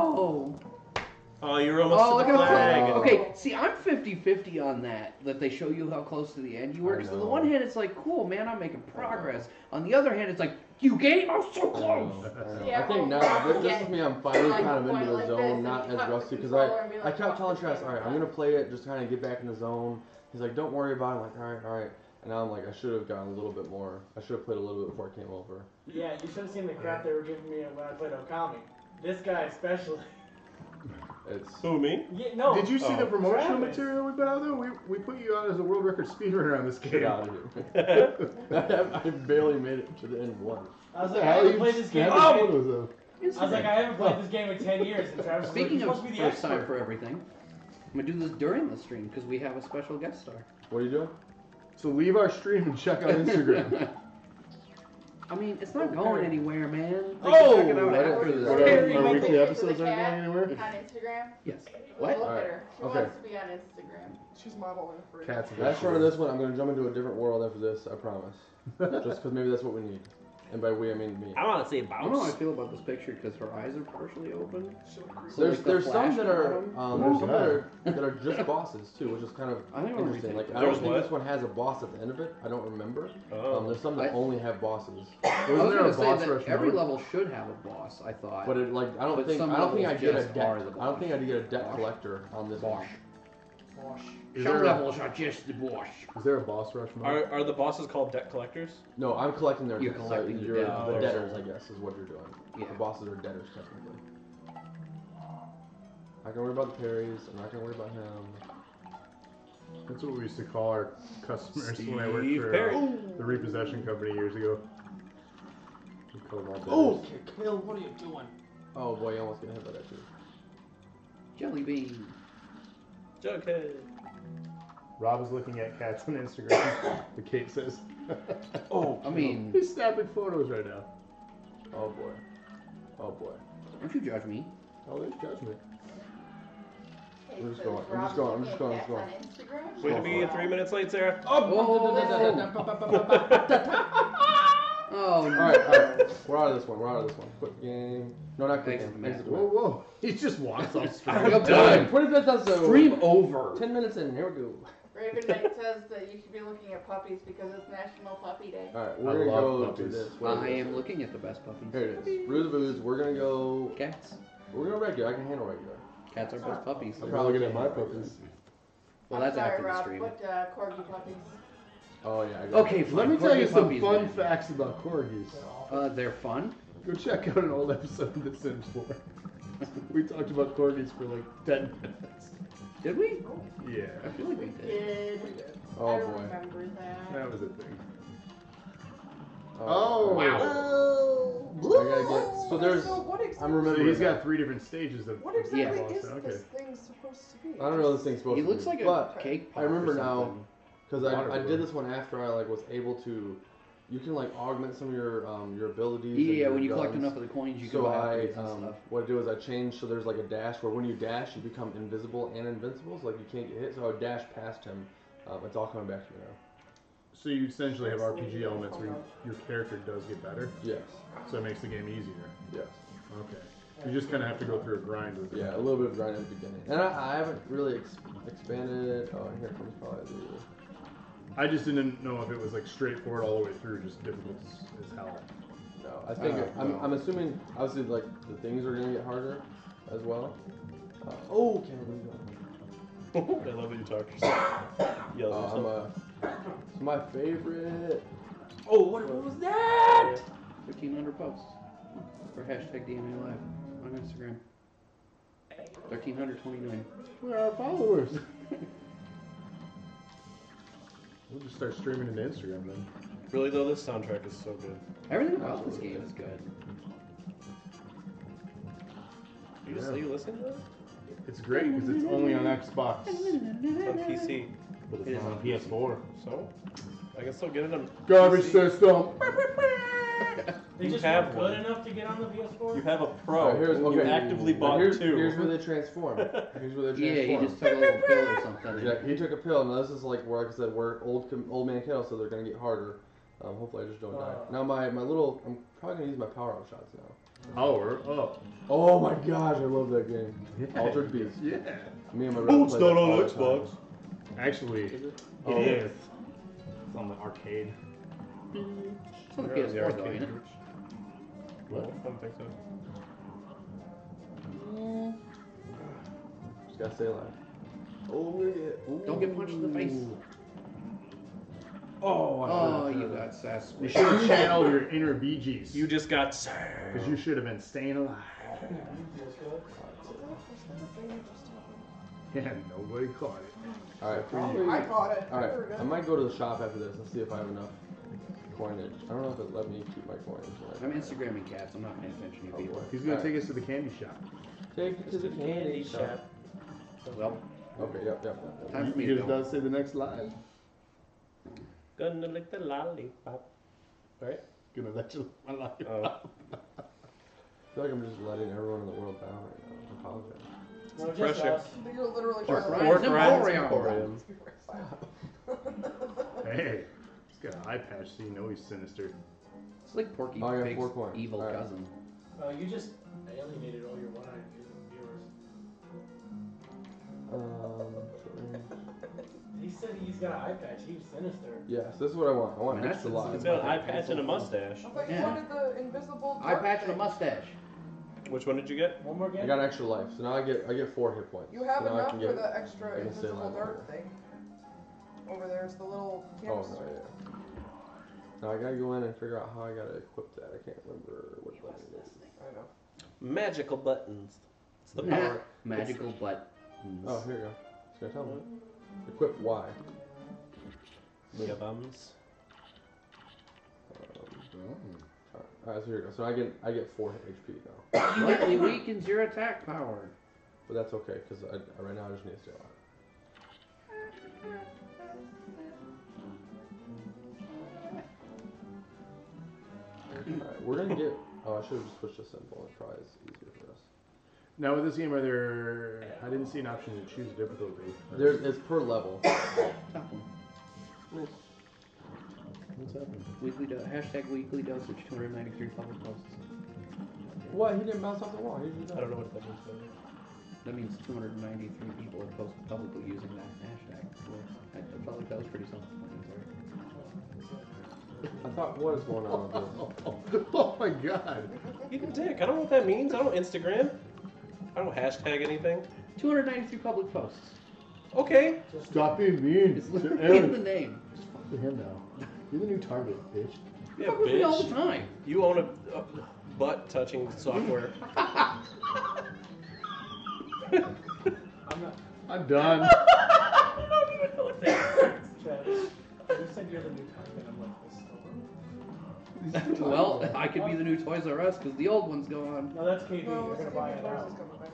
Speaker 2: Oh, you're almost
Speaker 1: Oh,
Speaker 2: to
Speaker 1: look
Speaker 2: the
Speaker 1: how
Speaker 2: flag.
Speaker 1: close. Okay, see, I'm 50-50 on that. That they show you how close to the end you were.
Speaker 3: I
Speaker 1: Because on
Speaker 3: know.
Speaker 1: the one hand, it's like, cool, man, I'm making progress. On the other hand, it's like, you game, I'm
Speaker 3: I
Speaker 1: so close.
Speaker 3: don't know. I, don't know.
Speaker 5: Yeah,
Speaker 3: I think
Speaker 5: well,
Speaker 3: now this, this
Speaker 5: yeah.
Speaker 3: is me. I'm finally
Speaker 5: Like,
Speaker 3: kind of
Speaker 5: point
Speaker 3: into the
Speaker 5: like this,
Speaker 3: zone,
Speaker 5: and
Speaker 3: not
Speaker 5: you
Speaker 3: as
Speaker 5: cut the
Speaker 3: rusty because
Speaker 5: controller and be
Speaker 3: I I
Speaker 5: like,
Speaker 3: kept
Speaker 5: "Fuck
Speaker 3: telling
Speaker 5: this
Speaker 3: Travis,
Speaker 5: game,
Speaker 3: all right, I'm
Speaker 5: I'm
Speaker 3: gonna
Speaker 5: done."
Speaker 3: play it, just kind of get back in the zone. He's like, don't worry about it. I'm like, all right, all right. And now I'm like, I should have gotten a little bit more. I should have played a little bit before I came over.
Speaker 6: Yeah, you should have seen the crap they were giving me when I played Okami. This guy especially.
Speaker 3: It's
Speaker 2: Who me?
Speaker 6: Yeah, no.
Speaker 4: Did you see the
Speaker 2: Oh.
Speaker 4: promotional
Speaker 6: Travis.
Speaker 4: material we put out there? We, we put you out as a world record speedrunner on this game.
Speaker 3: get out of here. I, have- I barely made it to the end once.
Speaker 6: I was
Speaker 4: What the
Speaker 6: like, I
Speaker 4: hell
Speaker 6: haven't
Speaker 4: you
Speaker 6: played this game.
Speaker 4: snapping
Speaker 6: in-
Speaker 4: photos of?
Speaker 6: I was like, I haven't played this game in ten years, and Travis was like,
Speaker 1: Speaking
Speaker 6: "You
Speaker 1: of
Speaker 6: must be the
Speaker 1: first time
Speaker 6: expert.
Speaker 1: for everything, I'm gonna do this during the stream because we have a special guest star.
Speaker 3: What are you doing?
Speaker 4: So leave our stream and check out Instagram.
Speaker 1: I mean, it's not going anywhere, man. Like,
Speaker 4: Oh,
Speaker 1: check it out
Speaker 4: I didn't
Speaker 1: after
Speaker 4: do
Speaker 1: this.
Speaker 4: that.
Speaker 5: Carry
Speaker 4: Our
Speaker 5: my
Speaker 4: weekly
Speaker 5: picture
Speaker 7: to the
Speaker 4: episodes aren't
Speaker 5: cat.
Speaker 4: going anywhere.
Speaker 5: on Instagram.
Speaker 1: Yes.
Speaker 5: Look
Speaker 3: All
Speaker 5: at
Speaker 3: right,
Speaker 5: her. She
Speaker 3: okay.
Speaker 5: wants to be on Instagram.
Speaker 7: She's modeling for you.
Speaker 4: Cats.
Speaker 3: Last run of this one, I'm gonna jump into a different world after this. I promise. Just because maybe that's what we need, and by we I mean me.
Speaker 2: I want to say
Speaker 1: I don't know how I
Speaker 2: bounce.
Speaker 1: feel about this picture because her eyes are partially open.
Speaker 7: She'll creep.
Speaker 1: So
Speaker 3: There's
Speaker 1: like the
Speaker 3: there's some
Speaker 1: flash
Speaker 3: that are
Speaker 1: bottom.
Speaker 3: um,
Speaker 4: Oh,
Speaker 3: there's some that are
Speaker 4: God.
Speaker 3: that are just bosses too, which is kind of
Speaker 1: I think I'm gonna
Speaker 3: interesting.
Speaker 1: retake
Speaker 3: Like
Speaker 1: that.
Speaker 3: I don't
Speaker 2: There's
Speaker 3: think
Speaker 2: what?
Speaker 3: this one has a boss at the end of it. I don't remember. Um,
Speaker 2: Oh.
Speaker 3: there's some that
Speaker 1: I-
Speaker 3: only have bosses,
Speaker 1: I was
Speaker 4: Wasn't there
Speaker 1: gonna
Speaker 4: a boss
Speaker 1: say
Speaker 4: rush
Speaker 1: that every
Speaker 4: mode?
Speaker 1: level should have a boss. I thought.
Speaker 3: but it like I don't
Speaker 1: But
Speaker 3: think
Speaker 1: some
Speaker 3: I don't think I
Speaker 1: levels
Speaker 3: get a
Speaker 1: just
Speaker 3: deck.
Speaker 1: are the
Speaker 3: I don't think I would
Speaker 1: boss.
Speaker 3: get a deck
Speaker 1: Boss.
Speaker 3: collector on this
Speaker 1: boss.
Speaker 6: Bosh.
Speaker 4: Is
Speaker 1: Some
Speaker 4: there, a,
Speaker 1: levels are just the boss.
Speaker 4: is there a boss rush mode?
Speaker 2: Are, are the bosses called debt collectors?
Speaker 3: No, I'm collecting their
Speaker 1: You're
Speaker 3: debts.
Speaker 1: collecting the
Speaker 3: you're
Speaker 1: debt.
Speaker 3: the
Speaker 2: Oh.
Speaker 3: debtors, I guess, is what you're doing.
Speaker 1: Yeah.
Speaker 3: The bosses are debtors technically. I can worry about the parries. I'm not gonna worry about him.
Speaker 4: That's what we used to call our customers when I worked
Speaker 2: Steve
Speaker 4: for
Speaker 2: Perry.
Speaker 4: uh, the repossession company years ago. We called them all
Speaker 3: Oh,
Speaker 4: debtors.
Speaker 6: Kill, what are you doing?
Speaker 3: Oh boy, I almost gonna hit that actually.
Speaker 1: Jelly bean.
Speaker 2: Jughead.
Speaker 4: Rob is looking at cats on Instagram. the Kate says.
Speaker 3: Oh,
Speaker 1: I mean,
Speaker 4: He's snapping photos right now.
Speaker 3: Oh boy. Oh boy.
Speaker 1: don't you judge me.
Speaker 4: Oh, there's judgment.
Speaker 5: Okay,
Speaker 3: We're just
Speaker 5: so
Speaker 3: going-
Speaker 5: is
Speaker 3: we're just
Speaker 5: Rob
Speaker 3: going- we're
Speaker 5: looking
Speaker 3: just
Speaker 5: at
Speaker 3: going-
Speaker 5: cats
Speaker 3: we're
Speaker 5: on Instagram?
Speaker 2: Way to be
Speaker 5: Wow.
Speaker 2: three minutes late, Sarah.
Speaker 3: Oh,
Speaker 1: Oh,
Speaker 3: All right, all right. We're out of this one. We're out of this one. Quick game. No, not quick
Speaker 1: Exit
Speaker 3: game.
Speaker 1: the
Speaker 3: Exit the
Speaker 4: Whoa,
Speaker 3: map.
Speaker 4: Oh, whoa. He just walks off
Speaker 1: I'm
Speaker 4: screen.
Speaker 1: done.
Speaker 3: Done. Twenty minutes episode.
Speaker 1: Stream over.
Speaker 3: Ten minutes in. Here we go.
Speaker 5: Raven Knight says that you should be looking at puppies because it's National Puppy Day.
Speaker 3: All right,
Speaker 4: I
Speaker 3: we're gonna
Speaker 4: love
Speaker 3: go to
Speaker 4: puppies.
Speaker 3: this. What is
Speaker 1: I
Speaker 3: this?
Speaker 1: am looking at the best puppies.
Speaker 3: Here it is. Rootavoos. We're gonna go.
Speaker 1: Cats.
Speaker 3: We're gonna regular. I can handle regular.
Speaker 1: Cats are best puppies.
Speaker 3: I'm
Speaker 4: I'm
Speaker 3: probably
Speaker 4: probably looking at
Speaker 3: gonna-
Speaker 4: my puppies.
Speaker 1: Well,
Speaker 5: I'm
Speaker 1: that's
Speaker 5: sorry,
Speaker 1: after the
Speaker 5: Rob,
Speaker 1: stream.
Speaker 5: But uh, corgi puppies.
Speaker 3: Oh yeah. I got
Speaker 1: Okay,
Speaker 3: it.
Speaker 1: fine.
Speaker 4: Let me tell
Speaker 1: Corgi
Speaker 4: you some
Speaker 1: puppies
Speaker 4: fun
Speaker 1: win.
Speaker 4: facts about corgis.
Speaker 1: Uh, they're fun.
Speaker 4: Go check out an old episode of The Sims 4. we talked about corgis for like 10 minutes.
Speaker 1: Did we? I
Speaker 4: Yeah,
Speaker 1: feel like we
Speaker 5: We
Speaker 1: did.
Speaker 5: did. I
Speaker 3: Oh boy.
Speaker 5: remember that.
Speaker 4: that was a thing.
Speaker 3: Oh.
Speaker 4: Oh, wow.
Speaker 3: I gotta get. So there's.
Speaker 7: So what exactly,
Speaker 3: I'm
Speaker 4: So
Speaker 3: remembering.
Speaker 4: he's
Speaker 3: that.
Speaker 4: got three different stages of.
Speaker 7: what exactly
Speaker 1: Yeah,
Speaker 4: boss,
Speaker 7: is
Speaker 4: okay.
Speaker 7: this thing supposed to be?
Speaker 3: I don't know what this thing's supposed
Speaker 1: He
Speaker 3: to
Speaker 1: looks
Speaker 3: be,
Speaker 1: like a
Speaker 3: but
Speaker 1: cake
Speaker 3: I
Speaker 1: pop or
Speaker 3: remember now-
Speaker 1: something.
Speaker 3: because I, I
Speaker 4: Waterboy.
Speaker 3: did this one after I like was able to. You can like augment some of your um your abilities. and
Speaker 1: Yeah,
Speaker 3: your
Speaker 1: when you collect
Speaker 3: guns.
Speaker 1: enough of the coins, you
Speaker 3: So
Speaker 1: go
Speaker 3: I,
Speaker 1: afterwards and
Speaker 3: um,
Speaker 1: stuff.
Speaker 3: what I do is I change so there's like a dash where when you dash you become invisible and invincible, so like you can't get hit. So I would dash past him. Um, it's all coming back to me now.
Speaker 4: So you essentially have RPG elements where your character does get better,
Speaker 3: Yes,
Speaker 4: so it makes the game easier.
Speaker 3: yes,
Speaker 4: Okay. You just kind of have to go through a grind with it.
Speaker 3: yeah, a little bit of grind at the beginning, and I, I haven't really ex- expanded. Oh, and here comes probably the.
Speaker 4: I just didn't know if it was like straightforward all the way through, just difficult as, as hell.
Speaker 3: No, I think
Speaker 4: Uh,
Speaker 3: I'm,
Speaker 4: no.
Speaker 3: I'm assuming obviously like the things are gonna get harder as well. Uh, oh, can I leave that?
Speaker 2: I love that you talk to yourself. Yells
Speaker 3: Uh, I'm
Speaker 2: yourself.
Speaker 3: a, it's my favorite.
Speaker 6: Oh, what, what was that?
Speaker 1: 1,300 posts. For hashtag DMA Live on Instagram. 1,329.
Speaker 4: Where are our followers? we'll just start streaming into Instagram then.
Speaker 2: Really though, this soundtrack is so good.
Speaker 1: Everything about this game is good.
Speaker 2: You just
Speaker 4: Yeah.
Speaker 2: you listen to it?
Speaker 4: It's great because it's only on Xbox,
Speaker 2: It's on PC.
Speaker 4: but
Speaker 1: It is on
Speaker 4: PS4.
Speaker 2: So I can still get it on
Speaker 4: Garbage
Speaker 2: PC.
Speaker 4: system.
Speaker 6: They
Speaker 2: You
Speaker 6: just
Speaker 2: have
Speaker 6: were
Speaker 2: one.
Speaker 6: good enough to get on the PS4?
Speaker 2: You have a pro.
Speaker 3: Alright, here's-
Speaker 2: You
Speaker 3: okay.
Speaker 2: actively bought
Speaker 3: here's,
Speaker 2: two.
Speaker 3: Here's where they transform. Here's where they transform.
Speaker 1: Yeah, he just took a little pill or something.
Speaker 3: Yeah, he took a pill. Now this is like where, like I said, we're old com- old man kettle, so they're gonna get harder. Um, hopefully I just don't die.
Speaker 6: Uh.
Speaker 3: Now my, my little, I'm probably gonna use my power up shots now.
Speaker 4: Power up.
Speaker 3: Oh my gosh, I love that game. Altered Beast.
Speaker 4: Yeah.
Speaker 3: Me and my brother
Speaker 2: Oh, it's
Speaker 3: play
Speaker 2: not
Speaker 3: that all
Speaker 2: on
Speaker 3: the time.
Speaker 2: Xbox.
Speaker 4: Actually,
Speaker 2: Is it?
Speaker 3: Oh.
Speaker 4: it is. It's on the arcade.
Speaker 1: It's on the PS4 though, ain't it?
Speaker 2: Well, I don't think so.
Speaker 3: Just gotta stay alive. Oh yeah.
Speaker 1: Don't get punched in the face.
Speaker 4: Oh,
Speaker 1: Oh, you got sass.
Speaker 4: You should have channeled your inner Bee Gees.
Speaker 2: You just got
Speaker 4: Because you should have been staying alive.
Speaker 7: Is that, is that a thing that just happened?
Speaker 4: Yeah, nobody caught it.
Speaker 3: All right,
Speaker 7: Probably. Oh, I caught it.
Speaker 3: All right,
Speaker 7: There we go.
Speaker 3: I might go to the shop after this and see if I have enough coinage. I don't know if it let me keep my coinage.
Speaker 1: I'm Instagramming cats. I'm not paying attention to
Speaker 3: Oh,
Speaker 1: people.
Speaker 3: boy.
Speaker 4: He's going
Speaker 3: All
Speaker 4: to take us to the candy shop.
Speaker 3: Take it to the candy shop.
Speaker 1: Well,
Speaker 3: Okay, yep, yep, yep. yep.
Speaker 1: time for me
Speaker 4: You
Speaker 1: to
Speaker 4: just
Speaker 1: go.
Speaker 4: gotta say the next live.
Speaker 2: Gonna lick the lollipop. Right?
Speaker 4: Gonna let you my life.
Speaker 2: Oh.
Speaker 3: I feel like I'm just letting everyone in the world down right now. I apologize.
Speaker 6: No, just
Speaker 2: Pressure.
Speaker 6: us.
Speaker 7: You're literally
Speaker 1: Pork
Speaker 7: trying
Speaker 1: rinds
Speaker 7: to-
Speaker 1: Pork
Speaker 2: Pork rinds
Speaker 1: Emporium.
Speaker 2: Emporium.
Speaker 7: Stop.
Speaker 4: Hey, he's got an eye patch, so you know he's sinister.
Speaker 1: It's like Porky
Speaker 3: Oh, I got
Speaker 1: Pig's
Speaker 3: four points.
Speaker 1: evil
Speaker 3: All right.
Speaker 1: cousin.
Speaker 6: Uh, you just alienated all your one-eyed viewers.
Speaker 3: Um, sorry.
Speaker 6: He said he's got an eye patch. He was sinister.
Speaker 3: yeah, so this is what I want. I
Speaker 1: I
Speaker 3: want
Speaker 1: mean,
Speaker 3: extra
Speaker 1: that's-
Speaker 3: lives.
Speaker 2: It's got an eye patch and a mustache.
Speaker 7: I thought you
Speaker 1: Yeah.
Speaker 7: wanted the invisible.
Speaker 1: Eye
Speaker 7: dark
Speaker 1: patch and a
Speaker 7: thing.
Speaker 1: mustache.
Speaker 2: Which one did you get?
Speaker 6: One more game.
Speaker 3: I got an extra life, so now I get I get four hit points.
Speaker 7: You have
Speaker 3: so now I
Speaker 7: enough
Speaker 3: can
Speaker 7: for
Speaker 3: get,
Speaker 7: the extra
Speaker 3: I can stay
Speaker 7: invisible
Speaker 3: alive
Speaker 7: dart
Speaker 3: longer.
Speaker 7: thing. Over there's the little
Speaker 3: Oh,
Speaker 7: camera.
Speaker 3: no, yeah. Now I gotta go in and figure out how I gotta equip that. I can't remember which one it is.
Speaker 7: I know.
Speaker 2: Magical buttons. It's the
Speaker 1: Nah.
Speaker 2: power.
Speaker 1: Magical buttons.
Speaker 3: Oh, here you go. It's gonna tell me. Equip Y.
Speaker 2: Yeah, bums.
Speaker 1: Oh.
Speaker 3: Alright, so here we go. So I get I get four HP now,
Speaker 1: Slightly weakens your attack power.
Speaker 3: but that's okay because I, I- right now I just need to stay alive. Alright, we're gonna get. Oh, I should have just switched to simple. It probably is easier for us.
Speaker 4: Now with this game, are there? I didn't see an option to choose difficulty.
Speaker 3: There's it's per level.
Speaker 1: Top one.
Speaker 4: What's happening?
Speaker 1: Weekly do- hashtag weekly dosage, 293 fucking posts.
Speaker 3: What? He didn't bounce off the wall. He just
Speaker 2: I don't know what that means. but-
Speaker 1: That means 293 people have posted publicly using that hashtag. Well, I I felt like that was pretty self-explanatory.
Speaker 3: I thought, what is going on with this?
Speaker 4: oh my god!
Speaker 2: Eat a dick. I don't know what that means. I don't Instagram. I don't hashtag anything.
Speaker 1: 293 public posts.
Speaker 2: Okay.
Speaker 4: Stop being mean.
Speaker 1: It's literally in the
Speaker 4: Aaron,
Speaker 1: name.
Speaker 4: fuck with him now. You're the new target, bitch.
Speaker 2: Yeah,
Speaker 1: Fuck with me all the
Speaker 2: bitch.
Speaker 1: time.
Speaker 2: You own a, a butt touching software.
Speaker 6: I'm not.
Speaker 4: I'm done.
Speaker 6: Chad, you said you're the new target. I'm like this.
Speaker 1: well, I could be the new Toys R Us because the old one's gone.
Speaker 6: No, that's KB.
Speaker 7: No,
Speaker 6: They're gonna
Speaker 7: it's
Speaker 6: buy
Speaker 7: gonna be
Speaker 6: it
Speaker 7: Taurus
Speaker 6: now.
Speaker 7: is coming back.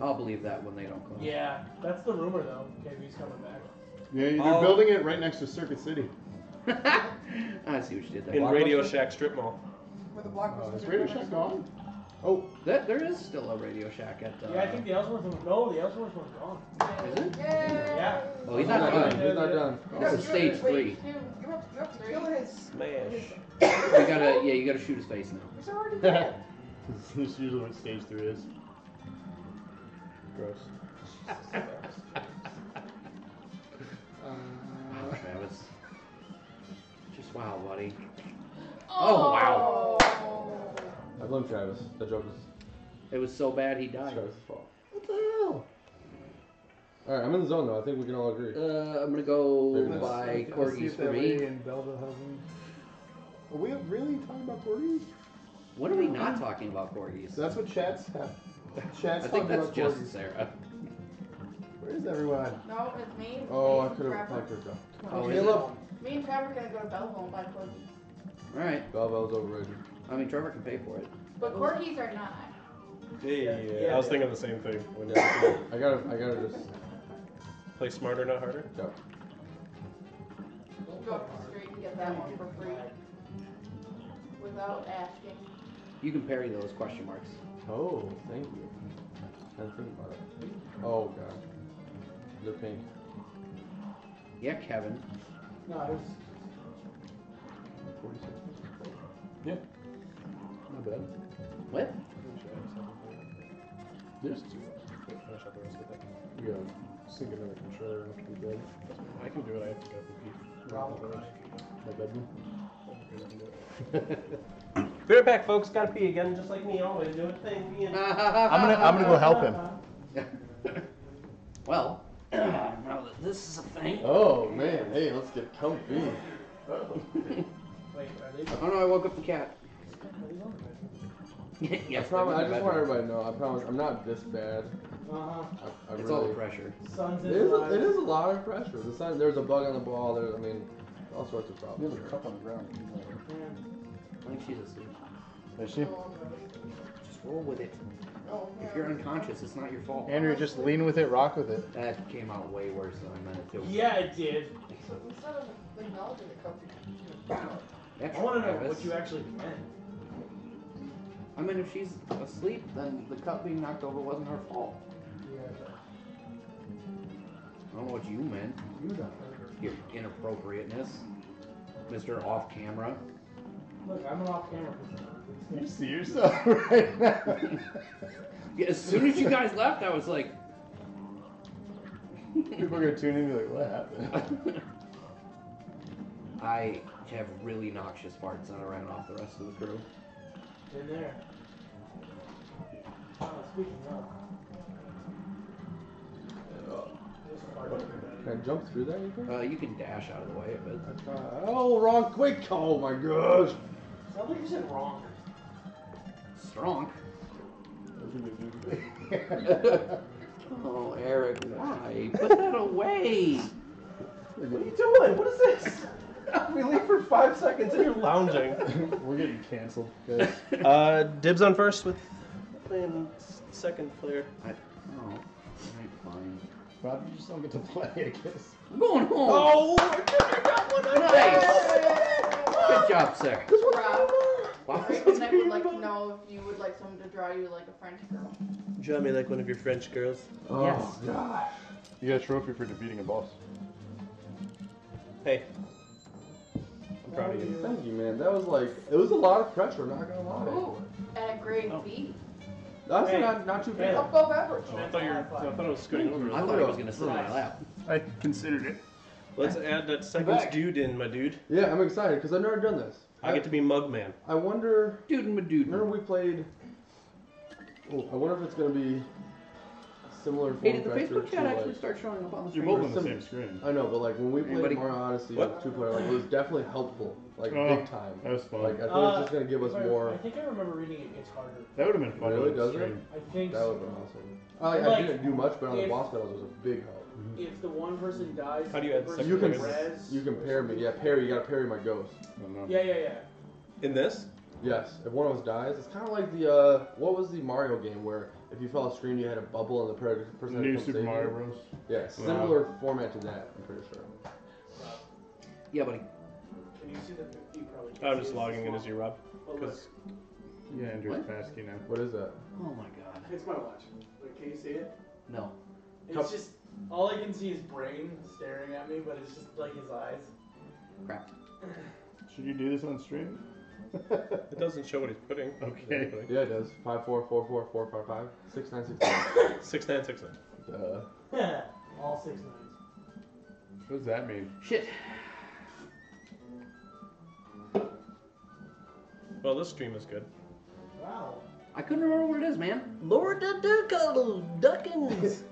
Speaker 1: I'll believe that when they don't close.
Speaker 6: Yeah, that's the rumor though. KB's coming back.
Speaker 4: Yeah, they're
Speaker 2: Oh.
Speaker 4: building it right next to Circuit City.
Speaker 1: I see what you did there.
Speaker 2: In Radio Shack strip mall.
Speaker 7: With the
Speaker 3: Oh,
Speaker 4: Uh,
Speaker 7: blockbuster.
Speaker 4: is Radio Shack gone?
Speaker 1: Oh, that, there is still a Radio Shack at. Uh,
Speaker 6: Yeah, I think the Ellsworth one. No, the Ellsworth one's gone.
Speaker 1: Is it?
Speaker 7: Yay!
Speaker 6: Yeah.
Speaker 1: Oh, he's not
Speaker 3: He's
Speaker 1: done.
Speaker 3: He's not done.
Speaker 7: No,
Speaker 1: This
Speaker 7: you
Speaker 1: is stage
Speaker 7: have to wait
Speaker 1: three.
Speaker 7: to- You have, you have to kill his.
Speaker 2: Smash.
Speaker 1: You gotta, yeah, you gotta shoot his face now.
Speaker 7: He's already dead.
Speaker 4: this is usually what stage three is.
Speaker 2: Gross.
Speaker 1: Wow,
Speaker 3: Uh-huh.
Speaker 1: Travis. Just wow, buddy. Oh wow,
Speaker 7: Oh.
Speaker 3: I blame Travis. That joke is
Speaker 1: it was so bad he
Speaker 3: it's
Speaker 1: died.
Speaker 3: Travis's fault.
Speaker 4: What the hell?
Speaker 3: Alright, I'm in the zone though. I think we can all agree.
Speaker 1: Uh, I'm gonna
Speaker 3: Maybe
Speaker 1: go
Speaker 3: not.
Speaker 1: by
Speaker 4: Let's- let's see
Speaker 1: corgis
Speaker 4: if
Speaker 1: for
Speaker 4: that lady
Speaker 1: me.
Speaker 4: in Belleville has any- Are we really talking about corgis?
Speaker 1: What are we not talking about corgis?
Speaker 4: So that's what Chad's have. Chad's
Speaker 1: I
Speaker 4: talking
Speaker 1: think that's
Speaker 4: about
Speaker 1: just
Speaker 4: corgis.
Speaker 1: Sarah.
Speaker 4: Where is everyone?
Speaker 5: No, it's me.
Speaker 3: Oh, I
Speaker 5: me,
Speaker 3: could have
Speaker 5: Trevor.
Speaker 3: piped her down.
Speaker 1: Oh, is it?
Speaker 3: Caleb!
Speaker 5: Me and Trevor are gonna go to Belleville and buy corgis.
Speaker 1: All right.
Speaker 3: Bellbell's overrated.
Speaker 1: I mean, Trevor can pay for it.
Speaker 5: But corgis are not.
Speaker 2: Yeah,
Speaker 6: Yeah.
Speaker 2: uh, I was thinking the same thing. When
Speaker 3: I gotta, I gotta just.
Speaker 2: play smarter, not harder.
Speaker 3: Yeah.
Speaker 5: Go up the street and get that one for free. Without asking.
Speaker 1: You can parry those question marks.
Speaker 3: Oh, thank you. I didn't think about it. Oh god. They're pink.
Speaker 1: Yeah, Kevin.
Speaker 6: No, it was.
Speaker 3: 46.
Speaker 4: Not bad.
Speaker 1: What?
Speaker 4: There's two. We gotta sink another controller in after we
Speaker 2: I can do it. I have to go to
Speaker 4: My bedroom.
Speaker 2: pee. Be right back, folks. Gotta pee again, just like me always doing thing. Being...
Speaker 1: I'm
Speaker 4: go help him.
Speaker 1: Well, now that this is a thing.
Speaker 3: Oh man, hey, let's get comfy.
Speaker 6: Wait, are these? Are
Speaker 1: Oh no, I woke up the cat.
Speaker 6: these on the
Speaker 3: I
Speaker 1: yes,
Speaker 3: promise. I
Speaker 1: they're
Speaker 3: just want
Speaker 1: in the bedroom.
Speaker 3: everybody to know. I promise. I'm not this bad.
Speaker 2: Uh-huh.
Speaker 6: Uh
Speaker 3: I, I
Speaker 1: It's
Speaker 3: really,
Speaker 1: all the pressure.
Speaker 6: huh. Suns
Speaker 3: It
Speaker 6: in
Speaker 3: is,
Speaker 6: the
Speaker 3: a, it is a lot of pressure. The sun, there's a bug on the ball. There's, I mean, all sorts of problems.
Speaker 4: There's a cup on the ground.
Speaker 1: I think she's asleep.
Speaker 4: Is she?
Speaker 7: Oh, no.
Speaker 1: Just Roll with it.
Speaker 7: Oh,
Speaker 1: If you're unconscious, it's not your fault.
Speaker 4: Andrew, just lean with it, rock with it.
Speaker 1: That came out way worse than I meant it to.
Speaker 6: Yeah, it did.
Speaker 7: So instead of acknowledging it, comes
Speaker 1: That's
Speaker 6: I want to know
Speaker 1: Travis.
Speaker 6: what you actually meant.
Speaker 1: I mean, if she's asleep, then the cup being knocked over wasn't her fault. I don't know what you meant.
Speaker 4: You done.
Speaker 1: Your inappropriateness, Mister Off Camera.
Speaker 6: Look, I'm an off-camera
Speaker 4: You
Speaker 6: person.
Speaker 4: see yourself right now.
Speaker 1: Yeah, as soon as you guys left, I was like,
Speaker 4: People are gonna tune in and be like, what happened?
Speaker 1: I have really noxious farts and I ran off the rest of the crew.
Speaker 6: In there. Oh, speaking of. Just farted.
Speaker 3: Can I jump through that? You think?
Speaker 1: Uh, you can dash out of the way, but
Speaker 3: I
Speaker 4: Uh,
Speaker 3: thought- oh, wrong quick! Oh my gosh!
Speaker 6: Sounds like you said wrong.
Speaker 1: strong. Oh, Eric, why? Put that away.
Speaker 7: What are you doing? What is this?
Speaker 3: we leave for five seconds and you're
Speaker 2: Lounging.
Speaker 4: We're getting canceled, guys.
Speaker 2: Uh, dibs on first with playing second player.
Speaker 1: Oh, all right, fine.
Speaker 4: Rob, you just don't get to play, I guess.
Speaker 1: I'm going home.
Speaker 2: Oh, I got one.
Speaker 1: Good job, sir.
Speaker 5: Rob,
Speaker 1: Wow.
Speaker 5: and I would like to know if you would like someone to draw you like a French girl.
Speaker 2: Draw me like one of your French girls.
Speaker 3: Oh
Speaker 1: Yes.
Speaker 3: gosh.
Speaker 4: You got a trophy for defeating a boss.
Speaker 2: Hey, I'm proud of you.
Speaker 3: Thank you, man. That was like, it was a lot of pressure, not gonna lie.
Speaker 5: Ooh, at a grade B.
Speaker 3: That's
Speaker 6: Hey.
Speaker 3: not, not too bad.
Speaker 6: Hey.
Speaker 7: Above average.
Speaker 2: I thought you were, I thought I was scooting over.
Speaker 1: I thought he was gonna sit on my lap.
Speaker 4: I considered it.
Speaker 2: Let's add that second
Speaker 4: back.
Speaker 2: dude in, my dude.
Speaker 3: Yeah, I'm excited because I've never done this.
Speaker 2: I get to be Mugman.
Speaker 3: I wonder.
Speaker 1: Dude, my dude.
Speaker 3: Remember we played. Oh, I wonder if it's gonna be similar form
Speaker 1: Hey, did the
Speaker 3: factor
Speaker 1: Facebook
Speaker 3: to
Speaker 1: chat
Speaker 3: like.
Speaker 1: actually start showing up on the screen?
Speaker 4: You're both on the
Speaker 3: Some-
Speaker 4: same screen.
Speaker 3: I know, but like when we
Speaker 1: Anybody-
Speaker 3: played Mario Odyssey
Speaker 2: What?
Speaker 3: two player, like it was definitely helpful, like
Speaker 4: Oh,
Speaker 3: big time.
Speaker 4: That was fun.
Speaker 3: Like I think
Speaker 6: Uh,
Speaker 3: it's just gonna give us
Speaker 6: if I-
Speaker 3: more.
Speaker 6: I think I remember reading it gets harder.
Speaker 4: that would have been fun.
Speaker 3: Really,
Speaker 4: to
Speaker 3: does it?
Speaker 4: stream.
Speaker 6: I think
Speaker 3: That
Speaker 6: so.
Speaker 3: would've been awesome. I, like, I
Speaker 6: Like,
Speaker 3: didn't do much, but on the
Speaker 6: if-
Speaker 3: boss battles it was a big help.
Speaker 6: if the one person dies,
Speaker 2: How do you
Speaker 6: the
Speaker 2: add
Speaker 6: person
Speaker 3: You can
Speaker 2: Like
Speaker 6: res
Speaker 3: you can
Speaker 6: or
Speaker 3: pair me,
Speaker 6: something.
Speaker 3: yeah. Parry, you gotta parry my ghost.
Speaker 4: I don't know.
Speaker 6: Yeah, yeah, yeah.
Speaker 2: In this?
Speaker 3: Yes, if one of us dies, it's kind of like the uh, what was the Mario game where if you fell off screen you had a bubble and the per- person had to
Speaker 4: New
Speaker 3: come
Speaker 4: Super
Speaker 3: save
Speaker 4: Mario
Speaker 3: You.
Speaker 4: Bros.
Speaker 3: Yeah, similar format to that. I'm pretty sure.
Speaker 1: Yeah, buddy.
Speaker 6: Can you see the? You probably. can't
Speaker 2: I'm
Speaker 6: see
Speaker 2: just
Speaker 6: it,
Speaker 2: logging in
Speaker 6: it's
Speaker 2: as you, Rob.
Speaker 6: small. But look,
Speaker 2: Because
Speaker 4: Yeah, Andrew's
Speaker 1: What?
Speaker 4: basking now.
Speaker 3: What is that?
Speaker 1: Oh my god.
Speaker 6: it's my watch. Like, can you see it?
Speaker 1: No.
Speaker 6: It's
Speaker 3: Cup-
Speaker 6: just all I can see is brain staring at me, but it's just like his eyes.
Speaker 1: Crap.
Speaker 4: Should you do this on stream?
Speaker 2: it doesn't show what he's putting.
Speaker 4: Okay.
Speaker 3: Yeah, it does. Five four four four four five five six nine six Uh, nine.
Speaker 2: Six nine six nine.
Speaker 3: Duh.
Speaker 6: all six nines.
Speaker 4: What does that mean?
Speaker 1: Shit.
Speaker 2: Well, this stream is good.
Speaker 6: Wow.
Speaker 1: I couldn't remember what it is, man.
Speaker 2: Lord Duckle Duckins.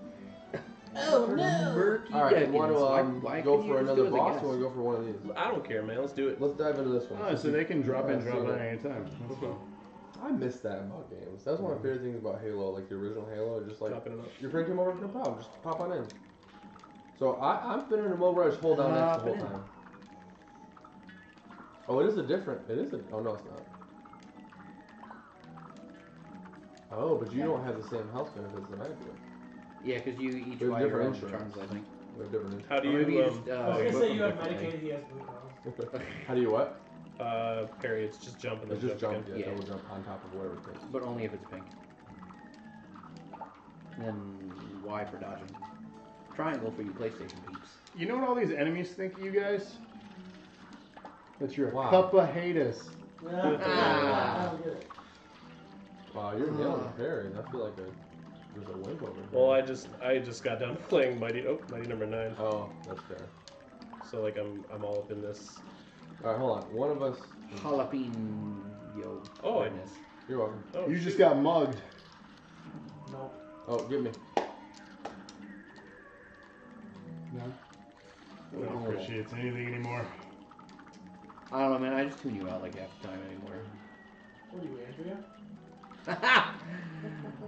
Speaker 1: Oh
Speaker 7: no.
Speaker 3: All right, you want to um, go for another boss or
Speaker 1: Or
Speaker 3: want to go for one of these?
Speaker 2: I don't care, man. Let's do it.
Speaker 3: Let's dive into this one.
Speaker 4: Oh, so they can drop in,
Speaker 3: Alright,
Speaker 4: drop
Speaker 3: so-
Speaker 4: out any time. That's cool.
Speaker 3: I miss that about games. That's one of my favorite things about Halo, like the original Halo. Just like
Speaker 2: Chopping it up.
Speaker 3: your friend came over, no problem, just pop on in. So I, I'm been in a mode where I just hold down X the whole
Speaker 1: Hop in.
Speaker 3: time. Oh, it is a different. It is a. Oh no, it's not. Oh, but you don't have the same health benefits than I do.
Speaker 1: Yeah, because you each
Speaker 3: There's
Speaker 1: buy your own
Speaker 3: different
Speaker 1: insurance,
Speaker 3: insurance.
Speaker 1: I think.
Speaker 3: We have different.
Speaker 2: How do
Speaker 1: Or maybe
Speaker 2: you, um,
Speaker 1: just,
Speaker 6: I was
Speaker 1: uh,
Speaker 6: gonna
Speaker 1: book
Speaker 6: say
Speaker 1: them
Speaker 6: you have
Speaker 1: differently.
Speaker 6: Medicaid, he has Blue Cross.
Speaker 3: How do you what?
Speaker 2: uh, Perry? It's just jump and then
Speaker 3: It's just
Speaker 2: jump
Speaker 3: jump.
Speaker 2: again.
Speaker 3: Yeah,
Speaker 1: Yeah.
Speaker 3: double jump on top of whatever. it is.
Speaker 1: But only if it's pink. Then Y for dodging. Triangle for you PlayStation peeps.
Speaker 4: You know what all these enemies think of you guys? That you're a
Speaker 3: Wow.
Speaker 4: cup of haters.
Speaker 6: Yeah.
Speaker 1: Ah.
Speaker 6: I don't get it.
Speaker 3: Wow, you're nailing the parry. I feel like a, there's a wave over here.
Speaker 2: Well, I just I just got done playing Mighty. Oh, Mighty number nine.
Speaker 3: Oh, that's fair.
Speaker 2: So like I'm I'm all up in this.
Speaker 3: All right, hold on. One of us.
Speaker 1: Jalapeno.
Speaker 2: Oh, I-
Speaker 1: goodness.
Speaker 3: You're welcome.
Speaker 2: Oh,
Speaker 4: You just got mugged.
Speaker 6: Nope.
Speaker 3: Oh, give me.
Speaker 4: No. I
Speaker 1: We're
Speaker 4: don't
Speaker 1: horrible.
Speaker 4: appreciate anything anymore.
Speaker 1: I don't know, man. I just tune you out like half the time anymore.
Speaker 6: What are you, Andrea?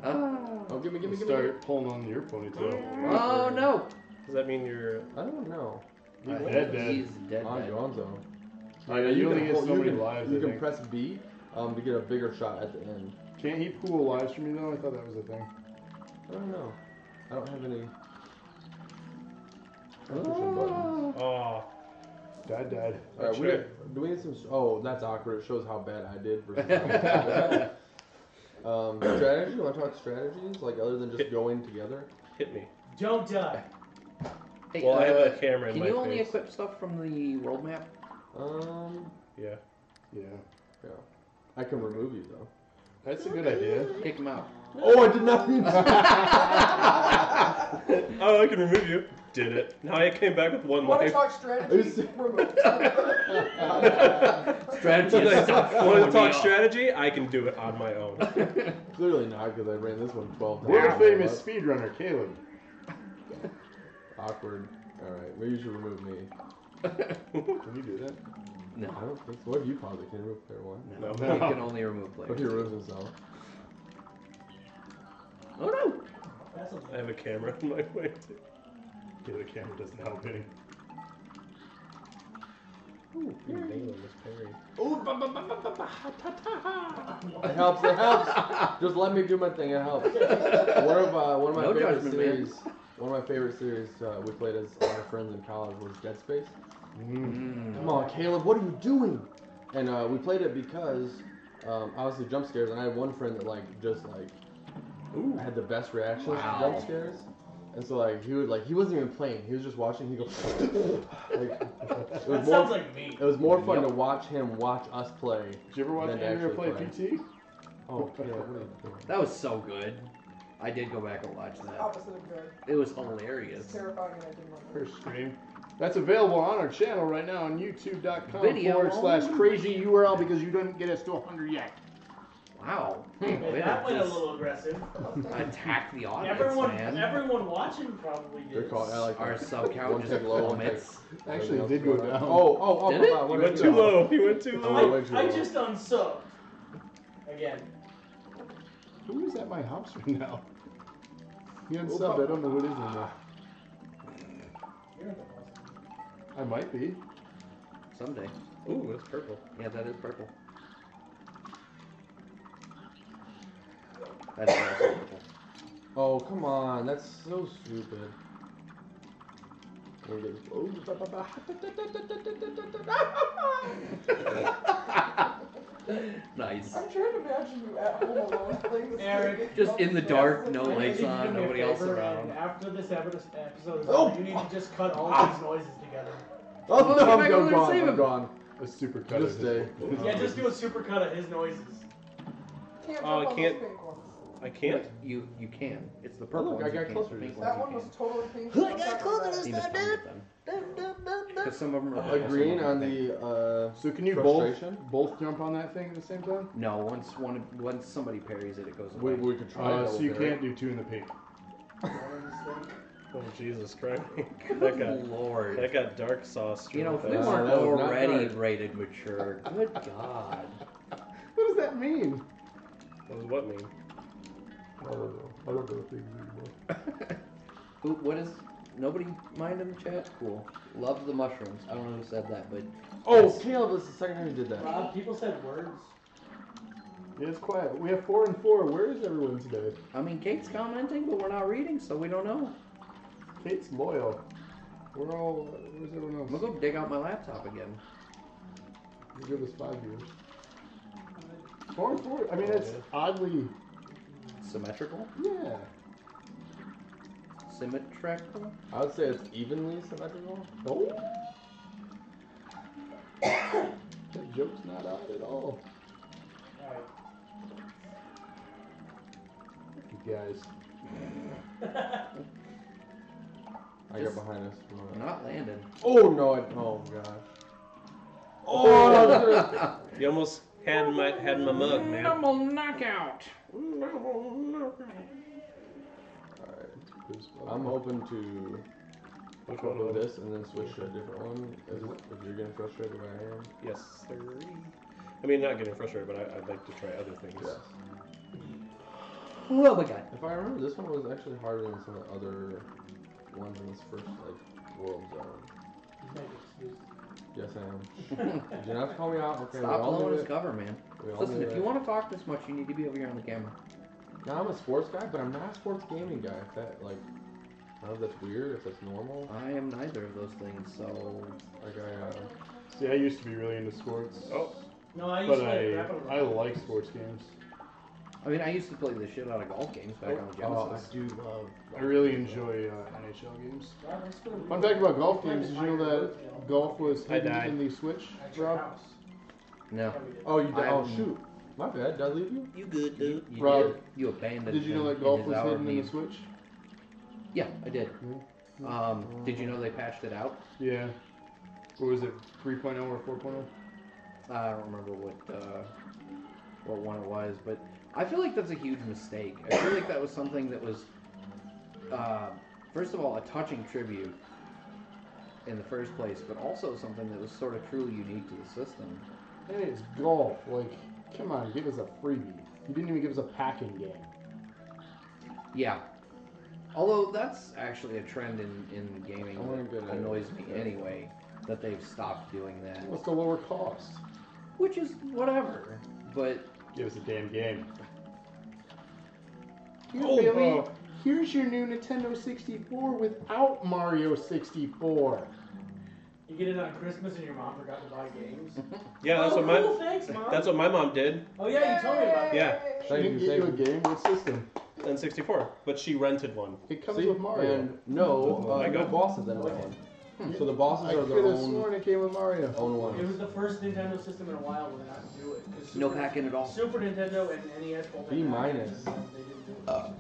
Speaker 3: Oh, give me, give me, give me.
Speaker 4: Start pulling on your ponytail.
Speaker 1: oh no!
Speaker 2: Does that mean you're?
Speaker 3: I don't know.
Speaker 4: He's dead, dead.
Speaker 1: He's dead. uh,
Speaker 3: On
Speaker 1: dead.
Speaker 3: Gonzo.
Speaker 4: Alright, you only get so
Speaker 3: you
Speaker 4: many
Speaker 3: can,
Speaker 4: lives.
Speaker 3: You
Speaker 4: I
Speaker 3: can
Speaker 4: think.
Speaker 3: press B um, to get a bigger shot at the end.
Speaker 4: Can't he pool lives for me though? I thought that was a thing.
Speaker 3: I don't know. I don't have
Speaker 4: Ah.
Speaker 3: any. I'm pushing buttons.
Speaker 2: Oh,
Speaker 4: Dad died.
Speaker 3: All right, we
Speaker 2: Sure.
Speaker 3: got, do we need some? Oh, that's awkward. It shows how bad I did versus how bad I Um, strategy? You want to talk strategies? Like other than just going together?
Speaker 2: hit me.
Speaker 6: Don't die.
Speaker 1: Hey,
Speaker 2: Well, I have
Speaker 1: uh,
Speaker 2: a camera in
Speaker 1: Can
Speaker 2: my
Speaker 1: you only
Speaker 2: face.
Speaker 1: equip stuff from the world map?
Speaker 3: Um,
Speaker 2: Yeah.
Speaker 4: Yeah.
Speaker 3: I can remove you though.
Speaker 4: That's a good idea.
Speaker 1: Kick him out.
Speaker 3: Oh, I did nothing.
Speaker 2: Oh, I can remove you. Did it. Now I came back with one
Speaker 7: Want to
Speaker 2: life.
Speaker 7: talk strategy?
Speaker 3: It's-
Speaker 7: Remote.
Speaker 1: Strategy
Speaker 2: Want
Speaker 1: is tough.
Speaker 2: to talk strategy? I can do it on my own.
Speaker 3: Clearly not because I ran this one 12 times.
Speaker 4: World famous
Speaker 3: That's
Speaker 4: speedrunner Caleb.
Speaker 3: Awkward. All right, maybe you should remove me.
Speaker 4: Can you do that?
Speaker 1: No.
Speaker 3: I don't think so. What if you pause it? Can you remove player one?
Speaker 1: No,
Speaker 2: No.
Speaker 1: you can only remove
Speaker 3: What if he
Speaker 1: players.
Speaker 3: removes himself?
Speaker 1: Oh no!
Speaker 6: That's a
Speaker 2: I have a camera in my way. too.
Speaker 4: Yeah, the camera doesn't help any.
Speaker 3: It helps. It helps. Just let me do my thing. It helps. One of uh, one of my
Speaker 1: No
Speaker 3: favorite
Speaker 1: judgment, man.
Speaker 3: series. One of my favorite series uh, we played as our friends in college was Dead Space.
Speaker 1: Hmm.
Speaker 3: Come on, Caleb, what are you doing? And uh, we played it because um, obviously jump scares, and I had one friend that like just like
Speaker 2: Ooh.
Speaker 3: had the best reactions to jump scares. And so like he would like he wasn't even playing, he was just watching. He goes like it
Speaker 6: That
Speaker 3: was
Speaker 6: sounds
Speaker 3: more
Speaker 6: like me.
Speaker 3: it was more fun
Speaker 1: Yep.
Speaker 3: to watch him watch us play.
Speaker 4: Did you ever watch
Speaker 3: Then to
Speaker 4: Andrea play
Speaker 3: actually play.
Speaker 4: PT?
Speaker 3: Oh, Caleb, what are you doing?
Speaker 1: That was so good. I did go back and watch that.
Speaker 7: Opposite of good.
Speaker 1: It was
Speaker 7: It's
Speaker 1: hilarious.
Speaker 7: terrifying and I didn't want
Speaker 4: Her stream. That's available on our channel right now on youtube.com
Speaker 1: Video
Speaker 4: forward slash
Speaker 1: only.
Speaker 4: crazy URL because you didn't get us to 100 yet.
Speaker 1: Wow.
Speaker 6: Okay,
Speaker 1: Way to
Speaker 6: that went a
Speaker 1: just
Speaker 6: little aggressive.
Speaker 7: it.
Speaker 1: Attack the audience,
Speaker 6: Everyone,
Speaker 1: man.
Speaker 6: everyone watching probably did.
Speaker 3: Good call. I like
Speaker 1: Our
Speaker 3: that.
Speaker 1: sub count
Speaker 3: One
Speaker 1: just
Speaker 3: take low, one
Speaker 1: plummets.
Speaker 4: Actually, it
Speaker 3: Everything
Speaker 4: did
Speaker 3: else
Speaker 4: go
Speaker 3: going
Speaker 4: down.
Speaker 3: on. Oh, oh, oh,
Speaker 1: Did
Speaker 3: oh,
Speaker 1: it?
Speaker 3: oh,
Speaker 2: He
Speaker 3: what
Speaker 2: went
Speaker 3: is
Speaker 2: too
Speaker 3: that?
Speaker 2: low. He went too
Speaker 3: Oh,
Speaker 2: low.
Speaker 3: wait, wait,
Speaker 6: I, I
Speaker 3: wait.
Speaker 6: just unsubbed. Again.
Speaker 4: Who is at my house right now? He unsubbed. I don't know who it is anymore.
Speaker 6: You're in the hospital.
Speaker 4: I might be.
Speaker 1: Someday.
Speaker 2: Ooh, that's purple.
Speaker 1: Yeah, that is purple. That is also purple.
Speaker 3: Oh, come on. That's so stupid. We're getting- oh, ba- ba- ba-
Speaker 1: Nice.
Speaker 7: I'm trying to imagine you at home alone playing this
Speaker 6: Eric,
Speaker 7: game.
Speaker 1: Just in the dark, no
Speaker 6: I need
Speaker 1: lights
Speaker 6: you to
Speaker 1: on,
Speaker 6: do me a
Speaker 1: nobody else
Speaker 6: favor,
Speaker 1: around.
Speaker 6: and After this episode is
Speaker 3: Oh!
Speaker 6: over, you need to just cut all of these noises together.
Speaker 3: Oh, no,
Speaker 1: Go
Speaker 3: I'm
Speaker 1: back
Speaker 3: gone,
Speaker 1: over there and
Speaker 3: gone,
Speaker 1: save
Speaker 3: I'm
Speaker 1: him.
Speaker 3: gone.
Speaker 4: A super cut.
Speaker 3: Just
Speaker 4: of his-
Speaker 3: stay.
Speaker 4: his-
Speaker 6: Yeah, just do a supercut of his noises.
Speaker 7: Can't
Speaker 2: Oh, I
Speaker 7: jump on
Speaker 2: can't-
Speaker 7: those pink ones.
Speaker 2: I can't.
Speaker 1: You you can. It's the
Speaker 3: Oh,
Speaker 1: purple.
Speaker 3: look, I
Speaker 1: ones you
Speaker 3: got
Speaker 1: can't.
Speaker 3: closer to
Speaker 1: Pink
Speaker 3: this.
Speaker 1: ones
Speaker 7: That
Speaker 1: you
Speaker 7: one was
Speaker 1: can't.
Speaker 7: totally pink.
Speaker 1: Look, I
Speaker 7: called it
Speaker 1: See, Miss Pond did them. Because some of them are.
Speaker 3: A
Speaker 1: purple, some
Speaker 3: green
Speaker 1: of
Speaker 3: on
Speaker 1: them are pink.
Speaker 3: the, uh,
Speaker 4: So can you both
Speaker 3: Frustration?
Speaker 4: both jump on that thing at the same time?
Speaker 1: No, once one once somebody parries it, it goes away.
Speaker 3: we, we could try
Speaker 4: Uh,
Speaker 3: that
Speaker 4: so
Speaker 3: one
Speaker 4: you
Speaker 3: there.
Speaker 4: can't do two in the pink.
Speaker 2: Oh Jesus Christ. that
Speaker 1: Good
Speaker 2: got
Speaker 1: lord.
Speaker 2: that got dark sauce.
Speaker 1: You know, if we
Speaker 3: Uh,
Speaker 2: through
Speaker 1: weren't
Speaker 3: that was not
Speaker 1: already
Speaker 3: hard.
Speaker 1: rated mature, good god.
Speaker 4: What does that mean?
Speaker 2: that. That was what mean?
Speaker 4: I don't know. I don't know things anymore.
Speaker 1: Who, what is. Nobody mind in the chat? Cool. Loves the mushrooms. I don't know who said that, but.
Speaker 3: Oh, Caleb was the second time you did that.
Speaker 6: Rob, people said words.
Speaker 4: Yeah, it's quiet. We have four and four. Where is everyone today?
Speaker 1: I mean, Kate's commenting, but we're not reading, so we don't know.
Speaker 4: Kate's loyal. We're all. Where's everyone
Speaker 1: I'm gonna
Speaker 4: else?
Speaker 1: go dig out my laptop again.
Speaker 4: You give us five years. Four and four. I mean, it's oddly.
Speaker 1: Symmetrical?
Speaker 4: Yeah.
Speaker 1: Symmetrical?
Speaker 3: I would say it's evenly symmetrical.
Speaker 4: Oh. that joke's not odd at all. You guys.
Speaker 6: Alright.
Speaker 3: I
Speaker 1: Just-
Speaker 3: got behind us. Come on.
Speaker 1: Not landing.
Speaker 3: Oh, no. I, oh, gosh.
Speaker 1: Oh!
Speaker 2: You almost had my had my mug, man.
Speaker 1: Double knockout!
Speaker 3: Alright. I'm open to
Speaker 2: Which one
Speaker 3: open
Speaker 2: was it?
Speaker 3: this and then switch to a different one if, if you're getting frustrated where I am.
Speaker 2: Yes, sir. I mean, not getting frustrated, but I, I'd like to try other things.
Speaker 3: Yes.
Speaker 1: Oh my god.
Speaker 3: If I remember, this one was actually harder than some of the other ones in this first like world zone.
Speaker 6: He's making excuses.
Speaker 3: Yes, I am. Did you not call me out? Okay, we
Speaker 1: Stop
Speaker 3: all
Speaker 1: blowing
Speaker 3: knew
Speaker 1: his
Speaker 3: it.
Speaker 1: cover, man.
Speaker 3: We all
Speaker 1: Listen,
Speaker 3: knew
Speaker 1: if
Speaker 3: it.
Speaker 1: you want to talk this much, you need to be over here on the camera.
Speaker 3: Now I'm a sports guy, but I'm not a sports gaming guy. If that like, I don't know if that's weird, if that's normal.
Speaker 1: I am neither of those things, so
Speaker 3: Like I, uh,
Speaker 4: See, I used to be really into sports.
Speaker 2: Oh.
Speaker 6: No, I used
Speaker 4: But
Speaker 6: to play
Speaker 4: I,
Speaker 6: crap out of
Speaker 4: I
Speaker 6: it.
Speaker 4: like sports games.
Speaker 1: I mean, I used to play the shit out of golf games back on the
Speaker 4: Oh,
Speaker 1: Genesis.
Speaker 4: I do love. I really enjoy uh, NHL games.
Speaker 6: Yeah, that's good.
Speaker 4: Fun fact about golf games: Did you know that golf was
Speaker 2: I
Speaker 4: hidden
Speaker 2: died.
Speaker 4: in the Switch,
Speaker 6: At your
Speaker 4: Rob?
Speaker 6: house.
Speaker 1: No,
Speaker 6: Probably did.
Speaker 3: oh, you.
Speaker 1: I
Speaker 3: oh
Speaker 1: am-
Speaker 3: shoot, my bad. Did I leave you?
Speaker 1: you good, dude? You,
Speaker 4: Rob,
Speaker 1: did. you abandoned.
Speaker 4: Did you know
Speaker 1: him
Speaker 4: that golf
Speaker 1: his
Speaker 4: was
Speaker 1: hour of
Speaker 4: hidden in Hmm. the
Speaker 1: need.
Speaker 4: Switch?
Speaker 1: Yeah, I did.
Speaker 4: Yeah.
Speaker 1: Um, did you know they patched it out?
Speaker 4: Yeah. What was it, 3.0 or 4.0?
Speaker 1: Uh, I don't remember what uh, what one it was, but I feel like that's a huge mistake. I feel like that was something that was, uh, first of all, a touching tribute in the first place, but also something that was sort of truly unique to the system.
Speaker 4: Hey, it's golf. Like, come on, give us a freebie. You didn't even give us a packing game.
Speaker 1: Yeah. Although that's actually a trend in, in gaming
Speaker 3: I wanna get
Speaker 1: that
Speaker 3: a-
Speaker 1: annoys me anyway, that they've stopped doing that.
Speaker 4: What's the lower cost?
Speaker 1: Which is whatever. But
Speaker 4: Give us a damn game. Here,
Speaker 2: Oh,
Speaker 4: Billy,
Speaker 2: uh,
Speaker 4: here's your new Nintendo 64 without Mario 64.
Speaker 6: You get it on Christmas and your mom forgot to buy games.
Speaker 2: Yeah, that's
Speaker 6: oh,
Speaker 2: what my
Speaker 6: cool, thanks, mom.
Speaker 2: that's what my mom did.
Speaker 6: oh yeah, you told me about that.
Speaker 2: Yeah.
Speaker 4: She
Speaker 3: Thank
Speaker 4: didn't
Speaker 3: you,
Speaker 4: get you a
Speaker 3: thank
Speaker 4: game. What system?
Speaker 2: N sixty four, but she rented one.
Speaker 4: It comes
Speaker 3: See?
Speaker 4: with Mario. Hmm.
Speaker 3: And no, uh,
Speaker 2: I
Speaker 3: no
Speaker 2: got-
Speaker 3: bosses in that one. So the bosses
Speaker 4: I
Speaker 3: are
Speaker 4: could
Speaker 3: their
Speaker 4: have
Speaker 3: own
Speaker 4: sworn it came with Mario.
Speaker 3: own
Speaker 6: It was
Speaker 3: ones.
Speaker 6: the first Nintendo system in a while where they didn't do it. 'cause
Speaker 1: no
Speaker 6: Super-
Speaker 1: packing at all.
Speaker 6: Super Nintendo and E NES both. had
Speaker 3: B
Speaker 6: packages,
Speaker 3: minus.
Speaker 6: and They didn't do it.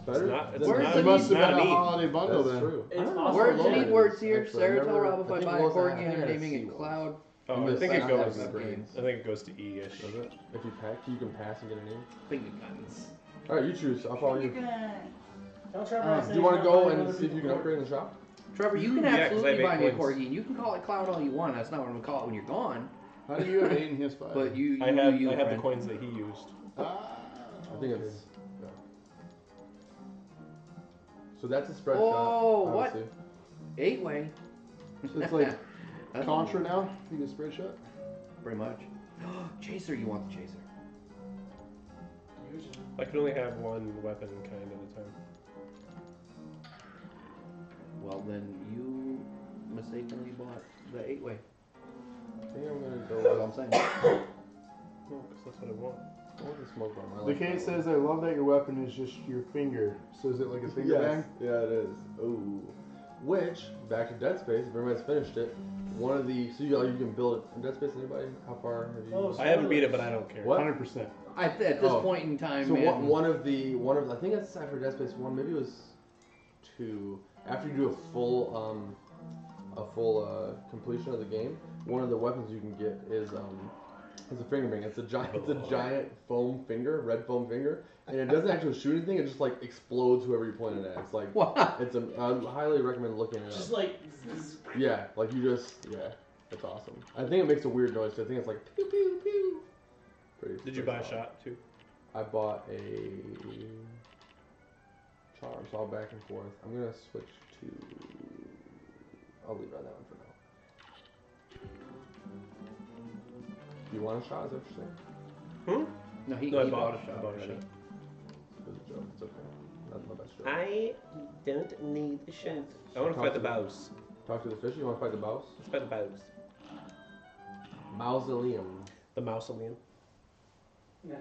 Speaker 3: Better.
Speaker 2: not- it's
Speaker 3: than-
Speaker 2: not-
Speaker 4: It must have
Speaker 2: not
Speaker 4: been a
Speaker 2: me.
Speaker 4: holiday bundle
Speaker 3: That's
Speaker 4: then.
Speaker 3: true.
Speaker 6: It's
Speaker 1: Words,
Speaker 6: possible.
Speaker 1: Words,
Speaker 6: yeah.
Speaker 1: you need words here.
Speaker 3: Actually, I
Speaker 1: Sarah, tell
Speaker 3: never-
Speaker 1: Rob
Speaker 3: I
Speaker 1: if I
Speaker 3: think
Speaker 1: buy
Speaker 3: it
Speaker 1: a
Speaker 3: was
Speaker 1: core
Speaker 3: on- I
Speaker 1: game
Speaker 3: think I
Speaker 1: naming
Speaker 3: see
Speaker 1: it
Speaker 3: one.
Speaker 1: Cloud.
Speaker 2: Oh, I
Speaker 3: Yes,
Speaker 2: think
Speaker 3: I
Speaker 2: it goes.
Speaker 3: have that.
Speaker 2: I think it goes to E ish.
Speaker 3: Does it? If you pack, you can pass and get a name.
Speaker 1: Finger guns.
Speaker 3: All right, you choose. I'll follow you. Do
Speaker 6: Tell Trevor
Speaker 1: Um,
Speaker 6: I said
Speaker 3: Uh, you
Speaker 1: do
Speaker 6: he's
Speaker 3: want to
Speaker 6: not
Speaker 3: go and
Speaker 6: buying other
Speaker 3: see if you can
Speaker 6: people's
Speaker 3: upgrade in the shop?
Speaker 1: Trevor, you can
Speaker 2: Yeah, 'cause I
Speaker 1: absolutely
Speaker 2: make
Speaker 1: buy me a
Speaker 2: points.
Speaker 1: corgi, and you can call it Cloud all you want. That's not what I'm gonna call it when you're gone.
Speaker 4: How do you have eight in his five?
Speaker 1: But you, you,
Speaker 2: I have
Speaker 1: you,
Speaker 2: I have the
Speaker 1: friend.
Speaker 2: coins that he used.
Speaker 4: Ah,
Speaker 3: I think it's. yeah. So that's a spread
Speaker 1: Oh,
Speaker 3: shot.
Speaker 1: what?
Speaker 3: obviously.
Speaker 1: Eight way.
Speaker 4: So it's like
Speaker 1: That's
Speaker 4: Contra now. You can spread shot.
Speaker 1: Pretty much. chaser, you want the chaser?
Speaker 6: games. Usually.
Speaker 2: I can only have one weapon kind at a time.
Speaker 1: Well, then you mistakenly bought the eight way.
Speaker 3: I think I'm gonna go.
Speaker 1: That's all
Speaker 3: With,
Speaker 1: I'm saying.
Speaker 2: No, 'cause that's what I want.
Speaker 3: I want the smoke bomb. I
Speaker 4: The
Speaker 3: like
Speaker 4: case
Speaker 3: that one.
Speaker 4: says, "I love that your weapon is just your finger." So is it like a finger
Speaker 3: Yes.
Speaker 4: bang?
Speaker 3: Yeah, it is. Ooh. Which back to Dead Space. If everybody's finished it, one of the so you, you can build it. Dead Space. Anybody? How far have you?
Speaker 6: Oh,
Speaker 2: I haven't beat it, but I don't care.
Speaker 3: What?
Speaker 4: Hundred percent.
Speaker 1: I th- at this
Speaker 3: Oh.
Speaker 1: point in time,
Speaker 3: So
Speaker 1: man,
Speaker 3: one, one of the one of I think that's after Dead Space one, maybe it was two. After you do a full um, a full uh, completion of the game, one of the weapons you can get is um, is a finger ring. It's a giant it's a giant foam finger, red foam finger, and it doesn't actually shoot anything. It just like explodes whoever you point it at. It's like
Speaker 1: Wow.
Speaker 3: it's a I highly recommend looking it
Speaker 6: Just
Speaker 3: up.
Speaker 6: like. zzz.
Speaker 3: Yeah, like you just yeah, it's awesome. I think it makes a weird noise. 'cause I think it's like pew pew pew. Pretty,
Speaker 2: Did you
Speaker 3: pretty
Speaker 2: buy a
Speaker 3: solid.
Speaker 2: shot too?
Speaker 3: I bought a charm, so I'll back and forth. I'm gonna switch to. I'll leave it on that one for now. Do you want a shot? Is that what you're saying?
Speaker 2: Hmm?
Speaker 1: No, he,
Speaker 2: No, I
Speaker 1: he
Speaker 2: bought,
Speaker 1: bought, a
Speaker 2: I
Speaker 1: shot.
Speaker 2: bought a
Speaker 1: already.
Speaker 2: shot.
Speaker 3: It was a joke. It's okay. Not my best joke.
Speaker 2: I don't need a shot. I want to fight the boss.
Speaker 3: Talk to the fish. You want to fight the mouse?
Speaker 2: Let's fight the boss.
Speaker 3: Mausoleum.
Speaker 2: The mausoleum.
Speaker 6: Nah.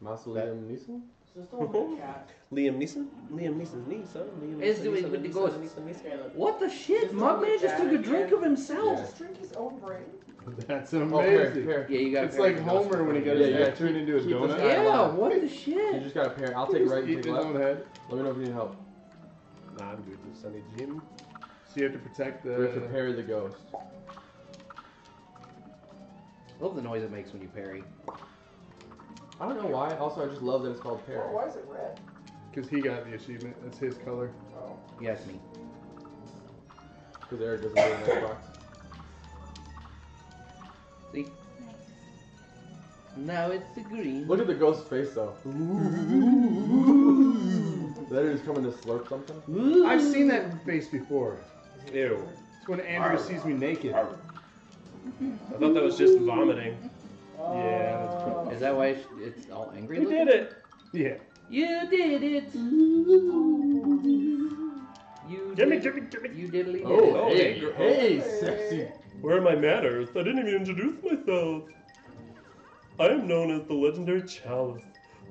Speaker 3: Mausoleum Neeson?
Speaker 6: It's just all my cat.
Speaker 2: Liam Neeson? Liam Neeson's niece, huh? Liam
Speaker 1: It's the-
Speaker 2: Neeson,
Speaker 1: with the
Speaker 2: Neeson,
Speaker 1: ghost.
Speaker 2: Neeson, Neeson, Neeson.
Speaker 1: What the shit?
Speaker 6: Just
Speaker 1: Mugman
Speaker 6: don't
Speaker 1: just took a
Speaker 6: add
Speaker 1: drink
Speaker 6: it.
Speaker 1: of himself.
Speaker 3: Yeah.
Speaker 7: Drink his own brain.
Speaker 4: That's
Speaker 3: Oh, pair,
Speaker 4: amazing.
Speaker 3: pair.
Speaker 1: Yeah, you got.
Speaker 4: It's like Homer when he got
Speaker 3: Yeah,
Speaker 4: his
Speaker 3: you
Speaker 4: head
Speaker 3: gotta
Speaker 4: turned into a
Speaker 3: keep this
Speaker 4: donut.
Speaker 3: guy-
Speaker 1: Yeah,
Speaker 3: alive.
Speaker 1: what the
Speaker 3: You
Speaker 1: shit?
Speaker 3: just got a pair. I'll
Speaker 4: He
Speaker 3: take
Speaker 4: just
Speaker 3: right and
Speaker 4: eats
Speaker 3: take
Speaker 4: his own
Speaker 3: left.
Speaker 4: head.
Speaker 3: Let me know if you need help.
Speaker 2: Nah, I'm good with Sunny Jim.
Speaker 4: So you have to protect
Speaker 3: We have to
Speaker 4: the.
Speaker 3: parry the ghost.
Speaker 1: Love the noise it makes when you parry.
Speaker 3: I don't know why. Also, I just love that it's called parry.
Speaker 7: Oh, Why is it red?
Speaker 4: Because he got the achievement. That's his color.
Speaker 7: Oh.
Speaker 1: Yes, me.
Speaker 3: Because Eric doesn't play an Xbox.
Speaker 1: See. Now it's the green.
Speaker 3: Look at the ghost's face though. that dude's coming to slurp something.
Speaker 1: Ooh.
Speaker 4: I've seen that face before.
Speaker 2: Ew.
Speaker 4: It's when Andrew sees me naked.
Speaker 2: I thought that was just vomiting.
Speaker 4: Yeah, that's
Speaker 2: Oh.
Speaker 6: Uh,
Speaker 1: Is that why sh- it's all angry?
Speaker 2: You
Speaker 1: looking?
Speaker 2: did it.
Speaker 4: Yeah.
Speaker 1: You did it. You
Speaker 2: Give me,
Speaker 1: did.
Speaker 2: give me, give me.
Speaker 1: You diddly
Speaker 3: Oh,
Speaker 1: did.
Speaker 2: hey,
Speaker 3: hey,
Speaker 2: gr-
Speaker 3: hey, sexy.
Speaker 2: Where are my manners? I didn't even introduce myself. I am known as the legendary Chalice.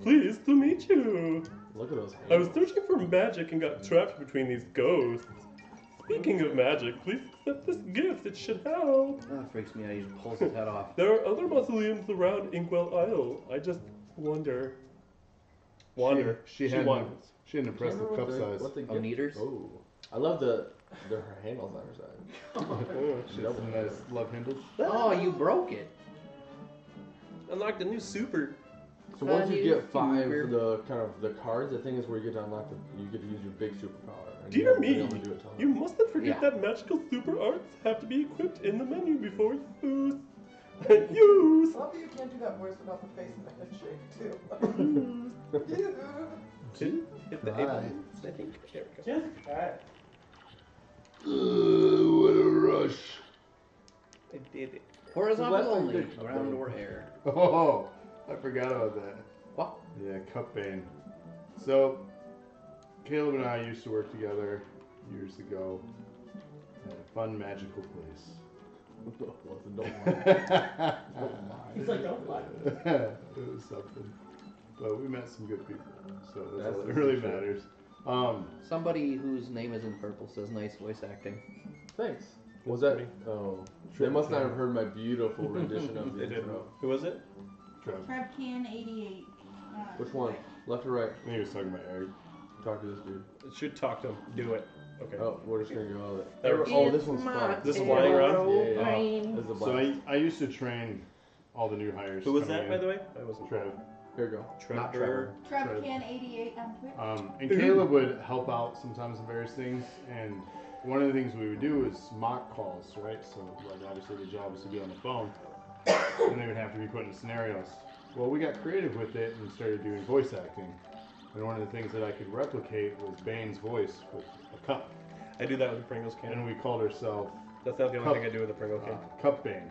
Speaker 2: Pleased to meet you.
Speaker 3: Look at those.
Speaker 2: I was searching for magic and got trapped between these ghosts. Speaking of magic, please accept this gift. It should help.
Speaker 1: That freaks me out. He just pulls his head off.
Speaker 2: There are other mausoleums around Inkwell Isle. I just wonder. Wander.
Speaker 4: She,
Speaker 2: She
Speaker 4: had
Speaker 2: won.
Speaker 4: an, she had an impressive
Speaker 3: Remember
Speaker 4: cup
Speaker 3: what the-
Speaker 4: size.
Speaker 3: what the
Speaker 1: Oh,
Speaker 3: gift-
Speaker 1: meters?
Speaker 3: Oh, I love the, the her handles on her side.
Speaker 2: Oh.
Speaker 4: She had some nice love handles.
Speaker 1: Oh, you broke it.
Speaker 2: Unlock the new super.
Speaker 3: So once you
Speaker 1: Funny
Speaker 3: get five
Speaker 1: super.
Speaker 3: of the kind of the cards, the thing is where you get to unlock the, you get to use your big superpower. and you
Speaker 2: Dear
Speaker 3: haven't been
Speaker 2: me,
Speaker 3: able to do it till now.
Speaker 2: You mustn't forget
Speaker 1: Yeah.
Speaker 2: that magical super arts have to be equipped in the menu before use. use.
Speaker 7: I love that you can't do that voice without the face and the head shake too.
Speaker 2: If
Speaker 3: the- if- Right.
Speaker 2: I think there we
Speaker 6: yeah. All right.
Speaker 3: Uh, what a rush.
Speaker 2: I did it.
Speaker 1: Horizontal
Speaker 3: Left and
Speaker 1: only.
Speaker 3: good.
Speaker 1: Ground or air.
Speaker 4: Oh, I forgot about that.
Speaker 1: What?
Speaker 4: Yeah, cup bane. So, Caleb and I used to work together years ago at a fun, magical place.
Speaker 6: He's like, don't lie.
Speaker 4: it was something. But we met some good people, so that's,
Speaker 3: That's
Speaker 4: all
Speaker 3: the
Speaker 4: that really
Speaker 3: shit.
Speaker 4: matters. Um,
Speaker 1: Somebody whose name is in purple says nice voice acting.
Speaker 3: Thanks. Was that?
Speaker 2: me.
Speaker 3: Oh, they must not have heard my beautiful rendition of the intro.
Speaker 2: Who was it?
Speaker 4: Trev,
Speaker 8: Trev Can 88. Uh,
Speaker 3: Which one? Left or right?
Speaker 4: I think he was talking about Eric.
Speaker 3: Talk to this dude.
Speaker 2: It should talk to him. Do it. Okay.
Speaker 3: Oh, we're just gonna go with it.
Speaker 2: There we
Speaker 3: Oh, this one's fun.
Speaker 2: This is Flying Rod?
Speaker 3: Yeah, yeah, yeah.
Speaker 4: Uh,
Speaker 3: This is the black.
Speaker 4: so I, I used to train all the new hires.
Speaker 2: Who was
Speaker 4: coming
Speaker 2: that,
Speaker 4: in.
Speaker 2: by the way? I wasn't.
Speaker 4: Trev.
Speaker 3: Here we go.
Speaker 1: Not
Speaker 2: Trevor.
Speaker 8: Trev
Speaker 4: Trev.
Speaker 8: Can 88 on Twitter.
Speaker 4: Um, and Caleb would help out sometimes in various things. And one of the things we would do is mock calls, right? So, like, obviously, the job was to be on the phone, and they would have to be put in scenarios. Well, we got creative with it and started doing voice acting. And one of the things that I could replicate was Bane's voice with a cup,
Speaker 2: I do that with the Pringles can.
Speaker 4: and we called herself
Speaker 2: That's not the
Speaker 4: Cup.
Speaker 2: only thing I do with a Pringle
Speaker 4: uh,
Speaker 2: can.
Speaker 4: Cup Bane.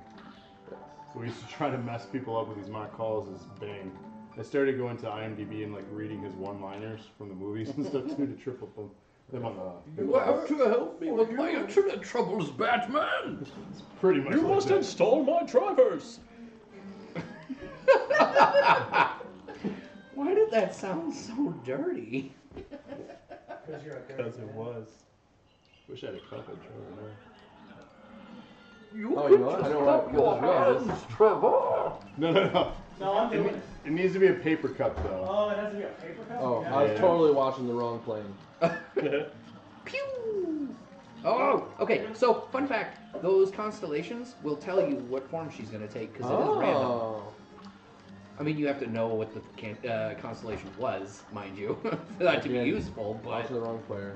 Speaker 4: So we used to try to mess people up with these mock calls as Bane. I started going to IMDb and like reading his one-liners from the movies and stuff too to triple them. Them on the
Speaker 1: to help me with my internet troubles, Batman!
Speaker 4: It's pretty much. like that.
Speaker 2: install my drivers.
Speaker 1: Why did that sound so dirty?
Speaker 6: Because you're a good
Speaker 2: Because it
Speaker 6: man.
Speaker 2: was.
Speaker 4: Wish I had a cup in Trevor.
Speaker 1: You
Speaker 3: Oh, you know what? I know what. I just realized.
Speaker 4: No, no, no.
Speaker 6: No, I'm doing it.
Speaker 4: It needs to be a paper cup though.
Speaker 6: Oh, it has to be a paper cup?
Speaker 3: Oh,
Speaker 6: yeah.
Speaker 3: I was
Speaker 4: Yeah.
Speaker 3: totally watching the wrong plane.
Speaker 1: Pew! Oh, okay. So, fun fact: those constellations will tell you what form she's going to take because it is random.
Speaker 3: Oh.
Speaker 1: I mean, you have to know what the can- uh, constellation was, mind you, for that to be
Speaker 3: Again,
Speaker 1: useful. But
Speaker 3: Watching the wrong player.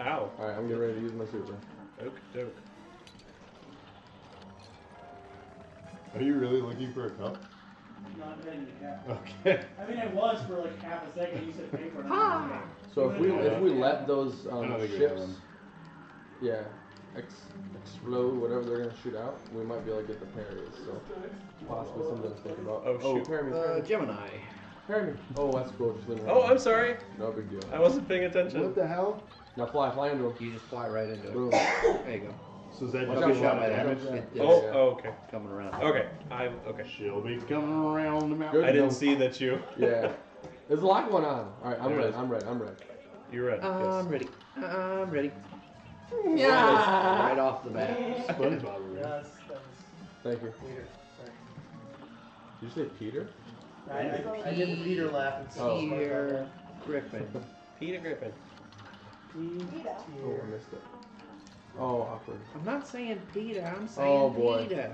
Speaker 2: Ow.
Speaker 3: All right, I'm getting ready to use my super.
Speaker 2: Oak doke.
Speaker 4: Are you really looking for a cup?
Speaker 6: No, I'm getting the cap.
Speaker 4: Okay.
Speaker 6: I mean, it was for like half a second. You said paper. and I'm
Speaker 1: ha!
Speaker 6: like,
Speaker 3: So if we if we let those
Speaker 4: I
Speaker 3: um,
Speaker 4: don't think we have
Speaker 3: ships,
Speaker 4: them.
Speaker 3: yeah, ex- explode whatever they're gonna shoot out, we might be able to get the parries. So possibly something to think about.
Speaker 2: Oh,
Speaker 3: Oh,
Speaker 2: shoot.
Speaker 3: parry me,
Speaker 1: Uh,
Speaker 3: parry me,
Speaker 1: Gemini.
Speaker 3: parry me. Oh, that's cool. Just leave it
Speaker 2: Oh,
Speaker 3: alone.
Speaker 2: I'm sorry.
Speaker 3: no big deal.
Speaker 2: I wasn't paying attention.
Speaker 4: What the hell?
Speaker 3: Now fly, fly into him.
Speaker 1: You just fly right into
Speaker 3: Boom.
Speaker 1: it. There you go.
Speaker 4: So is that
Speaker 1: What
Speaker 4: just
Speaker 1: if
Speaker 4: a
Speaker 1: you shot
Speaker 4: shot
Speaker 1: by
Speaker 4: of
Speaker 1: that?
Speaker 4: damage?
Speaker 1: It is
Speaker 2: Oh, oh, okay.
Speaker 1: coming around.
Speaker 2: Okay. I okay.
Speaker 4: She'll be coming around the mountain.
Speaker 3: Good.
Speaker 2: I didn't
Speaker 3: No.
Speaker 2: see that you
Speaker 3: Yeah. There's a lot going on. All right, I'm
Speaker 2: There
Speaker 3: ready.
Speaker 2: is.
Speaker 3: I'm ready. I'm ready.
Speaker 2: you read.
Speaker 1: I'm
Speaker 2: Yes.
Speaker 1: ready. I'm ready.
Speaker 3: Yeah.
Speaker 1: Right off the bat.
Speaker 4: SpongeBob.
Speaker 6: Yeah,
Speaker 4: right?
Speaker 6: that's, that was
Speaker 3: Thank you.
Speaker 6: Peter. Sorry.
Speaker 3: Did you say Peter?
Speaker 6: I, I, I did the Peter laugh and
Speaker 1: Oh.
Speaker 3: Oh.
Speaker 6: stuff. like that.
Speaker 1: Peter Griffin.
Speaker 2: Peter Griffin.
Speaker 8: Peter.
Speaker 3: Oh, I missed it. Oh, awkward.
Speaker 1: I'm not saying Peter. I'm saying
Speaker 3: Oh, boy.
Speaker 1: Peter.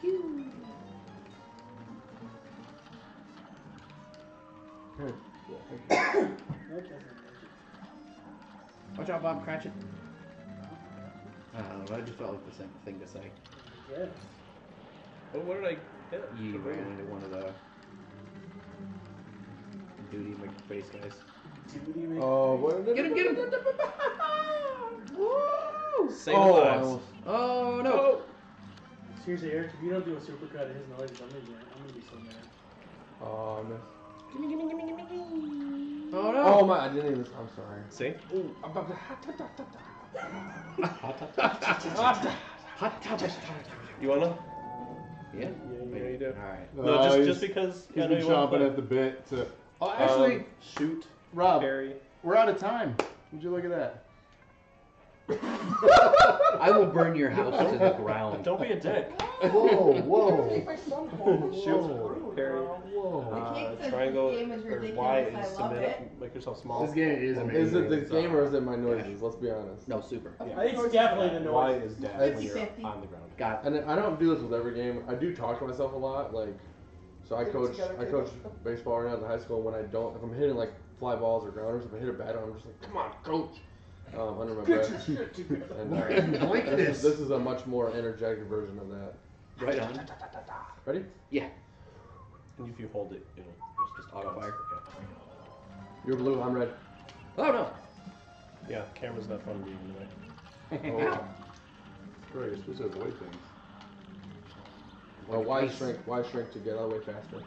Speaker 1: Pew.
Speaker 3: Oh,
Speaker 6: Nope, doesn't.
Speaker 1: Watch out, Bob Cratchit. I don't know. I just felt like the same thing to say.
Speaker 6: Yes.
Speaker 2: Oh, what did I hit?
Speaker 1: You
Speaker 2: The
Speaker 1: ran
Speaker 2: ring.
Speaker 1: into one of the duty McFace guys.
Speaker 3: Uh,
Speaker 6: Duty, man.
Speaker 3: Oh, what?
Speaker 1: Get him! Get him!
Speaker 2: Saving
Speaker 3: oh, I
Speaker 2: lives.
Speaker 3: almost-
Speaker 1: Oh no!
Speaker 6: Seriously, Eric, if you don't do a supercut of his and the ladies, I'm gonna be, I'm gonna be so mad.
Speaker 3: oh, I missed.
Speaker 1: Oh no!
Speaker 3: Oh my! I didn't even. I'm sorry.
Speaker 2: See? You wanna?
Speaker 1: Yeah.
Speaker 2: Yeah, you do.
Speaker 1: All right.
Speaker 2: No, just,
Speaker 4: he's-
Speaker 2: just because.
Speaker 4: he's
Speaker 2: I know
Speaker 4: been
Speaker 2: you wanna
Speaker 4: chopping
Speaker 2: play.
Speaker 4: at the bit to. Oh,
Speaker 2: Um,
Speaker 4: actually,
Speaker 2: shoot,
Speaker 3: uh,
Speaker 4: Rob,
Speaker 2: parry.
Speaker 4: we're out of time. Would you look at that?
Speaker 1: I will burn your house to the ground.
Speaker 2: Don't be a dick.
Speaker 4: Whoa,
Speaker 7: Take
Speaker 4: whoa,
Speaker 7: my son home.
Speaker 2: Shoot, parry.
Speaker 4: whoa!
Speaker 5: can't
Speaker 2: Uh,
Speaker 5: say this
Speaker 2: triangle
Speaker 5: game is
Speaker 2: or Y
Speaker 5: ridiculous, I
Speaker 2: is
Speaker 5: love
Speaker 2: submit.
Speaker 5: it.
Speaker 2: Make yourself small.
Speaker 4: This game is amazing. uh,
Speaker 3: Is it the game or is it my noises? Let's be honest.
Speaker 1: No, super.
Speaker 6: I think it's definitely the
Speaker 2: Y
Speaker 6: noise.
Speaker 2: is dash when you're
Speaker 5: 50-50.
Speaker 2: on the ground.
Speaker 1: Got it.
Speaker 3: And I don't do this with every game. I do talk to myself a lot, like so I
Speaker 7: Get it
Speaker 3: coach
Speaker 7: together,
Speaker 3: I
Speaker 7: kid.
Speaker 3: coach baseball right now at the high school. When I don't, if I'm hitting like fly balls or grounders, if I hit a bat, I'm just like, come on, coach, um, under my breath. And, uh,
Speaker 4: Like
Speaker 3: this, is,
Speaker 4: this.
Speaker 3: this is a much more energetic version of that.
Speaker 1: Right on.
Speaker 3: Ready?
Speaker 2: And if you hold it, it'll it's just
Speaker 1: Auto
Speaker 2: bounce.
Speaker 1: fire.
Speaker 2: Okay.
Speaker 3: You're blue. I'm red.
Speaker 1: Oh no!
Speaker 2: Yeah, camera's not fun being in the way.
Speaker 4: Oh. Bro, you're supposed to avoid things.
Speaker 3: Uh,
Speaker 1: Avoid
Speaker 3: why
Speaker 1: face.
Speaker 3: shrink? Why shrink to get all the way faster?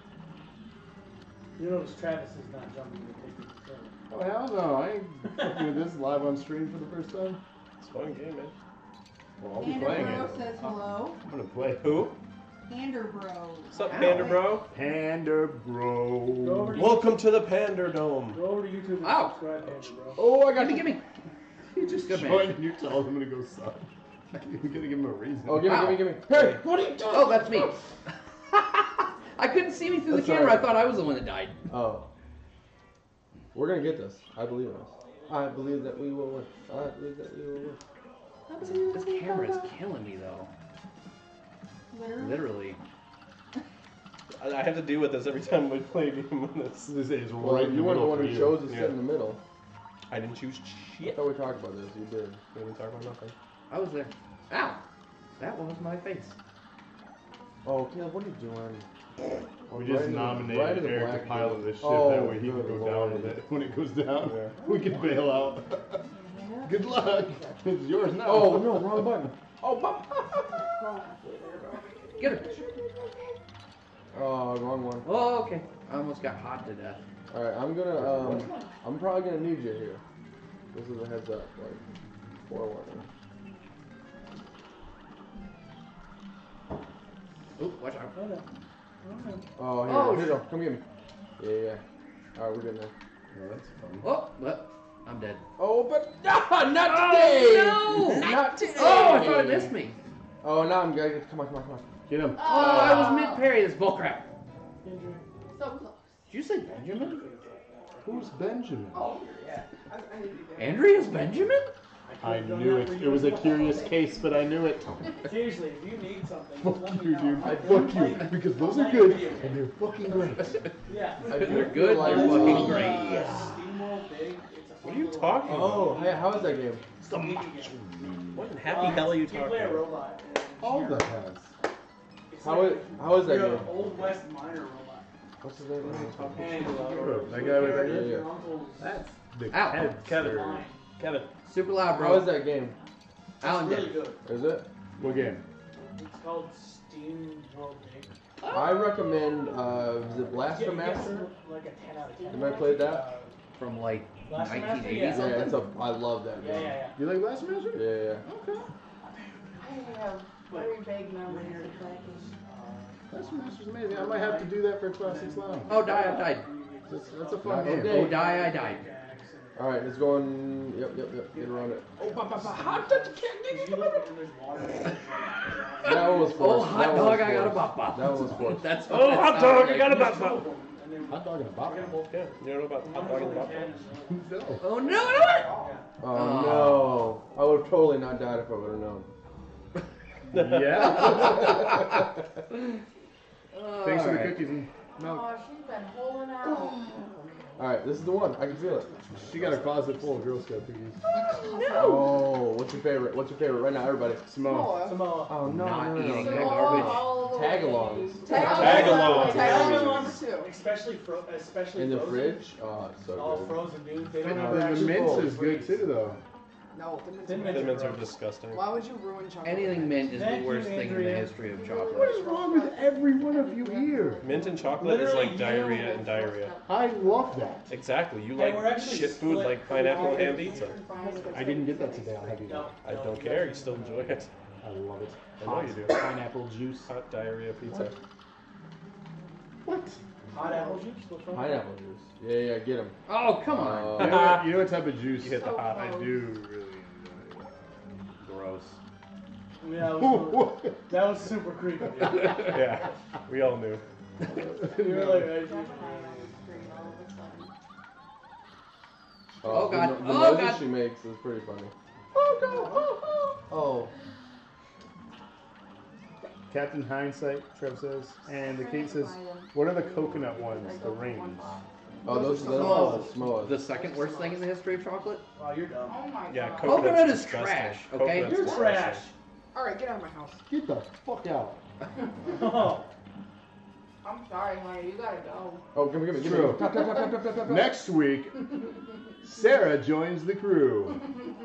Speaker 6: You notice Travis is not jumping to take the control.
Speaker 4: Oh hell no! I ain't fucking with this live on stream for the first time.
Speaker 2: It's a fun game, man.
Speaker 4: Well, I'll be playing
Speaker 5: Anderbro
Speaker 4: it.
Speaker 5: says hello.
Speaker 4: I'm gonna play
Speaker 2: Who?
Speaker 8: Anderbro.
Speaker 2: What's up,
Speaker 1: Ow.
Speaker 2: Pander Bro?
Speaker 4: Pander
Speaker 6: Go over
Speaker 4: Bro.
Speaker 6: to
Speaker 2: Welcome to the Pander Dome.
Speaker 6: Go over to YouTube and
Speaker 1: Ow.
Speaker 6: subscribe, Andrew, bro.
Speaker 4: Oh, I
Speaker 1: Got
Speaker 4: got
Speaker 1: to give me. You just good
Speaker 4: Join
Speaker 1: man.
Speaker 4: and you tell him I'm gonna go suck. You're gonna give him a reason.
Speaker 3: Oh, give me,
Speaker 1: Ow.
Speaker 3: give me, give me. Hey, what are you doing? Oh.
Speaker 1: Oh, that's me. I couldn't see me through the
Speaker 3: That's
Speaker 1: camera. I
Speaker 3: alright.
Speaker 1: thought I was the one that died.
Speaker 3: Oh. We're gonna get this. I believe in us. I believe that we will win. I believe that we will win.
Speaker 1: This camera is killing me though.
Speaker 8: Literally.
Speaker 1: Literally.
Speaker 2: I I have to deal with this every time we play a game on this.
Speaker 4: This is right
Speaker 3: Well,
Speaker 4: in
Speaker 3: you
Speaker 4: the
Speaker 3: were the
Speaker 4: middle
Speaker 3: one
Speaker 4: for
Speaker 3: who
Speaker 4: you.
Speaker 3: chose to sit
Speaker 2: Yeah.
Speaker 3: in the middle.
Speaker 2: I didn't choose
Speaker 3: I
Speaker 2: shit.
Speaker 3: thought we talked about this. You did.
Speaker 2: We didn't talk about nothing.
Speaker 1: I was there. Ow! That was my face.
Speaker 3: Oh, Caleb, what are you doing?
Speaker 4: We just
Speaker 3: Right in the-
Speaker 4: nominated
Speaker 3: right in the
Speaker 4: Eric
Speaker 3: black
Speaker 4: to pilot
Speaker 3: dude.
Speaker 4: this ship.
Speaker 3: Oh,
Speaker 4: that way he can
Speaker 3: good
Speaker 4: go
Speaker 3: lord.
Speaker 4: down with it. When it goes down,
Speaker 2: Yeah.
Speaker 4: we can bail out. Good luck. It's yours now.
Speaker 3: Oh no, wrong button.
Speaker 1: Oh, Bob. Get her.
Speaker 3: Oh, wrong one.
Speaker 1: Oh, okay. I almost got hot to death.
Speaker 3: All right, I'm gonna. Um, I'm probably gonna need you here. This is a heads up, like forewarning.
Speaker 1: Oop, watch out.
Speaker 6: Oh, no. Oh, no.
Speaker 3: Oh, here,
Speaker 1: Oh,
Speaker 3: here,
Speaker 1: shit.
Speaker 3: go. come get me. Yeah, yeah. yeah. All right, we're getting there.
Speaker 4: Well, that's fun.
Speaker 1: Oh, what? I'm dead.
Speaker 3: Oh, but no, not today.
Speaker 1: Oh, no!
Speaker 3: Not today.
Speaker 1: Oh, I thought it missed me.
Speaker 3: Oh, now I'm gonna come on, come on, come on.
Speaker 4: Get him.
Speaker 1: Oh, I was mid parry this bullcrap.
Speaker 6: Andrew.
Speaker 5: So close.
Speaker 1: Did you say Benjamin?
Speaker 4: Who's Benjamin?
Speaker 7: Oh, yeah. I, I need you there.
Speaker 1: Andrea's Benjamin?
Speaker 4: I knew it. It was a curious case, but I knew it.
Speaker 6: Seriously, if you need something, let
Speaker 4: Fuck
Speaker 6: me
Speaker 4: you,
Speaker 6: know.
Speaker 4: dude.
Speaker 6: I'm
Speaker 4: Fuck you.
Speaker 6: playing-
Speaker 4: Because those
Speaker 6: I'm
Speaker 4: are
Speaker 6: playing
Speaker 4: good
Speaker 6: video games.
Speaker 4: and they're fucking great.
Speaker 6: Yeah.
Speaker 3: I do
Speaker 1: They're
Speaker 3: feel
Speaker 1: good,
Speaker 3: like,
Speaker 1: they're fucking
Speaker 3: uh,
Speaker 1: great.
Speaker 6: SteamWorld Big, it's a
Speaker 2: What
Speaker 6: fun
Speaker 2: are you
Speaker 6: little
Speaker 2: talking
Speaker 3: Oh, hey, how is that game?
Speaker 4: It's the
Speaker 6: video
Speaker 4: macho
Speaker 6: game.
Speaker 4: man.
Speaker 2: What in happy
Speaker 6: Um,
Speaker 2: hell are you
Speaker 6: Uh, You
Speaker 2: talking
Speaker 6: play a
Speaker 2: about?
Speaker 6: robot. and
Speaker 4: All
Speaker 6: you're-
Speaker 4: that has.
Speaker 6: it's
Speaker 3: How
Speaker 6: like
Speaker 3: is how is that
Speaker 6: You're an
Speaker 3: game?
Speaker 6: old west miner robot.
Speaker 3: What's his name?
Speaker 6: And
Speaker 4: Sure,
Speaker 6: you're
Speaker 4: that guy with that
Speaker 6: you're
Speaker 3: guy?
Speaker 6: your uncle's
Speaker 4: That's the
Speaker 3: Ah.
Speaker 1: Ow.
Speaker 4: head,
Speaker 2: Kevin.
Speaker 4: sir.
Speaker 6: line.
Speaker 2: Kevin.
Speaker 1: Super loud,
Speaker 3: How
Speaker 1: bro.
Speaker 3: is that game?
Speaker 1: Alan
Speaker 6: It's really
Speaker 1: dead.
Speaker 6: good.
Speaker 3: Is it?
Speaker 4: What game?
Speaker 6: It's called SteamWorld Big.
Speaker 3: I recommend uh, is it Blaster Master?
Speaker 6: Like a 10 out of 10.
Speaker 3: You might play that?
Speaker 6: Uh,
Speaker 1: From like
Speaker 6: Blaster Master,
Speaker 1: 1980
Speaker 6: yeah.
Speaker 3: Yeah,
Speaker 1: something.
Speaker 3: it's a. I love that
Speaker 6: Yeah, yeah,
Speaker 3: game.
Speaker 6: yeah.
Speaker 4: You like Last Measure?
Speaker 3: yeah. yeah, yeah.
Speaker 5: I have very vague memories of that game.
Speaker 4: Last Master's amazing. I might have to do that for Classics Lounge.
Speaker 1: Oh, die, I've died.
Speaker 4: That's, that's a
Speaker 3: Not
Speaker 4: fun game.
Speaker 3: okay.
Speaker 1: Oh, die, I died.
Speaker 3: All right, it's going. Yep, yep, yep. Get around it. That one was forced.
Speaker 1: Oh, hot
Speaker 3: that one was
Speaker 1: dog, I got a
Speaker 3: forced.
Speaker 1: bop bop.
Speaker 3: That one was forced.
Speaker 1: That's what
Speaker 2: Oh,
Speaker 1: that
Speaker 2: hot
Speaker 1: sounded
Speaker 2: dog! I
Speaker 1: like.
Speaker 2: got a bop bop.
Speaker 4: Hot dog and a bop.
Speaker 2: Yeah, you don't know about hot dog and bop bop?
Speaker 4: No.
Speaker 1: Oh, no, no!
Speaker 3: Oh, no! I would have totally not died if I would have known.
Speaker 4: Yeah.
Speaker 1: Oh,
Speaker 4: Thanks for the
Speaker 1: alright.
Speaker 4: cookies and milk.
Speaker 5: Oh, she's been holding out.
Speaker 3: All right, this is the one. I can feel it.
Speaker 4: She got a closet full of Girl Scout cookies.
Speaker 3: Oh, what's your favorite? What's your favorite right now, everybody?
Speaker 4: Small.
Speaker 6: Samoa.
Speaker 3: Oh no!
Speaker 1: Not
Speaker 3: no, no, no.
Speaker 1: eating
Speaker 5: So
Speaker 1: that
Speaker 5: all,
Speaker 1: garbage.
Speaker 5: all the way.
Speaker 3: Tagalongs.
Speaker 2: Tagalongs.
Speaker 5: Tagalongs too.
Speaker 6: Especially, fro- especially
Speaker 3: In the
Speaker 6: frozen.
Speaker 3: fridge? Oh, it's so
Speaker 6: All
Speaker 3: good.
Speaker 6: frozen, dude. They don't
Speaker 4: And
Speaker 6: ever
Speaker 4: Uh, the
Speaker 6: actually
Speaker 4: mince
Speaker 6: fully
Speaker 4: is good
Speaker 6: freeze.
Speaker 4: too, though.
Speaker 7: No,
Speaker 6: Thin
Speaker 7: Thin
Speaker 6: Mints
Speaker 2: Thin
Speaker 7: Mints.
Speaker 2: mints are disgusting.
Speaker 7: Why would you ruin chocolate?
Speaker 1: Anything mint is
Speaker 6: Thank
Speaker 1: the
Speaker 6: you,
Speaker 1: worst thing in the
Speaker 6: Andrea.
Speaker 1: history of
Speaker 4: What
Speaker 1: chocolate.
Speaker 4: is wrong with every one of you here?
Speaker 2: Mint and chocolate
Speaker 6: Literally
Speaker 2: is like diarrhea and diarrhea.
Speaker 4: I love that.
Speaker 2: Exactly. You
Speaker 6: Hey, we're
Speaker 2: like
Speaker 6: actually
Speaker 2: shit food
Speaker 6: split.
Speaker 2: like pineapple and ham pizza.
Speaker 4: I didn't get that today. I'll have you know.
Speaker 6: No,
Speaker 2: I
Speaker 6: no,
Speaker 2: don't care. You still enjoy it.
Speaker 4: I love it.
Speaker 2: I know
Speaker 4: Hot
Speaker 2: you do.
Speaker 4: pineapple juice.
Speaker 2: Hot diarrhea pizza.
Speaker 4: What? What?
Speaker 6: Hot apple juice. What's wrong?
Speaker 3: Pineapple juice. Yeah, yeah, get them.
Speaker 1: Oh, come on.
Speaker 4: You know, what, you know what type of juice
Speaker 2: You hit the hot.
Speaker 4: I do really enjoy? Gross.
Speaker 6: Yeah, that was, that was super creepy. Dude.
Speaker 2: yeah, we all knew.
Speaker 6: You were like, I
Speaker 5: Jeff
Speaker 6: just-
Speaker 5: and I always agree all of a sudden.
Speaker 1: Oh,
Speaker 3: the
Speaker 1: God.
Speaker 3: no- The,
Speaker 1: Oh,
Speaker 3: noises
Speaker 1: God.
Speaker 3: she makes is pretty funny. Oh.
Speaker 4: Captain Hindsight, Trev says, and the king says, "What are the coconut ones? The rings."
Speaker 3: Oh, those, those,
Speaker 1: Oh.
Speaker 3: those are Samoas.
Speaker 1: The second worst thing in the history of chocolate?
Speaker 6: oh, you're dumb.
Speaker 5: Oh my
Speaker 2: Yeah,
Speaker 5: god.
Speaker 2: coconut's
Speaker 1: Coconut is
Speaker 2: disgusting.
Speaker 1: trash, okay?
Speaker 2: Coconut's
Speaker 6: You're
Speaker 2: disgusting.
Speaker 6: trash.
Speaker 7: Alright, get out of my house.
Speaker 4: Get the fuck out.
Speaker 6: Oh,
Speaker 5: I'm sorry, honey. You gotta go.
Speaker 3: Oh, give me, give me, give me.
Speaker 4: True.
Speaker 3: Tap, tap, tap, tap, tap, tap, tap.
Speaker 4: Next week, Sarah joins the crew,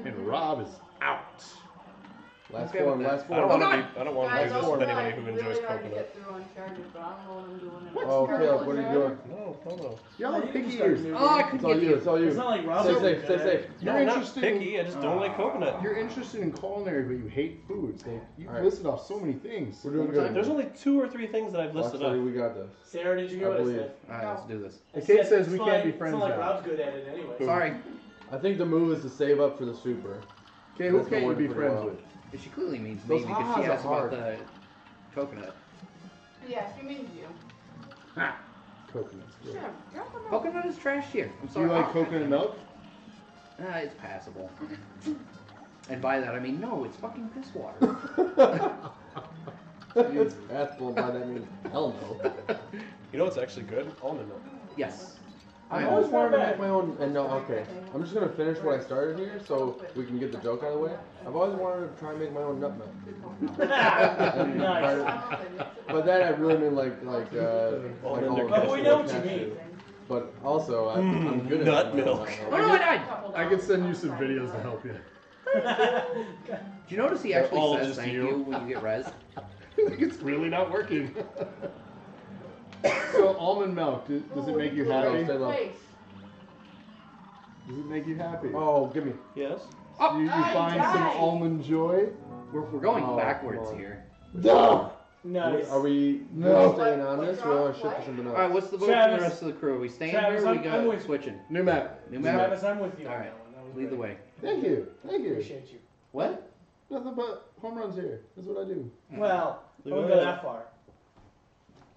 Speaker 4: and Rob is out.
Speaker 3: Last
Speaker 1: Okay,
Speaker 3: one,
Speaker 1: well,
Speaker 3: last
Speaker 2: I don't
Speaker 3: one.
Speaker 2: want to be. I don't want to
Speaker 5: Guys,
Speaker 2: do this
Speaker 5: also,
Speaker 2: with
Speaker 5: I
Speaker 2: anybody who
Speaker 5: really
Speaker 2: enjoys
Speaker 5: hard to
Speaker 2: coconut.
Speaker 5: get through on charges, but I don't know what I'm doing.
Speaker 3: Oh, Caleb, what are you doing?
Speaker 2: No, no, no.
Speaker 4: Y'all are
Speaker 6: You can
Speaker 4: picky
Speaker 6: start
Speaker 4: eaters.
Speaker 6: new.
Speaker 1: Oh, I
Speaker 3: It's
Speaker 1: couldn't
Speaker 3: all
Speaker 1: get
Speaker 3: you, it's
Speaker 1: you.
Speaker 3: all you.
Speaker 6: it's not like Robin.
Speaker 3: Stay safe, stay safe.
Speaker 4: You're
Speaker 2: No, I'm not
Speaker 4: interested in-
Speaker 2: picky. I just don't like coconut.
Speaker 4: You're interested in culinary, but you hate foods. Like you
Speaker 3: All right.
Speaker 4: listed off so many things.
Speaker 3: We're doing good.
Speaker 2: There's only two or three things that I've listed
Speaker 3: Actually,
Speaker 2: up.
Speaker 3: we got this.
Speaker 6: Sarah, did you hear
Speaker 3: I
Speaker 6: what I
Speaker 3: believe.
Speaker 6: said?
Speaker 1: Alright, let's do this.
Speaker 4: The
Speaker 6: I
Speaker 4: kid
Speaker 6: said
Speaker 4: says we
Speaker 6: it's
Speaker 4: can't
Speaker 6: like-
Speaker 4: be friends
Speaker 6: It's not like
Speaker 4: now.
Speaker 6: Rob's good at it anyway.
Speaker 1: Sorry.
Speaker 3: I think the move is to save up for the super.
Speaker 4: Okay, who
Speaker 3: That's been
Speaker 4: can't you
Speaker 3: working
Speaker 4: be
Speaker 3: pretty
Speaker 4: friends
Speaker 3: well.
Speaker 4: with?
Speaker 1: She clearly means me
Speaker 3: Those
Speaker 1: because she
Speaker 3: ha-has are
Speaker 1: asked about
Speaker 3: hard.
Speaker 1: the coconut.
Speaker 5: Yeah, she means you.
Speaker 4: Coconuts.
Speaker 5: You should have drunk them all.
Speaker 1: Coconut is trash here. I'm
Speaker 4: Do
Speaker 1: sorry.
Speaker 4: you like coconut milk?
Speaker 1: Ah, it's passable. and by that I mean no, it's fucking piss water.
Speaker 3: It's ethical by that means hell no.
Speaker 2: You know what's actually good? Almond milk.
Speaker 1: yes.
Speaker 3: I
Speaker 1: Yeah.
Speaker 3: always
Speaker 6: It's not
Speaker 3: wanted to
Speaker 6: bad.
Speaker 3: make my own. And no, okay. I'm just gonna finish what I started here, so we can get the joke out of the way. I've always wanted to try and make my own nut milk. And
Speaker 6: Nice.
Speaker 3: by- By that I really mean like like uh, like all the
Speaker 6: But Oh, we know what you
Speaker 3: cashew.
Speaker 6: mean.
Speaker 3: But also I, I'm good at
Speaker 2: Mm. nut
Speaker 3: making my own
Speaker 2: milk.
Speaker 1: Oh no, I died.
Speaker 4: I can send you some videos to help you.
Speaker 1: Do you notice he
Speaker 2: They're
Speaker 1: actually
Speaker 2: all
Speaker 1: says
Speaker 2: just
Speaker 1: thank
Speaker 2: you.
Speaker 1: you. when you get res?
Speaker 4: it's really not working. so almond milk, do- does it make you happy?
Speaker 3: Stay
Speaker 4: Does
Speaker 3: low.
Speaker 5: Wait.
Speaker 4: it make you happy?
Speaker 3: Oh, give me.
Speaker 2: Yes.
Speaker 4: you you
Speaker 5: I
Speaker 4: find
Speaker 5: died.
Speaker 4: some almond joy?
Speaker 1: We're, Oh, we're going
Speaker 3: Oh,
Speaker 1: backwards
Speaker 3: Lord.
Speaker 1: here.
Speaker 4: Duh!
Speaker 6: Nice.
Speaker 3: Are we
Speaker 4: No.
Speaker 3: staying on this? We want to shift to something
Speaker 1: All right,
Speaker 3: else.
Speaker 1: what's the vote for
Speaker 6: Travis.
Speaker 1: the rest of the crew? Are we staying
Speaker 6: Travis,
Speaker 1: here? or
Speaker 6: I'm-
Speaker 1: we got
Speaker 6: I'm with you.
Speaker 1: switching.
Speaker 4: New map.
Speaker 1: New map.
Speaker 6: Travis, I'm with you. on
Speaker 1: All right.
Speaker 6: that one. That was
Speaker 1: Lead the
Speaker 6: great.
Speaker 1: way.
Speaker 4: Thank you. Thank you.
Speaker 6: Appreciate you.
Speaker 1: What?
Speaker 4: Nothing but home runs here. That's what I do.
Speaker 6: Well, I wouldn't go that far.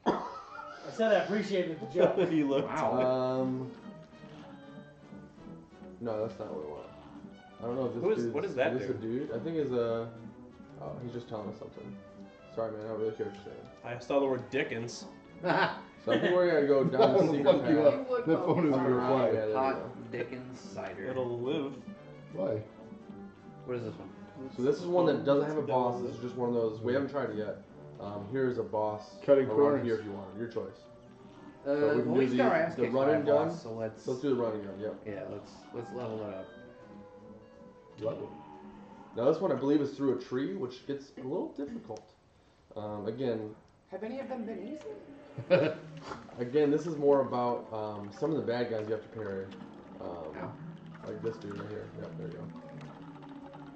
Speaker 6: I said I appreciated the joke.
Speaker 2: he looked. uh,
Speaker 1: Wow.
Speaker 3: Um. No, that's not what we want. I don't know if this
Speaker 2: Who is-
Speaker 3: dude's-
Speaker 2: what is that
Speaker 3: Is this a dude? I think is a. Oh, he's just telling us something. Sorry, man. I don't really care what you're saying.
Speaker 2: I saw the word Dickens.
Speaker 3: So I think we're gonna go down the
Speaker 4: That'll
Speaker 3: secret
Speaker 4: fuck you
Speaker 3: path.
Speaker 4: up. The phone is
Speaker 3: Under-
Speaker 4: gonna
Speaker 3: yeah,
Speaker 4: fly.
Speaker 3: there we
Speaker 1: Hot
Speaker 3: go.
Speaker 1: Dickens cider.
Speaker 2: It'll live.
Speaker 4: Why?
Speaker 1: What is this one?
Speaker 3: So this is one that doesn't have a boss. This is just one of those. We haven't tried it yet. Um, here's a boss.
Speaker 4: Cutting
Speaker 3: around
Speaker 4: corners.
Speaker 3: Here, if you want, your choice.
Speaker 1: Uh,
Speaker 3: we can
Speaker 1: well,
Speaker 3: do
Speaker 1: we
Speaker 3: the-
Speaker 1: start asking
Speaker 3: the run and
Speaker 1: five
Speaker 3: gun.
Speaker 1: boss, so let's,
Speaker 3: So let's do the running gun. Yep.
Speaker 1: yeah, let's let's level it up.
Speaker 4: Level.
Speaker 3: Now this one I believe is through a tree, which gets a little difficult. Um, again,
Speaker 7: Have any of them been easy?
Speaker 3: again, this is more about um, some of the bad guys you have to parry. Um,
Speaker 1: Ow.
Speaker 3: like this dude right here. Yep, there you go.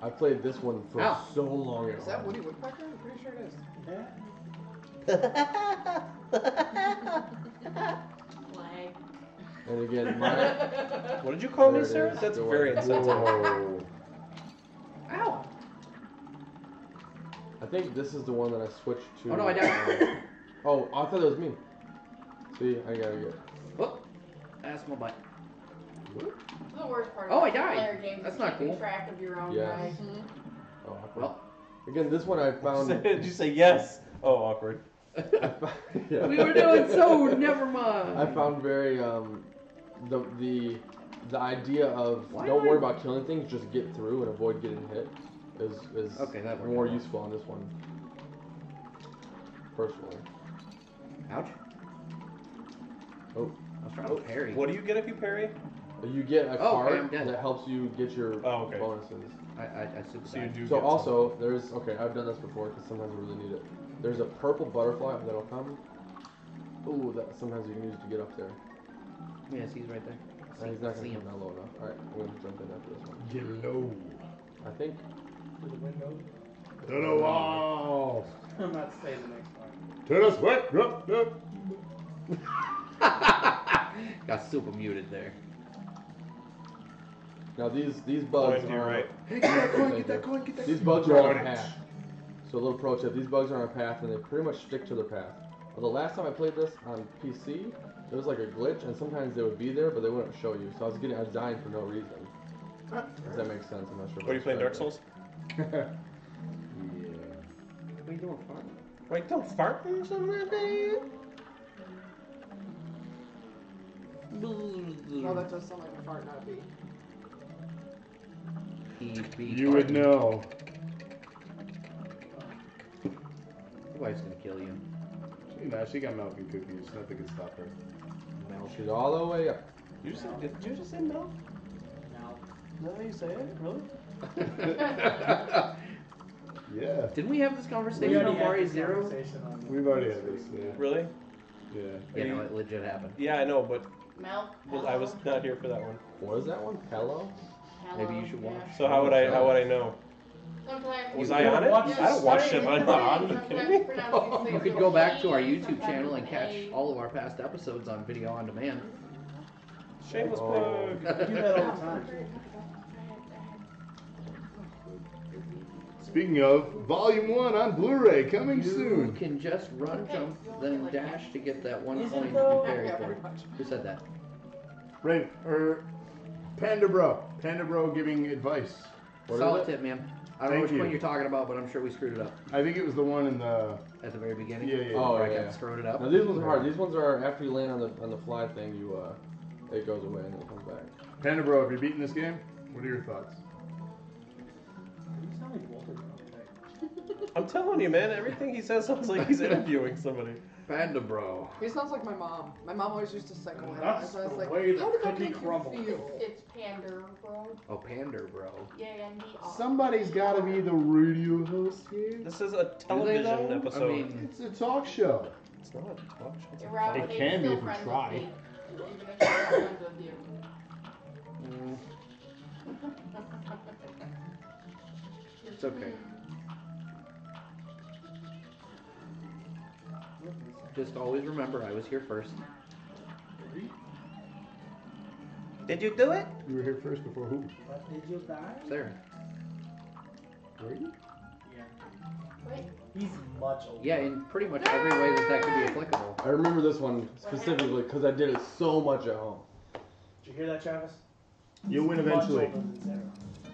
Speaker 3: I played this one for
Speaker 1: Ow.
Speaker 3: so long. at
Speaker 7: Is that
Speaker 3: all.
Speaker 7: Woody Woodpecker? I'm pretty sure it is.
Speaker 5: Like,
Speaker 3: And again, my.
Speaker 2: What did you call
Speaker 3: There
Speaker 2: me,
Speaker 3: it
Speaker 2: Sarah?
Speaker 3: is.
Speaker 2: That's
Speaker 3: Go
Speaker 2: very
Speaker 3: on.
Speaker 2: insensitive.
Speaker 4: Whoa.
Speaker 1: Ow!
Speaker 3: I think this is the one that I switched to.
Speaker 1: Oh no, I died.
Speaker 3: um, oh, I thought that was me. See, I gotta get.
Speaker 1: oh, that's my butt.
Speaker 5: the worst part
Speaker 1: Oh, I
Speaker 5: about
Speaker 1: died.
Speaker 5: player games is
Speaker 1: That's not
Speaker 5: keeping
Speaker 1: cool.
Speaker 5: track of your own
Speaker 3: Yes.
Speaker 5: life.
Speaker 3: Oh, awkward.
Speaker 1: Well,
Speaker 3: Again, this one I found.
Speaker 2: Did you say yes? Oh, awkward.
Speaker 3: Yeah.
Speaker 1: we were doing so. Never mind.
Speaker 3: I found very um, the the the idea of
Speaker 1: Why
Speaker 3: don't
Speaker 1: am I-
Speaker 3: worry about killing things, just get through and avoid getting hit is is
Speaker 1: Okay, that worked.
Speaker 3: more useful on this one. Personally,
Speaker 1: Ouch.
Speaker 3: Oh.
Speaker 1: I was trying to parry.
Speaker 2: What do you get if you parry?
Speaker 3: you get a
Speaker 1: Oh, okay, I'm
Speaker 3: card
Speaker 1: dead.
Speaker 3: that helps you get your
Speaker 2: Oh, okay.
Speaker 3: bonuses.
Speaker 1: I, I, I
Speaker 2: So you
Speaker 1: sympathize.
Speaker 2: do.
Speaker 3: So
Speaker 2: get
Speaker 3: also, there's okay. I've done this before because sometimes we really need it. There's a purple butterfly that'll come. Ooh, that sometimes you can use to get up there.
Speaker 1: Yes, he's right there.
Speaker 3: And he's not
Speaker 1: See
Speaker 3: gonna
Speaker 1: him.
Speaker 3: come down low enough. All right, I'm gonna jump in after this one.
Speaker 4: Get low.
Speaker 3: I think.
Speaker 6: To the window.
Speaker 4: To the wall.
Speaker 6: I'm not saying the next one.
Speaker 4: To the sweat. Rup, rup.
Speaker 1: Got super muted there.
Speaker 3: Now these these
Speaker 2: Oh,
Speaker 3: bugs
Speaker 2: and
Speaker 3: are
Speaker 2: you're right.
Speaker 1: Hey, get that
Speaker 3: coin, get that
Speaker 1: coin, get that
Speaker 3: these bugs are on a
Speaker 4: Got it.
Speaker 3: path. So a little pro tip: these bugs are on a path, and they pretty much stick to their path. Well, the last time I played this on PC, there was like a glitch, and sometimes they would be there, but they wouldn't show you. So I was getting, I was dying for no reason. Does that make sense? I'm not sure. if
Speaker 2: What are you
Speaker 3: I
Speaker 2: playing, Dark
Speaker 3: described it.
Speaker 2: Souls?
Speaker 3: Yeah.
Speaker 1: What are you doing, Farm?
Speaker 2: Like, don't fart or something, babe.
Speaker 5: Oh,
Speaker 7: No, that does sound like a fart, not a bee.
Speaker 4: You would know.
Speaker 1: Your wife's gonna kill you.
Speaker 4: She, nah, she got milk and cookies. Nothing can stop her.
Speaker 3: She's all the way up.
Speaker 2: You said, did you just say no?
Speaker 6: Now,
Speaker 2: No, you say it? Really?
Speaker 4: Yeah.
Speaker 1: Didn't we have this
Speaker 6: we
Speaker 1: conversation
Speaker 6: already
Speaker 1: on
Speaker 6: had
Speaker 1: Mario
Speaker 6: this
Speaker 1: Zero?
Speaker 6: conversation on-
Speaker 4: We've already had this.
Speaker 2: Really?
Speaker 4: Yeah. yeah.
Speaker 1: Yeah, no, it legit happened.
Speaker 2: Yeah, I know, but
Speaker 5: Mel.
Speaker 2: well, I was not here for that one.
Speaker 3: What is that one? Hello?
Speaker 1: Maybe you should watch.
Speaker 2: So how would I? How would I know?
Speaker 5: Sometimes
Speaker 2: Was
Speaker 5: you-
Speaker 2: I on it?
Speaker 6: watch
Speaker 2: I don't watch shit.
Speaker 6: stream.
Speaker 2: I'm not on. Are you kidding me?
Speaker 5: Sometimes pronounce these
Speaker 1: You could
Speaker 5: things
Speaker 1: go
Speaker 5: with
Speaker 1: back to our
Speaker 5: A,
Speaker 1: YouTube
Speaker 5: sometimes
Speaker 1: channel and
Speaker 5: with
Speaker 1: catch
Speaker 5: A.
Speaker 1: all of our past episodes on video on demand.
Speaker 2: Shameless
Speaker 3: Oh.
Speaker 2: plug.
Speaker 6: We do that all the time.
Speaker 4: Speaking of, Volume 1 on Blu ray coming
Speaker 1: You
Speaker 4: soon.
Speaker 1: can just run, jump, then dash to get that one
Speaker 6: Is it
Speaker 1: coin that
Speaker 6: though?
Speaker 1: you carry
Speaker 7: yeah,
Speaker 1: for.
Speaker 7: pretty much.
Speaker 1: Who said that?
Speaker 4: Right. Or er, Panda Bro. Panda Bro giving advice.
Speaker 3: What is
Speaker 1: Solid
Speaker 3: it?
Speaker 1: tip, man. I don't know
Speaker 4: Thank
Speaker 1: which
Speaker 4: you.
Speaker 1: one you're talking about, but I'm sure we screwed it up
Speaker 4: I think it was the one in the.
Speaker 1: at the very beginning.
Speaker 4: Yeah, yeah. yeah.
Speaker 3: Oh,
Speaker 1: Where I
Speaker 3: yeah.
Speaker 1: got screwed it up.
Speaker 3: Now these ones are hard. These ones are after you land on the on the fly thing, you uh, it goes away and then it comes back.
Speaker 4: Panda Bro, have you beaten this game? What are your thoughts?
Speaker 6: You sound like Walter Cronkite.
Speaker 2: I'm telling you, man. Everything he says sounds like he's interviewing somebody.
Speaker 1: Panda Bro.
Speaker 7: He sounds like my mom. My mom always used to psychoanalyze.
Speaker 6: That's
Speaker 7: So I was
Speaker 6: the
Speaker 7: like,
Speaker 6: way the
Speaker 7: how did that
Speaker 6: cookie
Speaker 7: make
Speaker 6: crumbled."
Speaker 7: you feel?
Speaker 5: It's Pander Road.
Speaker 1: Oh, Panda Bro.
Speaker 5: Yeah, and the uh, R.
Speaker 4: Somebody's got to be the radio host here.
Speaker 2: This is a television
Speaker 4: though?
Speaker 2: episode.
Speaker 1: I mean,
Speaker 4: It's a talk show.
Speaker 2: it's not a talk show. It's a
Speaker 5: You're out,
Speaker 2: fucking-
Speaker 5: but
Speaker 4: It
Speaker 5: you're
Speaker 4: can be
Speaker 5: still
Speaker 4: if you
Speaker 5: friends with
Speaker 4: try.
Speaker 5: me, Even if you're not friends with you.
Speaker 1: mm, it's okay. Just always remember, I was here first.
Speaker 2: Did you do it?
Speaker 4: You were here first before who?
Speaker 6: But did you die?
Speaker 1: There.
Speaker 4: Were you?
Speaker 6: Yeah.
Speaker 5: Wait,
Speaker 6: He's much older.
Speaker 1: Yeah, in pretty much every way that that could be applicable.
Speaker 3: I remember this one specifically because I did it so much at home.
Speaker 6: Did you hear that, Travis?
Speaker 4: You'll win
Speaker 6: He's
Speaker 4: eventually.
Speaker 6: Much older than Sarah.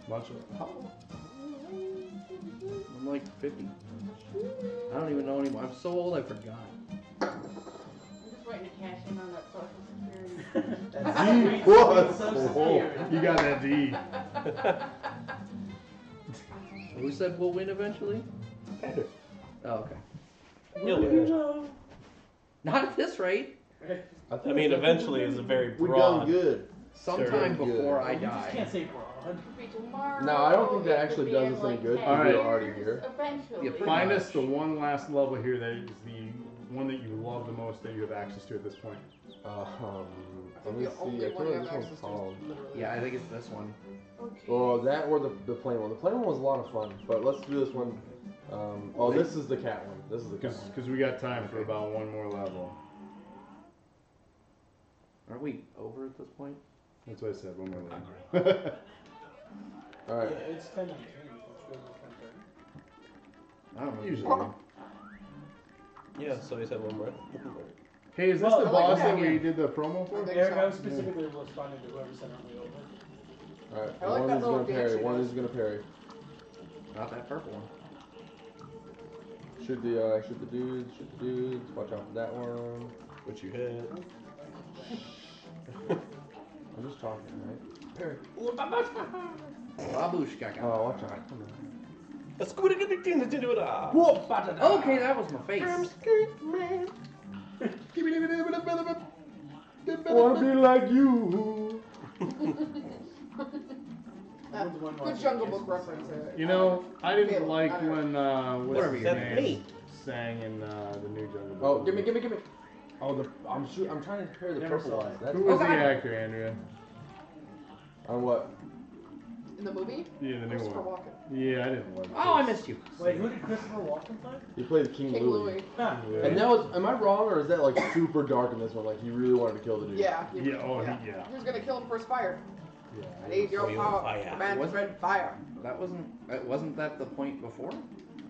Speaker 4: Much.
Speaker 1: I'm like 50. I don't even know anymore. I'm so old, I forgot.
Speaker 5: I'm just waiting to cash in on that social security.
Speaker 6: That's
Speaker 3: What?
Speaker 6: Social
Speaker 4: Oh,
Speaker 6: Security.
Speaker 4: you got that D.
Speaker 1: Who said we'll win eventually?
Speaker 4: Panda.
Speaker 1: Oh, okay.
Speaker 2: You'll
Speaker 6: You
Speaker 2: do
Speaker 6: know.
Speaker 1: Not at this rate.
Speaker 2: it. I mean, eventually is a very
Speaker 3: We got
Speaker 2: broad.
Speaker 3: good.
Speaker 1: Sometime
Speaker 3: Sure.
Speaker 1: before I
Speaker 6: You just
Speaker 1: die.
Speaker 6: can't say broad.
Speaker 5: Be tomorrow,
Speaker 3: No, I don't think that
Speaker 5: it could
Speaker 3: actually
Speaker 5: be
Speaker 3: does
Speaker 5: in
Speaker 3: us any
Speaker 5: like
Speaker 3: good,
Speaker 5: 10
Speaker 4: 'cause we're
Speaker 5: years,
Speaker 3: already here.
Speaker 5: Eventually.
Speaker 1: Yeah, pretty
Speaker 4: Find
Speaker 1: much.
Speaker 4: us the one last level here that is the one that you love the most that you have access to at this point.
Speaker 3: Um,
Speaker 7: I
Speaker 3: let
Speaker 7: think
Speaker 3: me
Speaker 7: the only
Speaker 3: see. I can't
Speaker 7: one
Speaker 3: remember
Speaker 7: I
Speaker 3: this
Speaker 7: have access
Speaker 3: one's
Speaker 7: to
Speaker 3: called.
Speaker 7: is literally.
Speaker 1: Yeah, I think it's this one.
Speaker 3: Well, that or the, the plane one. The plane one was a lot of fun, but let's do this one. Um, oh, this is the cat one. This is the cat one.
Speaker 4: Because we got time for about one more level.
Speaker 1: Aren't we over at this point?
Speaker 4: That's what I said, one more level.
Speaker 3: All
Speaker 6: Yeah,
Speaker 3: right.
Speaker 6: it's 10 19. It's really 10
Speaker 1: I don't know.
Speaker 4: Usually.
Speaker 2: Yeah, so he said one more.
Speaker 4: Hey, is this
Speaker 6: Well,
Speaker 4: the
Speaker 6: I
Speaker 7: like
Speaker 4: boss
Speaker 7: that
Speaker 4: that we
Speaker 7: game.
Speaker 4: did the promo for?
Speaker 7: Okay.
Speaker 6: Eric, I was specifically responding to whoever sent out the over.
Speaker 3: All right.
Speaker 7: I like
Speaker 3: one
Speaker 7: that
Speaker 3: is
Speaker 7: little
Speaker 3: gonna parry.
Speaker 7: dance she
Speaker 3: One
Speaker 7: does.
Speaker 3: is gonna parry.
Speaker 1: Not that purple one.
Speaker 3: Shoot the uh, shoot the dudes. Shoot the dudes. Watch out for that one.
Speaker 2: What you hit?
Speaker 3: I'm just talking, right?
Speaker 1: Babushka.
Speaker 3: Oh, watch out. Come on.
Speaker 2: Let's go to get the thing that you do it all.
Speaker 1: Okay, that was my face.
Speaker 3: I wanna be like you.
Speaker 6: When's the one
Speaker 5: Good
Speaker 6: last
Speaker 5: Jungle
Speaker 6: year?
Speaker 5: Book reference uh, there.
Speaker 4: You know, I didn't
Speaker 5: Caleb,
Speaker 4: like
Speaker 5: I don't know.
Speaker 4: when uh, what's
Speaker 1: Whatever
Speaker 4: his
Speaker 1: your
Speaker 4: name
Speaker 1: name is.
Speaker 4: sang in uh, the new Jungle
Speaker 3: Oh,
Speaker 4: Book.
Speaker 3: give me, give me, give me. Oh, the I'm shoot, I'm trying to compare the
Speaker 4: Never
Speaker 3: purple
Speaker 4: saw
Speaker 3: eyes. That's
Speaker 4: Who was
Speaker 5: Oh,
Speaker 4: the
Speaker 5: God.
Speaker 4: actor, Andrea?
Speaker 3: on what?
Speaker 5: In the movie?
Speaker 4: Yeah, the new
Speaker 5: Christopher
Speaker 4: one.
Speaker 5: Walken.
Speaker 4: Yeah, I didn't like.
Speaker 1: Oh, I
Speaker 4: this.
Speaker 1: missed you.
Speaker 6: Wait, who did Christopher Walken play?
Speaker 3: You played King,
Speaker 5: King
Speaker 3: Louis.
Speaker 5: Louis.
Speaker 6: Huh.
Speaker 4: Yeah.
Speaker 3: And that was, am I wrong or is that like super dark in this one? Like he really wanted to kill the dude.
Speaker 5: Yeah.
Speaker 4: Yeah, oh, he- yeah.
Speaker 5: Who's gonna kill him first fire?
Speaker 4: Yeah, I
Speaker 5: I need
Speaker 4: was-
Speaker 5: your
Speaker 1: Oh, you
Speaker 5: power.
Speaker 1: want fire.
Speaker 5: Man,
Speaker 1: What?
Speaker 5: red fire.
Speaker 1: That wasn't. That wasn't that the point before?
Speaker 4: yeah,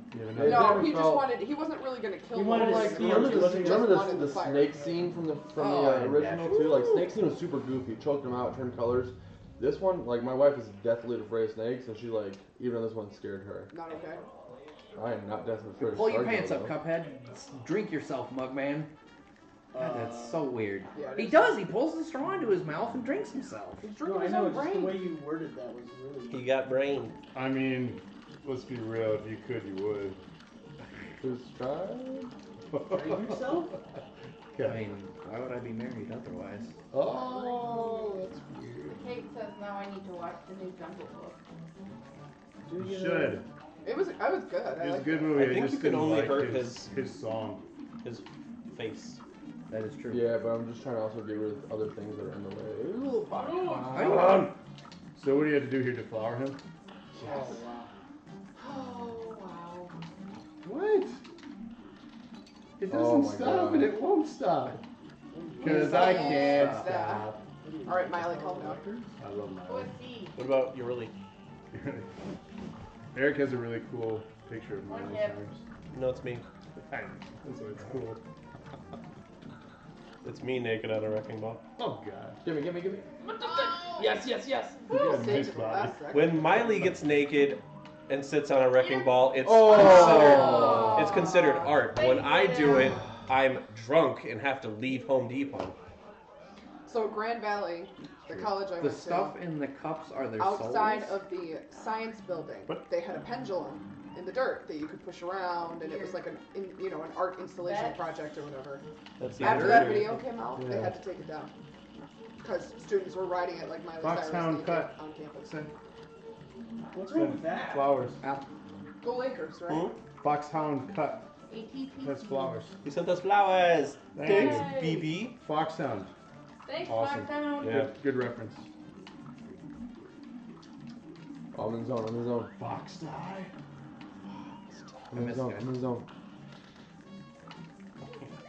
Speaker 4: but
Speaker 3: It
Speaker 5: No,
Speaker 3: never
Speaker 5: he just
Speaker 3: felt-
Speaker 5: wanted. He wasn't really gonna kill.
Speaker 6: He
Speaker 5: him.
Speaker 6: wanted to
Speaker 3: Like,
Speaker 6: see him.
Speaker 3: remember
Speaker 6: He
Speaker 3: the,
Speaker 6: wasn't
Speaker 3: remember
Speaker 5: just
Speaker 3: the,
Speaker 5: wanted
Speaker 3: the
Speaker 5: the fire.
Speaker 3: snake scene from the from
Speaker 1: Oh,
Speaker 3: the uh,
Speaker 1: yeah.
Speaker 3: original too? Like snake scene was super goofy. Choked him out, turned colors. This one, like my wife is deathly afraid of snakes, and she like even this one scared her.
Speaker 5: Not okay.
Speaker 3: I am not deathly afraid of
Speaker 1: Pull your
Speaker 3: Sharknado,
Speaker 1: pants up,
Speaker 3: though.
Speaker 1: Cuphead. S- Drink yourself, Mugman. God, that's so weird.
Speaker 5: Uh, Yeah, it
Speaker 1: He
Speaker 5: is.
Speaker 1: does. He pulls the straw into his mouth and drinks himself.
Speaker 5: He's drinking
Speaker 6: No, I
Speaker 5: his
Speaker 6: know.
Speaker 5: own
Speaker 6: Just the way
Speaker 5: brain.
Speaker 6: you worded that was really.
Speaker 9: He got brain.
Speaker 4: I mean, let's be real. If you could, you would.
Speaker 3: Who's
Speaker 6: Brain
Speaker 3: trying?
Speaker 6: yourself?
Speaker 1: I
Speaker 4: Okay.
Speaker 1: mean, why would I be married otherwise?
Speaker 3: Oh, that's weird.
Speaker 5: Kate says now I need to watch the new Jungle Book.
Speaker 6: Do
Speaker 4: You
Speaker 6: you-
Speaker 4: should.
Speaker 5: It was. I was good. I
Speaker 4: It was a
Speaker 5: liked
Speaker 4: good
Speaker 5: it.
Speaker 4: movie.
Speaker 9: I
Speaker 4: I,
Speaker 9: think you
Speaker 4: just
Speaker 9: can
Speaker 4: didn't
Speaker 9: only
Speaker 4: like
Speaker 9: hurt
Speaker 4: his, his song.
Speaker 9: His face.
Speaker 1: That is true.
Speaker 3: Yeah, but I'm just trying to also get rid of other things that are in the way. Ooh,
Speaker 1: I-
Speaker 4: So what do you have to do here? Deflower him?
Speaker 6: Oh, wow.
Speaker 5: Oh wow.
Speaker 4: What? It doesn't
Speaker 3: Oh my
Speaker 4: stop
Speaker 3: God.
Speaker 4: and it won't stop. Because I can't
Speaker 5: Stop.
Speaker 4: stop.
Speaker 5: All right, Miley, calm down.
Speaker 4: I love my
Speaker 5: he?
Speaker 9: What about you really?
Speaker 4: Eric has a really cool picture of Miley
Speaker 5: One hip.
Speaker 4: Cyrus.
Speaker 9: No, it's me.
Speaker 4: I know, That's why it's cool.
Speaker 9: It's me naked on a wrecking ball.
Speaker 4: Oh god.
Speaker 3: Gimme, gimme, gimme.
Speaker 9: Yes, yes, yes.
Speaker 5: Who
Speaker 4: Yeah,
Speaker 5: saved
Speaker 4: nice
Speaker 5: it for
Speaker 4: body.
Speaker 5: last second?
Speaker 9: When Miley gets naked and sits on a wrecking ball, it's
Speaker 3: Oh.
Speaker 9: considered it's considered art. When I do it, I'm drunk and have to leave Home Depot.
Speaker 5: So Grand Valley, the college I
Speaker 1: The
Speaker 5: went
Speaker 1: stuff in the cups are
Speaker 5: to,
Speaker 1: their
Speaker 5: outside
Speaker 1: souls.
Speaker 5: of the science building,
Speaker 4: What?
Speaker 5: they had a pendulum in the dirt that you could push around, and it was like an, in, you know, an art installation
Speaker 8: That's-
Speaker 5: project or whatever.
Speaker 9: That's
Speaker 5: After
Speaker 9: nerd.
Speaker 5: that video came out, they
Speaker 4: Yeah.
Speaker 5: had to take it down because students were riding it like Miley Cyrus
Speaker 4: Foxhound
Speaker 5: naked
Speaker 4: cut.
Speaker 5: on campus.
Speaker 6: What's wrong with that?
Speaker 4: Flowers.
Speaker 5: Go Lakers, right?
Speaker 9: Hmm?
Speaker 4: Foxhound cut.
Speaker 8: ATP.
Speaker 4: That's flowers.
Speaker 9: You sent us flowers.
Speaker 4: Thank
Speaker 9: Thanks,
Speaker 8: you.
Speaker 9: BB.
Speaker 4: Foxhound.
Speaker 8: Thanks,
Speaker 4: Awesome.
Speaker 8: Lockdown.
Speaker 9: Yeah.
Speaker 4: Good, good reference.
Speaker 3: I'm in the zone, I'm in the zone.
Speaker 4: Fox die.
Speaker 3: I'm in the
Speaker 1: missed
Speaker 3: zone,
Speaker 1: it.
Speaker 3: I'm in the zone.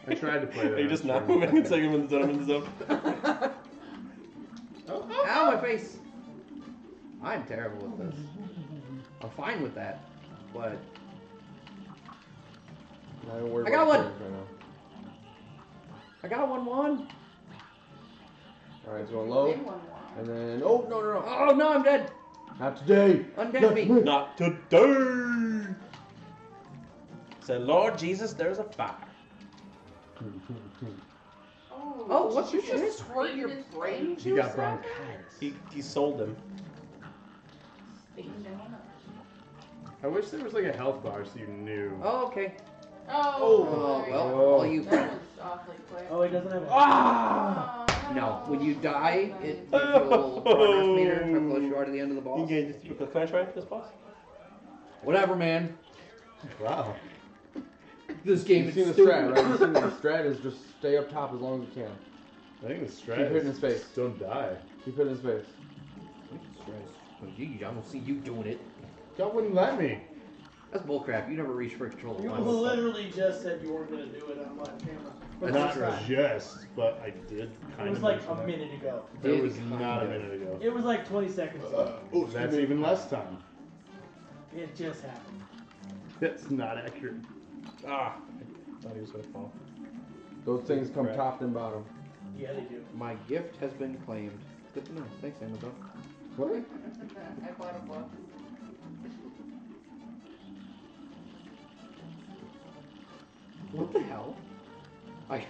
Speaker 4: I tried to play that.
Speaker 9: Are you just
Speaker 4: I
Speaker 9: not
Speaker 4: was trying-
Speaker 9: moving? It's like I'm in the zone. I'm in the zone.
Speaker 1: Ow, Oh, my face! I'm terrible with this. I'm fine with that, but
Speaker 3: Not even worried
Speaker 1: I got
Speaker 3: about
Speaker 1: one.
Speaker 3: things Right
Speaker 1: I got one one.
Speaker 3: now. Alright, it's going low.
Speaker 5: Name one more.
Speaker 3: And then, oh, no, no, no.
Speaker 1: Oh no, I'm dead.
Speaker 3: Not today.
Speaker 1: Undead
Speaker 3: Not
Speaker 1: me.
Speaker 3: today.
Speaker 9: Not today. Say, Lord Jesus, there's a fire.
Speaker 5: Oh,
Speaker 1: Oh, what
Speaker 5: did
Speaker 1: the
Speaker 5: you just
Speaker 1: shit?
Speaker 5: squirt your brain juice?
Speaker 4: You got
Speaker 5: out?
Speaker 4: bronchitis.
Speaker 9: He, he sold them.
Speaker 8: Speaking down.
Speaker 4: I wish there was like a health bar so you knew.
Speaker 1: Oh, okay.
Speaker 5: Oh,
Speaker 1: Oh
Speaker 5: my
Speaker 1: well,
Speaker 5: God.
Speaker 1: all you.
Speaker 8: That was awfully quick.
Speaker 6: Oh, he doesn't have. A-
Speaker 5: Oh,
Speaker 9: Ah!
Speaker 1: No, when you die, it, it
Speaker 9: Oh.
Speaker 1: will progress meter until close you are to the end of the
Speaker 9: You
Speaker 1: boss.
Speaker 9: guys just the Clash Royale, this boss?
Speaker 1: Whatever, man.
Speaker 4: Wow.
Speaker 1: This game
Speaker 3: You've
Speaker 1: is
Speaker 3: seen the
Speaker 1: stupid.
Speaker 3: strat, right? You've seen the strat is just stay up top as long as you can.
Speaker 4: I think the strat.
Speaker 3: Keep hitting
Speaker 4: is
Speaker 3: his face.
Speaker 4: Don't die.
Speaker 3: Keep it in his face.
Speaker 1: Gee, I don't see you doing it.
Speaker 4: God wouldn't let me.
Speaker 1: That's bullcrap. You never reach for control. of
Speaker 6: you
Speaker 1: mine.
Speaker 6: literally just said you weren't gonna do it on live camera. But
Speaker 4: not
Speaker 6: that's right.
Speaker 4: just, but I did kind of.
Speaker 6: It was like
Speaker 4: mention
Speaker 6: a
Speaker 4: that.
Speaker 6: minute ago.
Speaker 4: It
Speaker 1: Did
Speaker 4: was
Speaker 1: kind
Speaker 4: not a
Speaker 1: of.
Speaker 4: minute ago.
Speaker 6: It was like 20 seconds ago.
Speaker 4: Oh, that's even less time.
Speaker 6: It just happened.
Speaker 4: That's not accurate.
Speaker 9: Ah, I thought he was gonna fall.
Speaker 3: Those things come
Speaker 9: Right.
Speaker 3: top and bottom.
Speaker 6: Yeah, they do.
Speaker 1: My gift has been claimed. Good to know. Thanks, Amazon.
Speaker 3: What?
Speaker 5: I bought a book.
Speaker 1: What the hell? I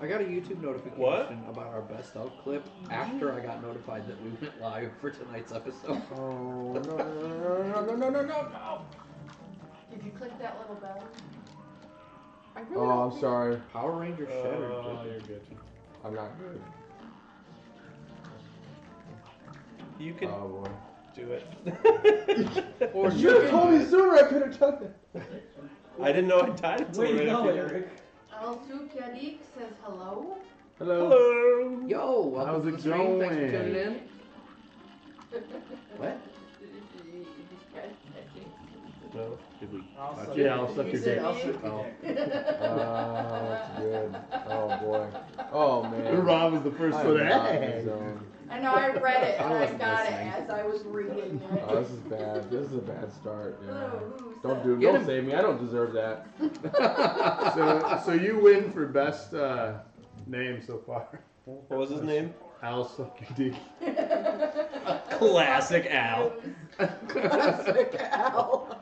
Speaker 1: I got a YouTube notification
Speaker 9: What?
Speaker 1: about our best of clip after I got notified that we went live for tonight's episode.
Speaker 3: Oh, no, no, no, no, no, no, no, no.
Speaker 8: Did you click that little bell?
Speaker 5: I really
Speaker 3: Oh,
Speaker 5: don't
Speaker 3: I'm
Speaker 5: think-
Speaker 3: sorry.
Speaker 1: Power Ranger
Speaker 2: Uh,
Speaker 1: Shattered.
Speaker 9: Oh,
Speaker 1: dude.
Speaker 9: you're good.
Speaker 3: I'm not good.
Speaker 9: You can
Speaker 3: Oh, boy.
Speaker 9: do it.
Speaker 1: Or
Speaker 3: You should have told me sooner. I could have done it.
Speaker 9: I didn't know I died until
Speaker 6: Way to
Speaker 9: right
Speaker 6: go,
Speaker 9: after you.
Speaker 6: Eric.
Speaker 8: Al Yadik says hello.
Speaker 3: Hello.
Speaker 9: Hello.
Speaker 1: Yo, welcome
Speaker 4: How's
Speaker 1: to
Speaker 4: it
Speaker 1: the stream. Thanks for tuning
Speaker 4: going?
Speaker 1: in. What?
Speaker 9: Well, did we?
Speaker 6: I'll
Speaker 9: touch
Speaker 6: suck
Speaker 9: it?
Speaker 4: Yeah, I'll suck
Speaker 8: You
Speaker 4: your
Speaker 8: said
Speaker 4: dick.
Speaker 8: I'll
Speaker 4: Oh.
Speaker 8: suck
Speaker 3: Oh, that's good. Oh boy. Oh man.
Speaker 4: Rob was the first
Speaker 3: I
Speaker 4: one.
Speaker 3: am not in the zone.
Speaker 5: I know, I read it and
Speaker 3: I
Speaker 5: I
Speaker 3: wasn't
Speaker 5: got it
Speaker 3: listening.
Speaker 5: as I was reading it.
Speaker 3: Oh, this is bad. This is a bad start. Yeah.
Speaker 8: Hello, who's
Speaker 3: Don't
Speaker 8: that?
Speaker 3: do.
Speaker 1: Get
Speaker 3: Don't
Speaker 1: him.
Speaker 3: save me. I don't deserve that.
Speaker 4: so, so you win for best uh, name so far.
Speaker 9: What was his name?
Speaker 4: Al suck your dick.
Speaker 9: Classic Al.
Speaker 7: Classic Al.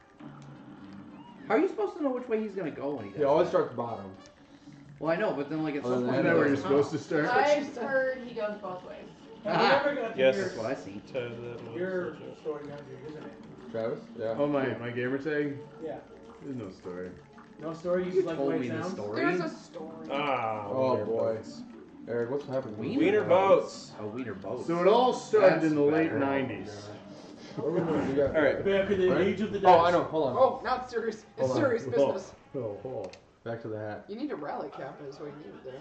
Speaker 1: How are you supposed to know which way he's gonna go when he does?
Speaker 3: You always
Speaker 1: that?
Speaker 3: start at the bottom.
Speaker 1: Well, I know, but then like at
Speaker 3: Other
Speaker 1: some
Speaker 3: than
Speaker 1: point,
Speaker 4: Isn't
Speaker 3: that,
Speaker 4: that where
Speaker 3: it
Speaker 4: you're
Speaker 3: doesn't
Speaker 4: supposed to start?
Speaker 8: I've heard he goes both ways.
Speaker 6: Have you ever got
Speaker 9: Yes.
Speaker 1: That's what I see.
Speaker 9: To the-
Speaker 6: your, your story down to your username?
Speaker 3: Travis. Yeah.
Speaker 4: Oh my, my gamer tag.
Speaker 6: Yeah.
Speaker 4: There's no story.
Speaker 6: No story? You,
Speaker 1: You
Speaker 6: just like the way
Speaker 1: told
Speaker 6: it
Speaker 1: me the
Speaker 6: sounds?
Speaker 1: story.
Speaker 5: There's a story.
Speaker 2: Uh.
Speaker 9: Ah.
Speaker 3: Oh,
Speaker 9: wiener
Speaker 3: boy.
Speaker 9: boats.
Speaker 3: Eric, what's happening?
Speaker 1: Wiener
Speaker 9: Wiener boats.
Speaker 1: A wiener boat.
Speaker 4: So it all started
Speaker 1: That's
Speaker 4: in the late
Speaker 1: better.
Speaker 4: '90s.
Speaker 3: What are we doing? We got-
Speaker 9: All right.
Speaker 6: Back in the
Speaker 3: Right?
Speaker 6: age of the
Speaker 3: Oh,
Speaker 6: dice.
Speaker 3: I know. Hold on.
Speaker 7: Oh, now it's serious. It's
Speaker 3: Hold on.
Speaker 7: serious business.
Speaker 4: Oh, oh.
Speaker 3: Back to the hat.
Speaker 7: You need a rally cap, is what you need there.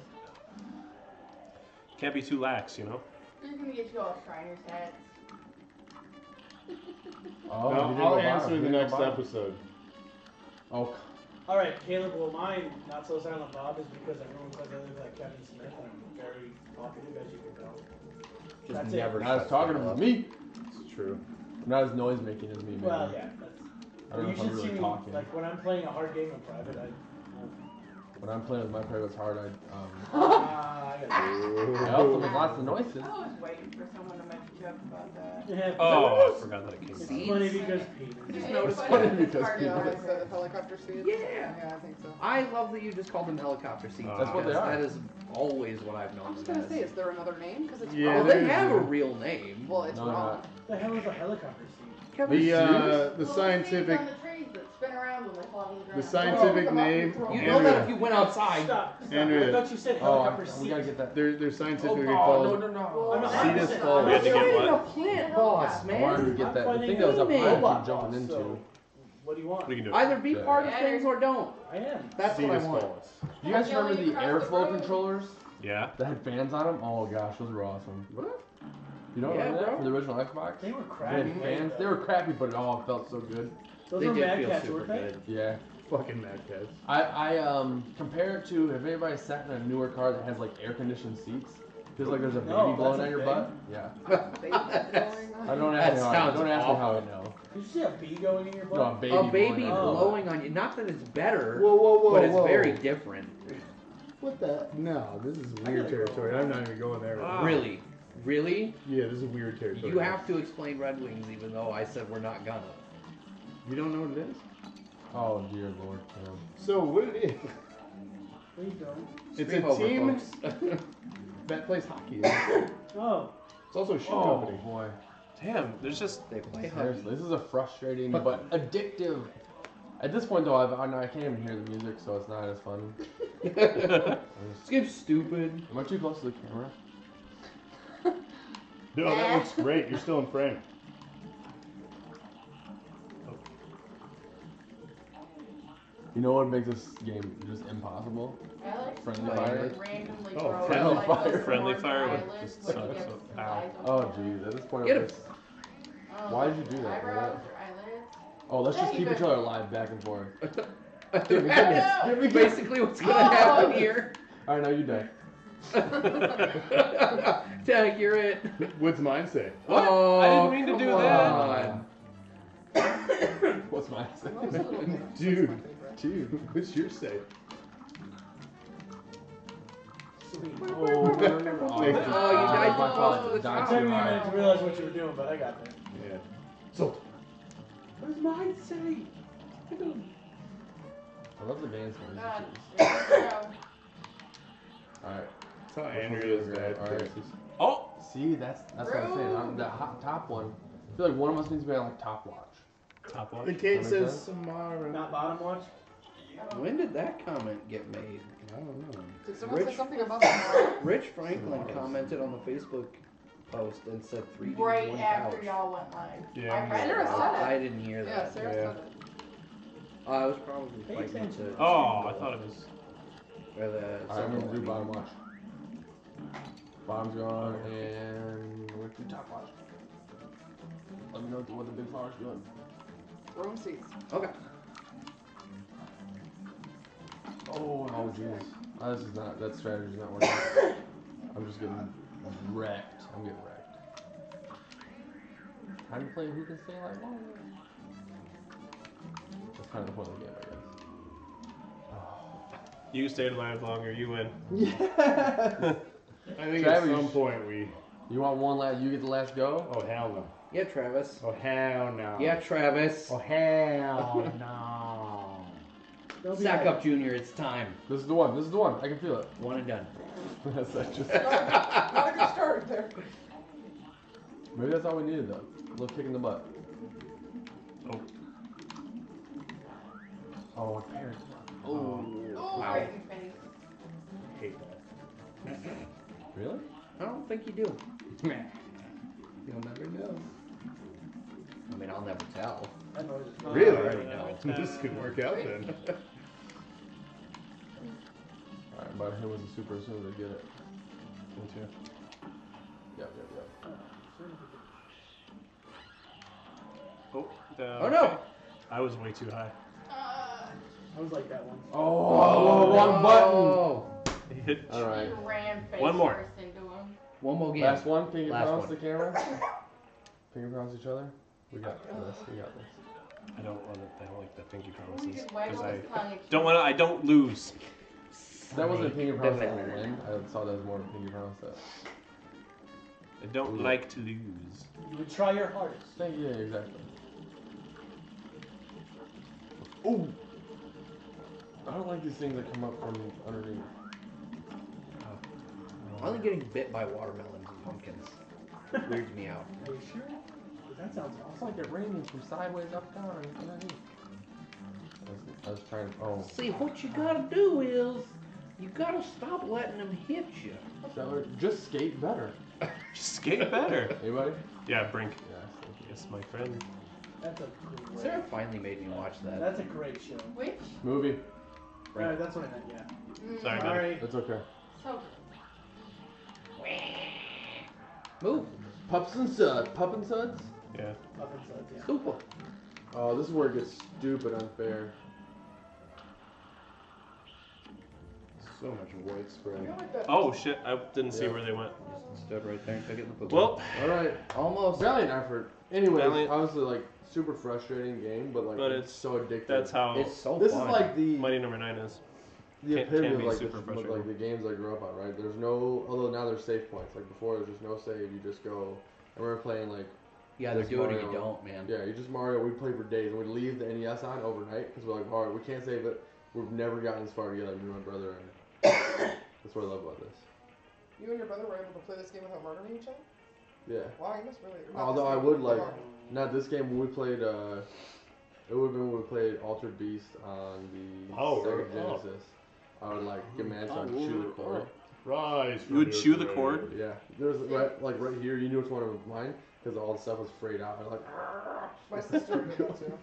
Speaker 9: Can't be too lax, you know.
Speaker 8: They're gonna get you all Shriners hats.
Speaker 3: Oh, you
Speaker 4: Now,
Speaker 3: didn't
Speaker 4: I'll
Speaker 3: go bottom.
Speaker 4: answer
Speaker 3: You
Speaker 4: the
Speaker 3: didn't go
Speaker 4: next
Speaker 3: bottom.
Speaker 4: episode.
Speaker 3: Oh, c-
Speaker 6: All right, Caleb. Well, mine not so silent Bob is because everyone says I look like Kevin Smith. and I'm very talkative, as you can tell.
Speaker 1: Just
Speaker 6: That's it.
Speaker 1: never.
Speaker 3: not as
Speaker 1: shut
Speaker 3: talkative
Speaker 1: up.
Speaker 3: as me.
Speaker 4: It's true.
Speaker 3: Not as noise making as me, man.
Speaker 6: Well, yeah. That's,
Speaker 3: I don't
Speaker 6: you
Speaker 3: know if
Speaker 6: should
Speaker 3: I'm
Speaker 6: see
Speaker 3: really
Speaker 6: me
Speaker 3: talking.
Speaker 6: like when I'm playing a hard game in private. I,
Speaker 3: When I'm playing with my private hard, I um.
Speaker 6: Ah, I
Speaker 3: Oh.
Speaker 6: gotta-
Speaker 3: I also make lots of noises.
Speaker 8: I was waiting for someone to make a joke about that.
Speaker 6: Yeah,
Speaker 9: Oh, I forgot that it came.
Speaker 6: It's
Speaker 9: From.
Speaker 1: See?
Speaker 6: funny because penis.
Speaker 8: Just
Speaker 1: noticed
Speaker 3: it because
Speaker 7: Yeah, what is that, the helicopter seat?
Speaker 1: Yeah.
Speaker 7: Yeah, I think so.
Speaker 1: I love that you just called them helicopter seats.
Speaker 9: That's
Speaker 3: what they
Speaker 1: because
Speaker 3: are.
Speaker 1: That is always what I've known.
Speaker 7: I was
Speaker 1: them
Speaker 7: gonna
Speaker 1: as.
Speaker 7: say, is there another name? Because it's
Speaker 4: Yeah,
Speaker 1: Well,
Speaker 7: wrong.
Speaker 1: they
Speaker 4: there's
Speaker 1: have a
Speaker 4: a-
Speaker 1: real name.
Speaker 7: Well, it's
Speaker 3: No,
Speaker 7: wrong.
Speaker 3: not.
Speaker 6: What the hell is a helicopter seat?
Speaker 1: Kevin,
Speaker 4: The uh,
Speaker 3: serious?
Speaker 4: the
Speaker 8: Well,
Speaker 4: scientific
Speaker 8: The trees on the trees that spin around when they fall to the ground.
Speaker 4: the scientific
Speaker 7: Oh, come on,
Speaker 4: name.
Speaker 7: you
Speaker 1: you
Speaker 4: and
Speaker 1: know
Speaker 4: the-
Speaker 1: that if you went outside.
Speaker 6: Stop. stop.
Speaker 4: Andrea.
Speaker 6: I thought you said
Speaker 3: Oh,
Speaker 6: helicopter
Speaker 3: I-
Speaker 6: seat.
Speaker 3: we gotta get that.
Speaker 4: They're, they're scientifically
Speaker 1: Oh,
Speaker 4: called.
Speaker 1: no, no, no.
Speaker 6: I'm
Speaker 4: See
Speaker 6: not
Speaker 4: this
Speaker 6: saying-
Speaker 4: fall.
Speaker 6: I'm
Speaker 9: We
Speaker 6: not
Speaker 9: had to
Speaker 6: saying-
Speaker 9: get
Speaker 1: a
Speaker 9: what?
Speaker 1: plant boss,
Speaker 3: I wanted to
Speaker 1: man.
Speaker 3: get that.
Speaker 6: I'm
Speaker 3: The
Speaker 6: fighting
Speaker 3: thing that was up
Speaker 1: you,
Speaker 3: high
Speaker 1: man.
Speaker 3: that you jumping
Speaker 6: So,
Speaker 3: into.
Speaker 6: What do you want?
Speaker 9: We can do it.
Speaker 1: Either be part of
Speaker 8: Yeah.
Speaker 1: things or don't.
Speaker 6: I am.
Speaker 1: That's
Speaker 4: See
Speaker 1: what I
Speaker 4: this
Speaker 1: want.
Speaker 4: fall.
Speaker 3: Do you guys
Speaker 8: Yelling
Speaker 3: remember the
Speaker 8: across the
Speaker 3: airflow
Speaker 8: road.
Speaker 3: controllers
Speaker 9: Yeah.
Speaker 3: that had fans on them? Oh gosh, those were awesome.
Speaker 4: What?
Speaker 3: You don't
Speaker 1: Yeah,
Speaker 3: remember that
Speaker 1: bro.
Speaker 3: for the original Xbox?
Speaker 6: They were
Speaker 3: They
Speaker 6: crappy.
Speaker 3: had fans. They were crappy, but it all felt so good.
Speaker 6: Those
Speaker 1: They
Speaker 6: were
Speaker 1: did
Speaker 6: mad
Speaker 1: feel
Speaker 6: cats,
Speaker 1: super
Speaker 6: weren't they?
Speaker 1: good.
Speaker 3: Yeah.
Speaker 4: Fucking mad cats.
Speaker 3: I, I um compare it to have anybody sat in a newer car that has like air conditioned seats? Feels like there's a baby
Speaker 6: No,
Speaker 3: blowing
Speaker 6: that's
Speaker 3: out
Speaker 6: a
Speaker 3: your
Speaker 6: thing.
Speaker 3: butt. Yeah. I don't ask
Speaker 4: That
Speaker 3: me how I,
Speaker 4: sounds
Speaker 3: don't ask me
Speaker 4: awful.
Speaker 3: how I know.
Speaker 6: Did you see a bee going in your butt?
Speaker 3: No, a baby.
Speaker 1: a baby
Speaker 3: blowing.
Speaker 6: out.
Speaker 1: blowing on you. Not that it's better,
Speaker 4: Oh. Whoa, whoa, whoa,
Speaker 1: but it's
Speaker 4: whoa.
Speaker 1: very different.
Speaker 4: What the? No, this is weird
Speaker 6: gotta go.
Speaker 4: territory. I'm not even going there.
Speaker 9: Ah.
Speaker 1: Really, really,
Speaker 4: Yeah, this is weird territory.
Speaker 1: you have to explain Red Wings, even though I said we're not gonna.
Speaker 4: You don't know what it is?
Speaker 3: Oh dear lord. no.
Speaker 4: So what it is?
Speaker 6: Please don't.
Speaker 4: It's
Speaker 1: Stream
Speaker 4: a
Speaker 1: over,
Speaker 4: team
Speaker 1: folks.
Speaker 4: that plays hockey. it's
Speaker 6: Oh,
Speaker 4: also a shoe
Speaker 9: Oh.
Speaker 4: company.
Speaker 3: Boy.
Speaker 9: Damn. There's just
Speaker 1: they play hockey.
Speaker 3: Seriously, this is a frustrating but, addictive. At this point though, I've, I, I can't even hear the music, so it's not as fun. I'm
Speaker 1: This
Speaker 3: just-
Speaker 1: game's stupid.
Speaker 3: am I too close to the camera?
Speaker 4: No, that looks great. You're still in frame.
Speaker 3: You know what makes this game just impossible?
Speaker 8: Alex
Speaker 3: Friendly
Speaker 8: like,
Speaker 3: fire?
Speaker 8: randomly
Speaker 4: Oh,
Speaker 8: throw
Speaker 4: friendly
Speaker 8: like
Speaker 3: fire.
Speaker 8: those
Speaker 9: Friendly
Speaker 8: horn
Speaker 9: fire would
Speaker 8: violets
Speaker 9: just
Speaker 8: when
Speaker 9: suck,
Speaker 8: you get
Speaker 9: so-
Speaker 8: some
Speaker 9: ow.
Speaker 8: eyes on
Speaker 3: Oh
Speaker 8: them.
Speaker 3: geez, at this point
Speaker 1: Get
Speaker 3: I'm
Speaker 1: him.
Speaker 3: just-
Speaker 8: Um,
Speaker 3: Why did you do that? Why
Speaker 8: Eyebrows or eyelids?
Speaker 3: Oh, let's just
Speaker 8: Hey,
Speaker 3: keep
Speaker 8: good.
Speaker 3: each other alive back and forth.
Speaker 1: That
Speaker 3: Give me goodness.
Speaker 1: is
Speaker 3: Give me goodness.
Speaker 1: basically what's gonna
Speaker 4: Ah.
Speaker 8: Oh.
Speaker 1: happen here.
Speaker 3: All right, now you die.
Speaker 1: Tag, you're it.
Speaker 4: What's mine say?
Speaker 9: What?
Speaker 1: Oh,
Speaker 9: I didn't mean to
Speaker 1: come
Speaker 9: do
Speaker 1: on.
Speaker 3: What's my
Speaker 4: Dude, dude, what's your say?
Speaker 6: sweet.
Speaker 3: Oh,
Speaker 1: Oh, you died
Speaker 8: Oh,
Speaker 1: from close to the
Speaker 3: died
Speaker 1: top.
Speaker 6: I took me a
Speaker 3: Alright.
Speaker 6: minute to realize what you were doing, but I got there.
Speaker 4: Yeah. So
Speaker 6: What does mine say?
Speaker 3: I love the dance moves.
Speaker 8: God. Yeah,
Speaker 3: All right.
Speaker 4: that's how Andrea's bad.
Speaker 3: All right.
Speaker 9: oh.
Speaker 3: See, that's that's what I'm saying. I'm the hot, top one. I feel like one of us needs to be on like top watch.
Speaker 9: Top
Speaker 4: The
Speaker 9: one.
Speaker 4: kid
Speaker 3: Wanna
Speaker 4: says Samara.
Speaker 6: Not bottom watch?
Speaker 1: When did that comment get made?
Speaker 4: I don't know.
Speaker 7: Did someone say
Speaker 1: Rich-
Speaker 7: something about that?
Speaker 1: Rich Franklin commented on the Facebook post and said three dudes,
Speaker 5: right
Speaker 1: one
Speaker 5: after
Speaker 1: couch.
Speaker 5: y'all went live.
Speaker 4: Yeah.
Speaker 5: I read
Speaker 8: Sarah
Speaker 5: it.
Speaker 8: said
Speaker 1: I didn't hear
Speaker 8: Yeah,
Speaker 1: that.
Speaker 8: Sarah
Speaker 4: Yeah.
Speaker 8: said it.
Speaker 1: Uh, I was probably
Speaker 7: Pay
Speaker 1: fighting
Speaker 7: attention.
Speaker 1: to.
Speaker 4: Oh, I thought it was.
Speaker 1: Or the
Speaker 3: All right, I'm gonna do bottom watch. Bottom's gone, and we're to top watch. Let me know what the big flower's doing.
Speaker 8: Room seats.
Speaker 1: Okay.
Speaker 3: Oh, oh, jeez. Oh, this is not. That strategy's not working. I'm just getting wrecked. I'm getting wrecked. Time to play Who Can Stay Alive Longer. That's kind of the point of the game, I guess.
Speaker 2: You stayed alive longer. You win.
Speaker 3: Yeah.
Speaker 4: I think
Speaker 3: Travis-
Speaker 4: at some point we.
Speaker 3: you want one last? You get the last go.
Speaker 4: Oh hell no.
Speaker 1: Yeah, Travis.
Speaker 4: Oh hell no.
Speaker 1: Yeah, Travis.
Speaker 4: Oh hell no.
Speaker 3: Don't be
Speaker 1: Sack
Speaker 3: mad.
Speaker 1: up, Junior. It's time.
Speaker 3: This is the one. This is the one. I can feel it.
Speaker 1: One and done.
Speaker 3: that's that's just.
Speaker 7: Not a good start there.
Speaker 3: Maybe that's all we needed though. A little kick in the butt.
Speaker 4: Oh.
Speaker 3: Oh, my parents.
Speaker 8: Oh,
Speaker 1: Wow.
Speaker 8: right in your face.
Speaker 4: Hate that.
Speaker 3: Really?
Speaker 1: I don't think you do. You'll never know. I mean, I'll never tell.
Speaker 6: That noise is
Speaker 4: Really?
Speaker 1: already
Speaker 6: know.
Speaker 4: this could work out then.
Speaker 3: Alright, but hit was a super as soon as I get it. Yep, yep, yep.
Speaker 2: Oh, the,
Speaker 1: Oh no!
Speaker 2: I was way too high.
Speaker 6: I
Speaker 5: Uh,
Speaker 6: was like that once.
Speaker 3: Oh, wrong button!
Speaker 2: He hit-
Speaker 3: Alright.
Speaker 8: You ran face
Speaker 2: One more.
Speaker 8: first into him.
Speaker 1: One more game.
Speaker 3: Last one, finger
Speaker 1: Last
Speaker 3: bounce
Speaker 1: one.
Speaker 3: the camera. Finger bounce each other. We got this, we got this.
Speaker 2: I don't want to. I don't like the thank you
Speaker 8: You
Speaker 2: promises
Speaker 8: can waggle
Speaker 2: because I
Speaker 8: his tongue. at
Speaker 2: don't
Speaker 8: you.
Speaker 2: want to. I don't lose.
Speaker 3: That wasn't a finger bounce that
Speaker 1: Definitely.
Speaker 3: win. I saw that as more of a finger bounce that.
Speaker 2: I don't like to lose.
Speaker 6: You would try your hardest.
Speaker 3: Thank you, yeah, exactly. Ooh! I don't like these things that come up from underneath.
Speaker 1: Only getting bit by watermelons and pumpkins weirds me out.
Speaker 6: Are you sure? That sounds
Speaker 3: It's
Speaker 6: awesome.
Speaker 3: like it raining from sideways up down and underneath. I was, I was trying to. Oh.
Speaker 1: See, what you gotta do is you gotta stop letting them hit you.
Speaker 3: Stellar, just skate better.
Speaker 2: Just skate better.
Speaker 3: Anybody?
Speaker 2: yeah, Brink.
Speaker 3: Yeah, thank you.
Speaker 2: Yes, my friend.
Speaker 6: That's a great.
Speaker 1: Sarah finally made me watch that.
Speaker 6: That's a great show.
Speaker 8: Which?
Speaker 3: Movie.
Speaker 1: Right.
Speaker 6: Right, that's what I meant. Yeah.
Speaker 8: Mm,
Speaker 2: Sorry, man.
Speaker 6: Sorry.
Speaker 3: That's okay.
Speaker 8: So
Speaker 1: Move.
Speaker 3: Pups and suds. Pup and suds?
Speaker 2: Yeah.
Speaker 6: Up and suds, yeah.
Speaker 1: Super.
Speaker 3: Oh, this is where it gets stupid unfair.
Speaker 4: So much white
Speaker 7: I
Speaker 4: spread.
Speaker 7: feel like that.
Speaker 2: Oh shit! I didn't see
Speaker 3: Yeah.
Speaker 2: where they went.
Speaker 1: Just stood right there and took it in the poop.
Speaker 2: Well,
Speaker 3: Alright.
Speaker 1: almost.
Speaker 3: Valiant effort. Anyway,
Speaker 2: Valiant-
Speaker 3: obviously, like, super frustrating game, but, like,
Speaker 2: But
Speaker 3: it's,
Speaker 2: it's-
Speaker 3: so addictive.
Speaker 2: that's how
Speaker 1: It's so
Speaker 3: This
Speaker 1: fun.
Speaker 3: is like the
Speaker 2: Mighty Number Nine is.
Speaker 3: the
Speaker 2: can-
Speaker 3: epitome
Speaker 2: can
Speaker 3: of
Speaker 2: be
Speaker 3: like,
Speaker 2: super
Speaker 3: the,
Speaker 2: frustrating.
Speaker 3: like the games I grew up on, right? There's no although now there's save points. Like before, there's just no save. You just go. I remember playing like
Speaker 1: yeah, they're
Speaker 3: this
Speaker 1: doing it. You
Speaker 3: Mario.
Speaker 1: don't, man.
Speaker 3: Yeah, you just Mario. We played for days, and we'd leave the NES on overnight because we're like, all right, we can't save it. We've never gotten this far together, me and my brother. And that's what I love about this.
Speaker 7: You and your brother were able to play this game without murdering each other?
Speaker 3: Yeah.
Speaker 7: Wow, you must really. you're not
Speaker 3: Although I would
Speaker 7: listening.
Speaker 3: like,
Speaker 7: Come
Speaker 3: not this game. When we played, uh, it would have been when we played Altered Beast on the
Speaker 4: Oh,
Speaker 3: Sega
Speaker 4: right. Oh.
Speaker 3: Genesis. I would like get mad, so
Speaker 2: Oh,
Speaker 3: I'd chew the cord.
Speaker 4: Rise.
Speaker 2: You would
Speaker 4: from
Speaker 2: chew
Speaker 4: your
Speaker 2: the
Speaker 4: grave.
Speaker 2: cord?
Speaker 3: Yeah, there's right, like right here. You knew which one was mine because all the stuff was frayed out. I was like, "Ah."
Speaker 7: on. My sister would do that too.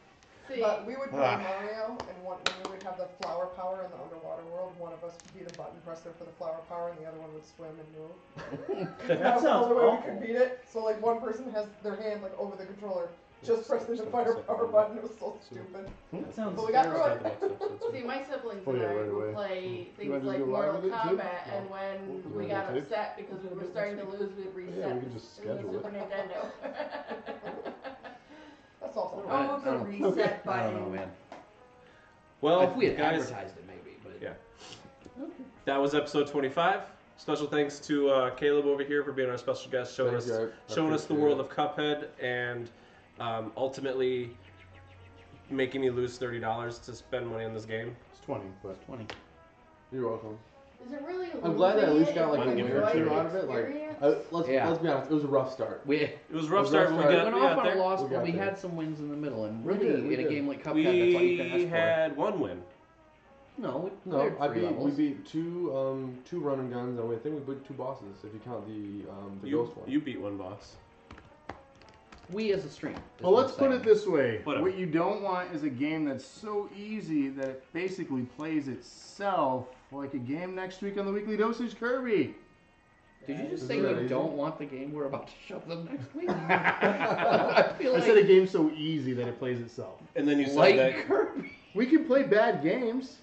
Speaker 8: see,
Speaker 7: But we would play
Speaker 4: Ah.
Speaker 7: Mario, and one, when we would have the flower power in the underwater world, one of us would be the button presser for the flower power, and the other one would swim and move.
Speaker 6: That
Speaker 7: That was the
Speaker 6: sounds
Speaker 7: only way we
Speaker 6: awful.
Speaker 7: could beat it. So like one person has their hand like over the controller, just pressing the
Speaker 2: stop,
Speaker 7: fire
Speaker 2: stop,
Speaker 7: power
Speaker 2: stop.
Speaker 7: button. It was so stupid.
Speaker 6: That sounds
Speaker 7: But we got
Speaker 6: terrible.
Speaker 7: through it.
Speaker 8: see, my siblings
Speaker 4: Oh,
Speaker 8: and
Speaker 4: yeah,
Speaker 8: I
Speaker 4: right away.
Speaker 8: would play things
Speaker 4: wanna do
Speaker 8: like
Speaker 4: live
Speaker 8: Mortal
Speaker 4: with it, too?
Speaker 8: Kombat,
Speaker 4: No.
Speaker 8: and
Speaker 4: You
Speaker 8: when
Speaker 4: wanna
Speaker 8: we
Speaker 4: do
Speaker 8: got
Speaker 4: it, too?
Speaker 8: upset because we were starting to lose, we'd
Speaker 4: Yeah,
Speaker 8: reset
Speaker 4: we can just
Speaker 8: in the
Speaker 4: schedule
Speaker 8: Super
Speaker 4: it.
Speaker 8: Nintendo.
Speaker 7: That's awesome.
Speaker 1: I
Speaker 8: oh,
Speaker 1: don't-
Speaker 8: the
Speaker 1: I don't-
Speaker 8: reset
Speaker 1: I don't
Speaker 8: button.
Speaker 1: know, man.
Speaker 2: Well,
Speaker 1: if we had
Speaker 2: guys,
Speaker 1: advertised it, maybe. But
Speaker 2: Yeah. that was episode 25. Special thanks to uh, Caleb over here for being our special guest, showing
Speaker 3: Thank
Speaker 2: us
Speaker 3: you, I- I
Speaker 2: showing us the
Speaker 3: appreciate
Speaker 2: world
Speaker 3: it.
Speaker 2: of Cuphead, and um, ultimately making me lose thirty dollars to spend money on this game.
Speaker 4: It's 20, but.
Speaker 1: twenty.
Speaker 3: You're welcome.
Speaker 8: Is it really?
Speaker 3: I'm glad I at least got like a win
Speaker 2: One game
Speaker 3: or
Speaker 2: for
Speaker 3: two
Speaker 2: free.
Speaker 3: out of it. Like, I, let's
Speaker 1: Yeah.
Speaker 3: let's be honest, it was a rough start.
Speaker 1: We
Speaker 2: It was a
Speaker 3: It
Speaker 2: rough
Speaker 3: was a
Speaker 2: start.
Speaker 3: rough
Speaker 2: when
Speaker 3: start.
Speaker 2: We
Speaker 1: it
Speaker 2: got,
Speaker 1: went
Speaker 2: we
Speaker 1: off
Speaker 2: got
Speaker 1: on a
Speaker 2: there.
Speaker 1: loss,
Speaker 3: We
Speaker 1: but
Speaker 3: got
Speaker 1: we
Speaker 3: there.
Speaker 1: had some wins in the middle, and
Speaker 3: We
Speaker 1: really,
Speaker 3: did, we
Speaker 1: in a
Speaker 3: did.
Speaker 1: game like Cuphead, that's all you
Speaker 2: we
Speaker 1: can ask for.
Speaker 2: had one win.
Speaker 1: No, we
Speaker 3: No,
Speaker 1: cleared
Speaker 3: I
Speaker 1: three
Speaker 3: beat, we
Speaker 1: levels.
Speaker 3: beat two um, two run and guns, and we, I think we beat two bosses if you count the um, the
Speaker 2: You,
Speaker 3: ghost one.
Speaker 2: you beat one boss.
Speaker 1: We as a stream. is
Speaker 4: Well,
Speaker 1: what
Speaker 4: let's
Speaker 1: I'm
Speaker 4: put
Speaker 1: saying.
Speaker 4: it this way:
Speaker 2: Whatever.
Speaker 4: what you don't want is a game that's so easy that it basically plays itself, like a game next week on the weekly dosage Kirby.
Speaker 1: Did you just
Speaker 3: Is
Speaker 1: say
Speaker 3: that
Speaker 1: you
Speaker 3: easy?
Speaker 1: don't want the game we're about to shove them next week? I feel
Speaker 4: I
Speaker 1: like,
Speaker 4: said a game so easy that it plays itself.
Speaker 2: And then you said
Speaker 1: like
Speaker 2: that
Speaker 1: Kirby.
Speaker 4: We can play bad games.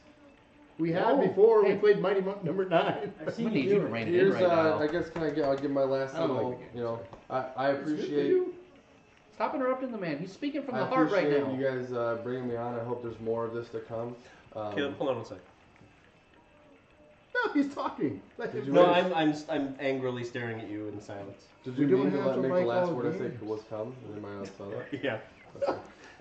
Speaker 4: We had
Speaker 1: No.
Speaker 4: before.
Speaker 1: Hey.
Speaker 4: We played Mighty Mo- Number Nine.
Speaker 6: I've
Speaker 1: I'm
Speaker 6: seen
Speaker 1: gonna need
Speaker 6: you
Speaker 1: you
Speaker 6: do
Speaker 1: to
Speaker 6: it.
Speaker 1: rein it in
Speaker 3: Here's
Speaker 1: right
Speaker 3: uh,
Speaker 1: now.
Speaker 3: I guess can I get I'll give my last
Speaker 1: I don't
Speaker 3: little
Speaker 1: like the game,
Speaker 3: you know I, I appreciate
Speaker 1: Stop interrupting the man. He's speaking from
Speaker 3: I
Speaker 1: the heart right
Speaker 3: appreciate
Speaker 1: now.
Speaker 3: you guys uh, bringing me on. I hope there's more of this to come. Um,
Speaker 2: Caleb, hold on one sec.
Speaker 4: No, he's talking. Let
Speaker 3: Did
Speaker 4: him
Speaker 3: you
Speaker 4: finish.
Speaker 2: No, I'm, I'm, I'm angrily staring at you in silence.
Speaker 3: Did
Speaker 4: We
Speaker 3: you
Speaker 4: don't
Speaker 3: mean to
Speaker 4: have
Speaker 3: let
Speaker 4: to
Speaker 3: make the
Speaker 4: like
Speaker 3: last
Speaker 4: all
Speaker 3: word I say
Speaker 4: games.
Speaker 3: was come? And then my last spell it?
Speaker 2: Yeah.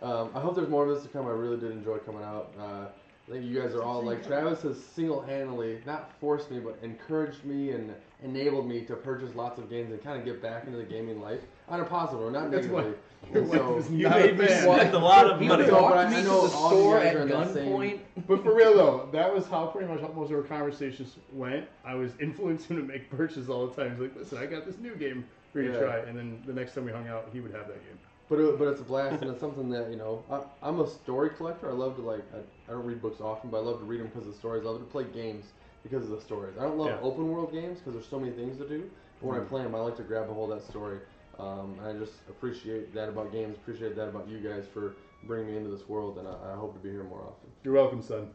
Speaker 3: Um, I hope there's more of this to come. I really did enjoy coming out. Uh, I think you guys are all like Travis has single-handedly not forced me, but encouraged me and enabled me to purchase lots of games and kind of get back into the gaming life on a positive, note, not
Speaker 4: That's why
Speaker 3: negatively.
Speaker 4: Your
Speaker 3: And
Speaker 4: wife
Speaker 3: so-
Speaker 4: is
Speaker 2: You
Speaker 4: not a
Speaker 2: made me
Speaker 4: fan.
Speaker 2: spend a lot of
Speaker 1: He
Speaker 2: money.
Speaker 3: No, but I-
Speaker 1: walked
Speaker 3: I
Speaker 1: me to
Speaker 3: know
Speaker 1: the
Speaker 3: all you
Speaker 1: store
Speaker 3: guys
Speaker 1: at
Speaker 3: are in that same-
Speaker 1: gunpoint.
Speaker 4: But for real though, that was how pretty much most of our conversations went. I was influencing him to make purchases all the time. He's like, "Listen, I got this new game for you to
Speaker 3: Yeah.
Speaker 4: try," and then the next time we hung out, he would have that game.
Speaker 3: But it, but it's a blast, and it's something that you know. I, I'm a story collector. I love to like. I, I don't read books often, but I love to read them because of the stories. I love to play games because of the stories. I don't love
Speaker 4: Yeah.
Speaker 3: open world games because there's so many things to do. But when I play them, I like to grab a hold of that story. Um, and I just appreciate that about games. Appreciate that about you guys for bringing me into this world, and I, I hope to be here more often.
Speaker 4: You're welcome, son.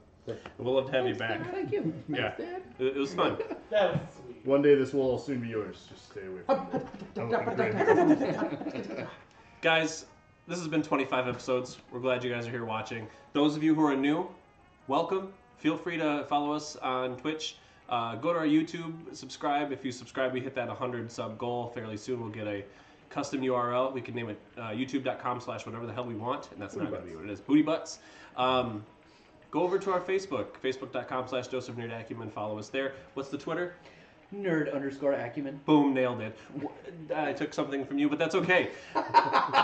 Speaker 2: We'll love to have you
Speaker 1: Thanks,
Speaker 2: back.
Speaker 1: Dad. Thank you.
Speaker 2: Yeah.
Speaker 1: Thanks, Dad.
Speaker 2: It, it was fun.
Speaker 6: That was sweet.
Speaker 4: One day this will all soon be yours. Just stay away from me. I'm looking great.
Speaker 2: guys, this has been 25 episodes. We're glad you guys are here watching. Those of you who are new, welcome. Feel free to follow us on Twitch. Uh, go to our YouTube, subscribe. If you subscribe, we hit that 100 sub goal fairly soon. We'll get a custom URL. We can name it uh, youtube.com slash whatever the hell we want, and that's not going to be what it is. Booty butts. Um, go over to our Facebook, facebook.com slash Joseph Nerd Acumen. Follow us there. What's the Twitter?
Speaker 1: Nerd underscore acumen.
Speaker 2: Boom, nailed it. W- I took something from you, but that's okay.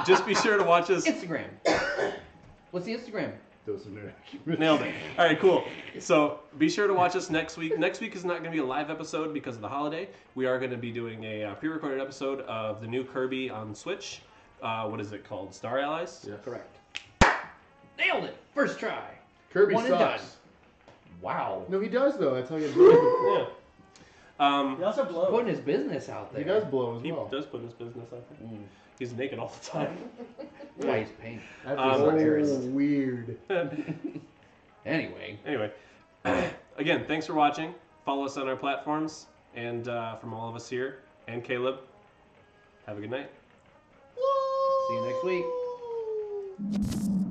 Speaker 2: Just be sure to watch us.
Speaker 1: Instagram. What's the Instagram?
Speaker 4: Dose of nerd.
Speaker 2: Nailed it. All right, cool. So be sure to watch us next week. Next week is not going to be a live episode because of the holiday. We are going to be doing a uh, pre-recorded episode of the new Kirby on Switch. Uh, what is it called? Star Allies.
Speaker 3: Yes.
Speaker 1: Correct. Nailed it. First try.
Speaker 4: Kirby
Speaker 1: One and
Speaker 4: sucks.
Speaker 1: Wow.
Speaker 4: No, he does though.
Speaker 3: Oh,
Speaker 4: That's how you do
Speaker 2: Yeah. Um,
Speaker 6: He also blows.
Speaker 1: Putting his business out
Speaker 4: it.
Speaker 1: there.
Speaker 4: He does blow as
Speaker 2: he
Speaker 4: well. Mm.
Speaker 2: does put his business out there. He's naked all the time.
Speaker 1: Why he's pink.
Speaker 3: After
Speaker 2: Um,
Speaker 3: such-
Speaker 4: Oh, weird.
Speaker 1: Anyway.
Speaker 2: anyway, again, thanks for watching. Follow us on our platforms, and uh, from all of us here and Caleb, have a good night.
Speaker 1: See you next week.